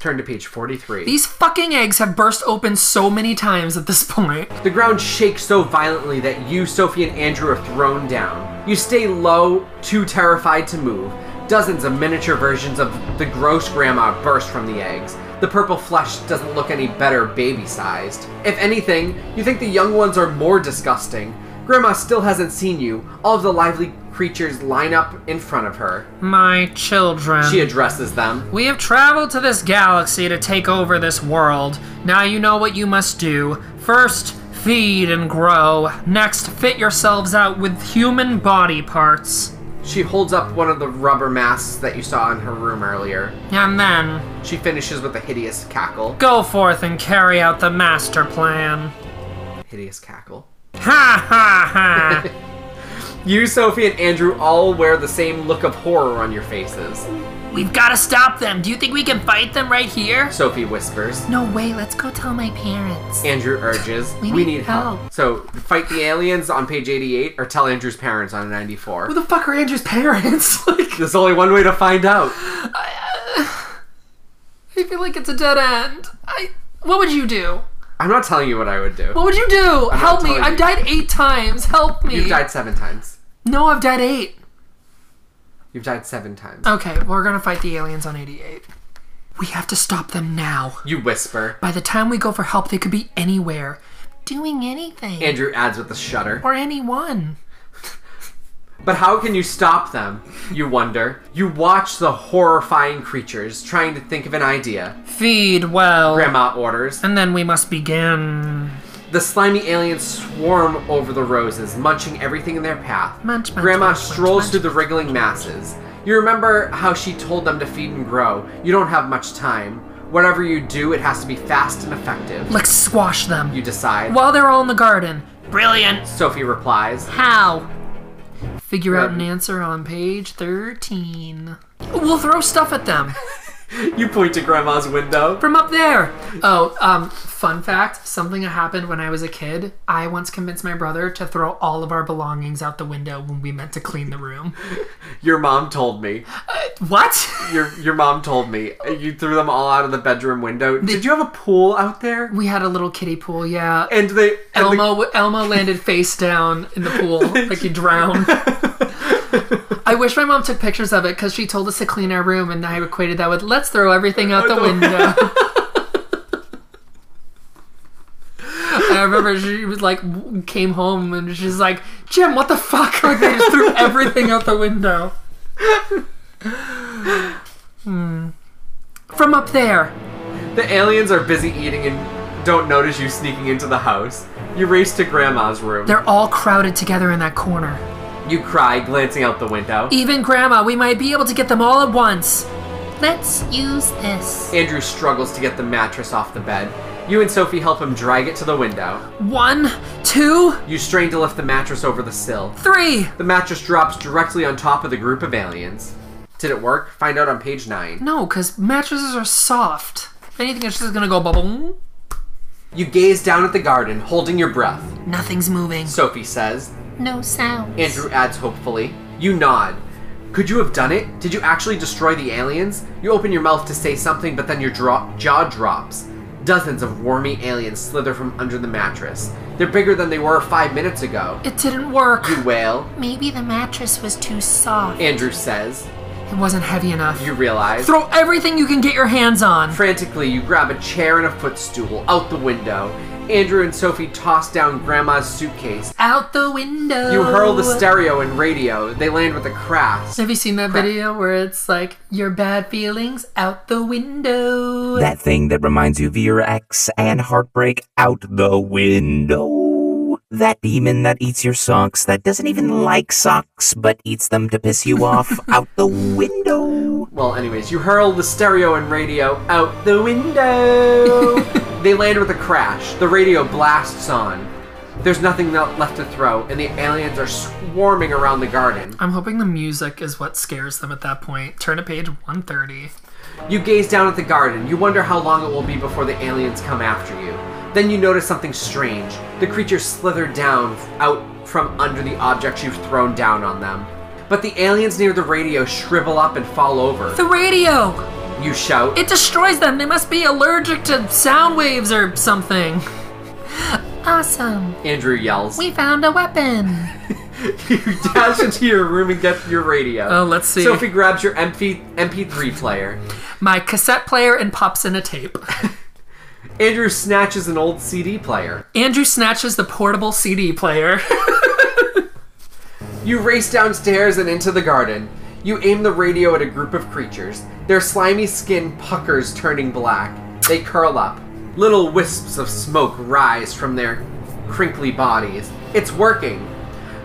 Speaker 2: Turn to page 43.
Speaker 3: These fucking eggs have burst open so many times at this point.
Speaker 2: the ground shakes so violently that you, Sophie, and Andrew are thrown down. You stay low, too terrified to move. Dozens of miniature versions of the gross grandma burst from the eggs. The purple flesh doesn't look any better baby sized. If anything, you think the young ones are more disgusting. Grandma still hasn't seen you. All of the lively creatures line up in front of her.
Speaker 3: My children.
Speaker 2: She addresses them.
Speaker 3: We have traveled to this galaxy to take over this world. Now you know what you must do. First, feed and grow. Next, fit yourselves out with human body parts.
Speaker 2: She holds up one of the rubber masks that you saw in her room earlier.
Speaker 3: And then,
Speaker 2: She finishes with a hideous cackle.
Speaker 3: Go forth and carry out the master plan.
Speaker 2: Hideous cackle.
Speaker 3: Ha ha ha!
Speaker 2: You, Sophie, and Andrew all wear the same look of horror on your faces.
Speaker 1: We've got to stop them. Do you think we can fight them right here?
Speaker 2: Sophie whispers.
Speaker 1: No way. Let's go tell my parents.
Speaker 2: Andrew urges.
Speaker 1: We need help."
Speaker 2: So, fight the aliens on page 88 or tell Andrew's parents on 94.
Speaker 3: Who the fuck are Andrew's parents? like,
Speaker 2: There's only one way to find out.
Speaker 3: I feel like it's a dead end. I. What would you do?
Speaker 2: I'm not telling you what I would do.
Speaker 3: What would you do? Help me!
Speaker 2: telling you.
Speaker 3: I've died eight times. Help me!
Speaker 2: You've died seven times.
Speaker 3: No, I've died eight.
Speaker 2: You've died seven times.
Speaker 3: Okay, we're gonna fight the aliens on 88. We have to stop them now.
Speaker 2: You whisper.
Speaker 3: By the time we go for help, they could be anywhere, doing anything,
Speaker 2: Andrew adds with a shudder.
Speaker 3: or anyone.
Speaker 2: But how can you stop them? You wonder. You watch the horrifying creatures trying to think of an idea.
Speaker 3: Feed well.
Speaker 2: Grandma orders.
Speaker 3: And then we must begin.
Speaker 2: The slimy aliens swarm over the roses, munching everything in their path.
Speaker 3: Munch, munch,
Speaker 2: Grandma
Speaker 3: munch,
Speaker 2: strolls
Speaker 3: munch,
Speaker 2: through the wriggling masses. You remember how she told them to feed and grow. You don't have much time. Whatever you do, it has to be fast and effective.
Speaker 3: Let's squash them.
Speaker 2: You decide.
Speaker 3: While they're all in the garden. Brilliant.
Speaker 2: Sophie replies.
Speaker 3: How? Figure out an answer on page 13. We'll throw stuff at them.
Speaker 2: You point to Grandma's window.
Speaker 3: from up there. Oh, um, fun fact something that happened when I was a kid. I once convinced my brother to throw all of our belongings out the window when we meant to clean the room.
Speaker 2: Your mom told me.
Speaker 3: What?
Speaker 2: Your your mom told me. You threw them all out of the bedroom window. Did you have a pool out there?
Speaker 3: We had a little kiddie pool, yeah.
Speaker 2: And they and the-
Speaker 3: Elmo Elmo landed face down in the pool, like you drown. I wish my mom took pictures of it because she told us to clean our room, and I equated that with let's throw everything out the window. I remember she was like, w- came home and she's like, Jim, what the fuck? Like they just threw everything out the window. Hmm. From up there.
Speaker 2: The aliens are busy eating and don't notice you sneaking into the house. You race to Grandma's room.
Speaker 3: They're all crowded together in that corner.
Speaker 2: you cry, glancing out the window.
Speaker 3: Even Grandma, we might be able to get them all at once. Let's use this.
Speaker 2: Andrew struggles to get the mattress off the bed. You and Sophie help him drag it to the window.
Speaker 3: One, two,
Speaker 2: You strain to lift the mattress over the sill.
Speaker 3: three.
Speaker 2: The mattress drops directly on top of the group of aliens. Did it work? Find out on page 9.
Speaker 3: No, because mattresses are soft. If anything, it's just gonna go bubble.
Speaker 2: You gaze down at the garden, holding your breath.
Speaker 3: Nothing's moving.
Speaker 2: Sophie says.
Speaker 1: No sound.
Speaker 2: Andrew adds hopefully. You nod. Could you have done it? Did you actually destroy the aliens? You open your mouth to say something, but then your dro- jaw drops. Dozens of wormy aliens slither from under the mattress. They're bigger than they were five minutes ago.
Speaker 3: It didn't work.
Speaker 2: You wail.
Speaker 1: Maybe the mattress was too soft.
Speaker 2: Andrew says.
Speaker 3: It wasn't heavy enough.
Speaker 2: You realize.
Speaker 3: Throw everything you can get your hands on.
Speaker 2: Frantically, you grab a chair and a footstool out the window. Andrew and Sophie toss down Grandma's suitcase.
Speaker 3: Out the window.
Speaker 2: You hurl
Speaker 3: Oh.
Speaker 2: the stereo and radio. They land with a crash.
Speaker 3: Have you seen that video where it's like your bad feelings out the window?
Speaker 11: That thing that reminds you of your ex and heartbreak out the window. That demon that eats your socks, that doesn't even like socks, but eats them to piss you off out the window.
Speaker 2: Well, anyways, you hurl the stereo and radio out the window. they land with a crash. The radio blasts on. There's nothing le- left to throw, and the aliens are swarming around the garden.
Speaker 3: I'm hoping the music is what scares them at that point. Turn to page 130.
Speaker 2: You gaze down at the garden. You wonder how long it will be before the aliens come after you. Then you notice something strange. The creatures slither down out from under the objects you've thrown down on them. But the aliens near the radio shrivel up and fall over.
Speaker 3: The radio!
Speaker 2: You shout.
Speaker 3: It destroys them. They must be allergic to sound waves or something.
Speaker 1: Awesome.
Speaker 2: Andrew yells.
Speaker 1: We found a weapon.
Speaker 2: dash into your room and get your radio.
Speaker 3: Oh, let's see.
Speaker 2: Sophie grabs your MP MP3 player.
Speaker 3: My cassette player and pops in a tape.
Speaker 2: Andrew snatches an old CD player.
Speaker 3: Andrew snatches the portable CD player.
Speaker 2: You race downstairs and into the garden. You aim the radio at a group of creatures. Their slimy skin puckers, turning black. They curl up. Little wisps of smoke rise from their crinkly bodies. It's working.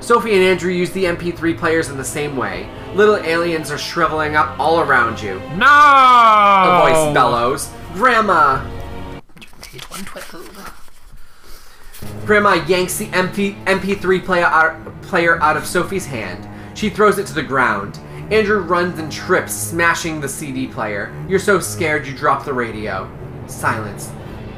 Speaker 2: Sophie and Andrew use the MP3 players in the same way. Little aliens are shriveling up all around you.
Speaker 3: No!
Speaker 2: A voice
Speaker 3: Oh.
Speaker 2: bellows, Grandma! Grandma yanks the MP- MP3 player out, player out of Sophie's hand. She throws it to the ground. Andrew runs and trips, smashing the CD player. You're so scared you drop the radio. Silence.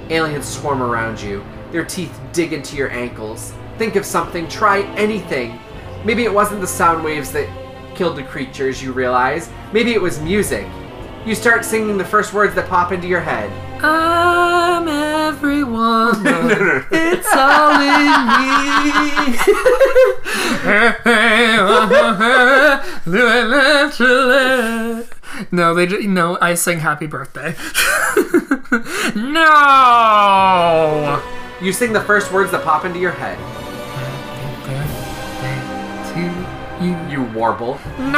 Speaker 2: Aliens swarm around you. Their teeth dig into your ankles. Think of something, try anything. Maybe it wasn't the sound waves that killed the creatures, you realize. Maybe it was music. You start singing the first words that pop into your head.
Speaker 3: I'm everyone. It's all in me. no, they ju- no. I sing "Happy Birthday." no.
Speaker 2: You sing the first words that pop into your head.
Speaker 3: You,
Speaker 2: warble.
Speaker 3: No!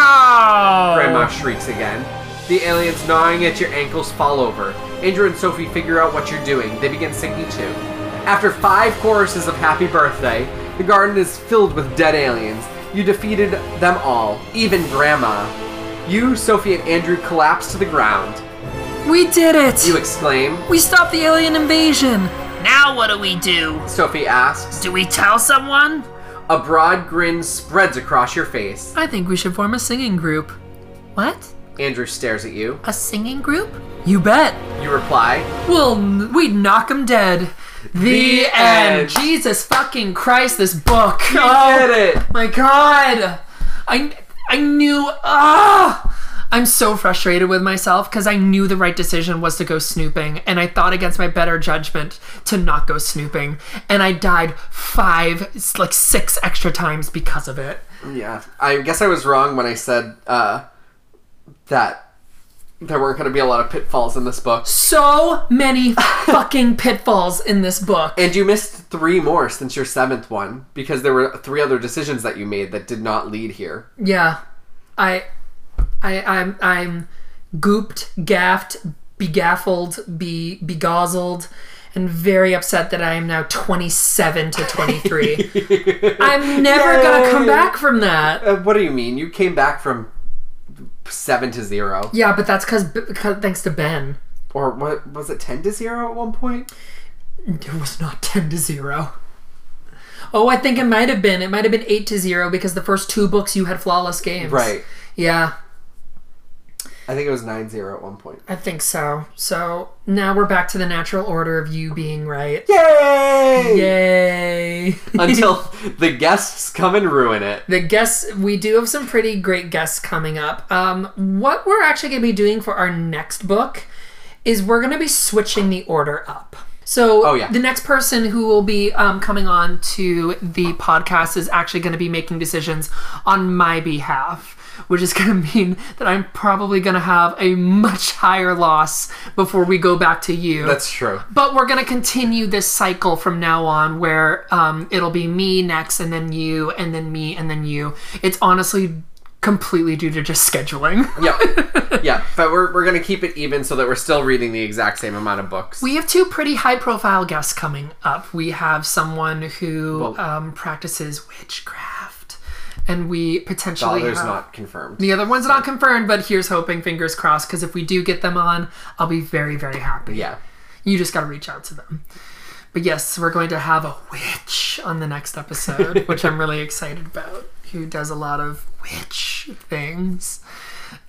Speaker 2: Grandma shrieks again. The aliens gnawing at your ankles fall over. Andrew and Sophie figure out what you're doing. They begin singing too. After five choruses of Happy Birthday, the garden is filled with dead aliens. You defeated them all, even Grandma. You, Sophie, and Andrew collapse to the ground.
Speaker 3: We did it!
Speaker 2: You exclaim.
Speaker 3: We stopped the alien invasion!
Speaker 1: Now what do we do?
Speaker 2: Sophie asks.
Speaker 1: Do we tell someone?
Speaker 2: A broad grin spreads across your face.
Speaker 3: I think we should form a singing group.
Speaker 1: What?
Speaker 2: Andrew stares at you.
Speaker 1: A singing group?
Speaker 3: You bet.
Speaker 2: You reply.
Speaker 3: Well, n- we'd knock 'em dead. The,
Speaker 2: The
Speaker 3: end.
Speaker 2: end.
Speaker 3: Jesus fucking Christ, this book.
Speaker 2: We
Speaker 3: oh,
Speaker 2: did it.
Speaker 3: My God. I, I knew. Ah! I'm so frustrated with myself because I knew the right decision was to go snooping, and I thought against my better judgment to not go snooping, and I died five, s- like six extra times because of it.
Speaker 2: Yeah, I guess I was wrong when I said uh, that there weren't going to be a lot of pitfalls in this book.
Speaker 3: So many fucking pitfalls in this book.
Speaker 2: And you missed three more since your seventh one because there were three other decisions that you made that did not lead here.
Speaker 3: Yeah, I, I, I'm, I'm gooped, gaffed, begaffled, be begozzled, and very upset that I am now 27 to 23. I'm never gonna come
Speaker 2: Yay.
Speaker 3: back from that.
Speaker 2: Uh, what do you mean? You came back from seven to zero,
Speaker 3: Yeah, but that's because thanks to Ben,
Speaker 2: or what was it, ten to zero at one point?
Speaker 3: it was not 10 to zero. Oh, I think it might have been. It might have been 8 to 0 because the first two books you had flawless games.
Speaker 2: Right.
Speaker 3: Yeah.
Speaker 2: I think it was nine zero at one point.
Speaker 3: I think so. So now we're back to the natural order of you being right.
Speaker 2: Yay!
Speaker 3: Yay!
Speaker 2: Until the guests come and ruin it.
Speaker 3: the guests, we do have some pretty great guests coming up. Um, what we're actually going to be doing for our next book is we're going to be switching the order up. So
Speaker 2: Oh, yeah.
Speaker 3: the next person who will be um, coming on to the podcast is actually going to be making decisions on my behalf, which is going to mean that I'm probably going to have a much higher loss before we go back to you.
Speaker 2: That's true.
Speaker 3: But we're going to continue this cycle from now on where um, it'll be me next, and then you, and then me, and then you. It's honestly completely due to just scheduling.
Speaker 2: Yep. yeah, but we're, we're going to keep it even so that we're still reading the exact same amount of books.
Speaker 3: We have two pretty high profile guests coming up. We have someone who
Speaker 2: Well-
Speaker 3: um, practices witchcraft, and we potentially.
Speaker 2: Dollar's
Speaker 3: have-
Speaker 2: not confirmed.
Speaker 3: The other one's not confirmed, but here's hoping, fingers crossed, because if we do get them on, I'll be very, very happy.
Speaker 2: Yeah.
Speaker 3: You just got to reach out to them. But yes, we're going to have a witch on the next episode, which I'm really excited about, who does a lot of witch things.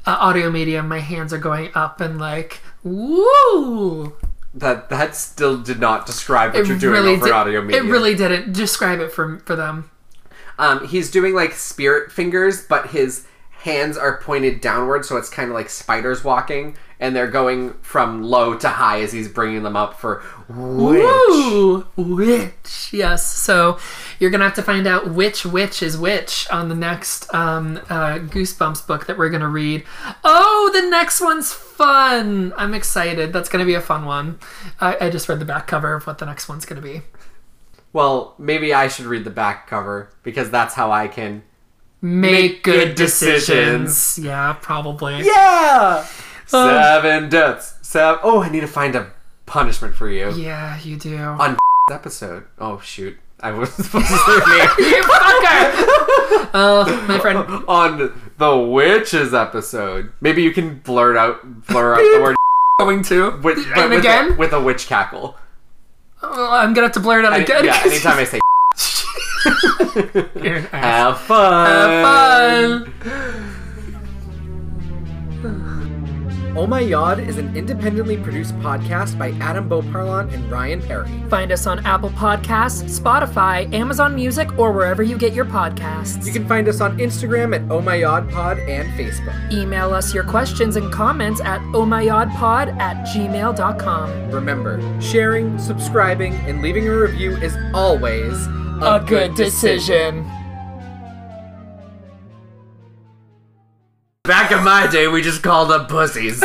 Speaker 3: Uh, audio medium, my hands are going up and like, woo!
Speaker 2: That that still did not describe what you're doing over
Speaker 3: did-
Speaker 2: audio media.
Speaker 3: It really didn't. Describe it for, for them.
Speaker 2: Um, he's doing like spirit fingers, but his hands are pointed downward, so it's kind of like spiders walking, and they're going from low to high as he's bringing them up for witch.
Speaker 3: Woo! Witch, yes. So you're gonna have to find out which witch is which on the next um, uh, Goosebumps book that we're gonna read. Oh, the next one's fun! I'm excited. That's gonna be a fun one. I, I just read the back cover of what the next one's gonna be.
Speaker 2: Well, maybe I should read the back cover because that's how I can.
Speaker 3: Make,
Speaker 2: good
Speaker 3: good,
Speaker 2: decisions.
Speaker 3: decisions. Yeah, probably.
Speaker 2: Yeah.
Speaker 3: Um,
Speaker 2: seven deaths. Seven. Oh, I need to find a punishment for you.
Speaker 3: Yeah, you do.
Speaker 2: On episode. Oh shoot, I was supposed to say your name.
Speaker 3: you fucker! Oh, my friend.
Speaker 2: on the witches episode. Maybe you can blurt out blur out the word
Speaker 3: going to
Speaker 2: with, but
Speaker 3: and
Speaker 2: with
Speaker 3: again.
Speaker 2: a, with a witch cackle.
Speaker 3: Oh, I'm gonna have to blur it out
Speaker 2: Any-
Speaker 3: again.
Speaker 2: yeah, anytime I say
Speaker 3: You're an ass.
Speaker 2: have fun.
Speaker 3: Have uh, fun.
Speaker 2: Oh My Yod is an independently produced podcast by Adam Beauparlant and Ryan Perry.
Speaker 3: Find us on Apple Podcasts, Spotify, Amazon Music, or wherever you get your podcasts.
Speaker 2: You can find us on Instagram at Oh My Yod Pod and Facebook.
Speaker 3: Email us your questions and comments at oh ohmyodpod at gmail.com.
Speaker 2: Remember, sharing, subscribing, and leaving a review is always
Speaker 3: A good decision.
Speaker 2: Back in my day, we just called them pussies.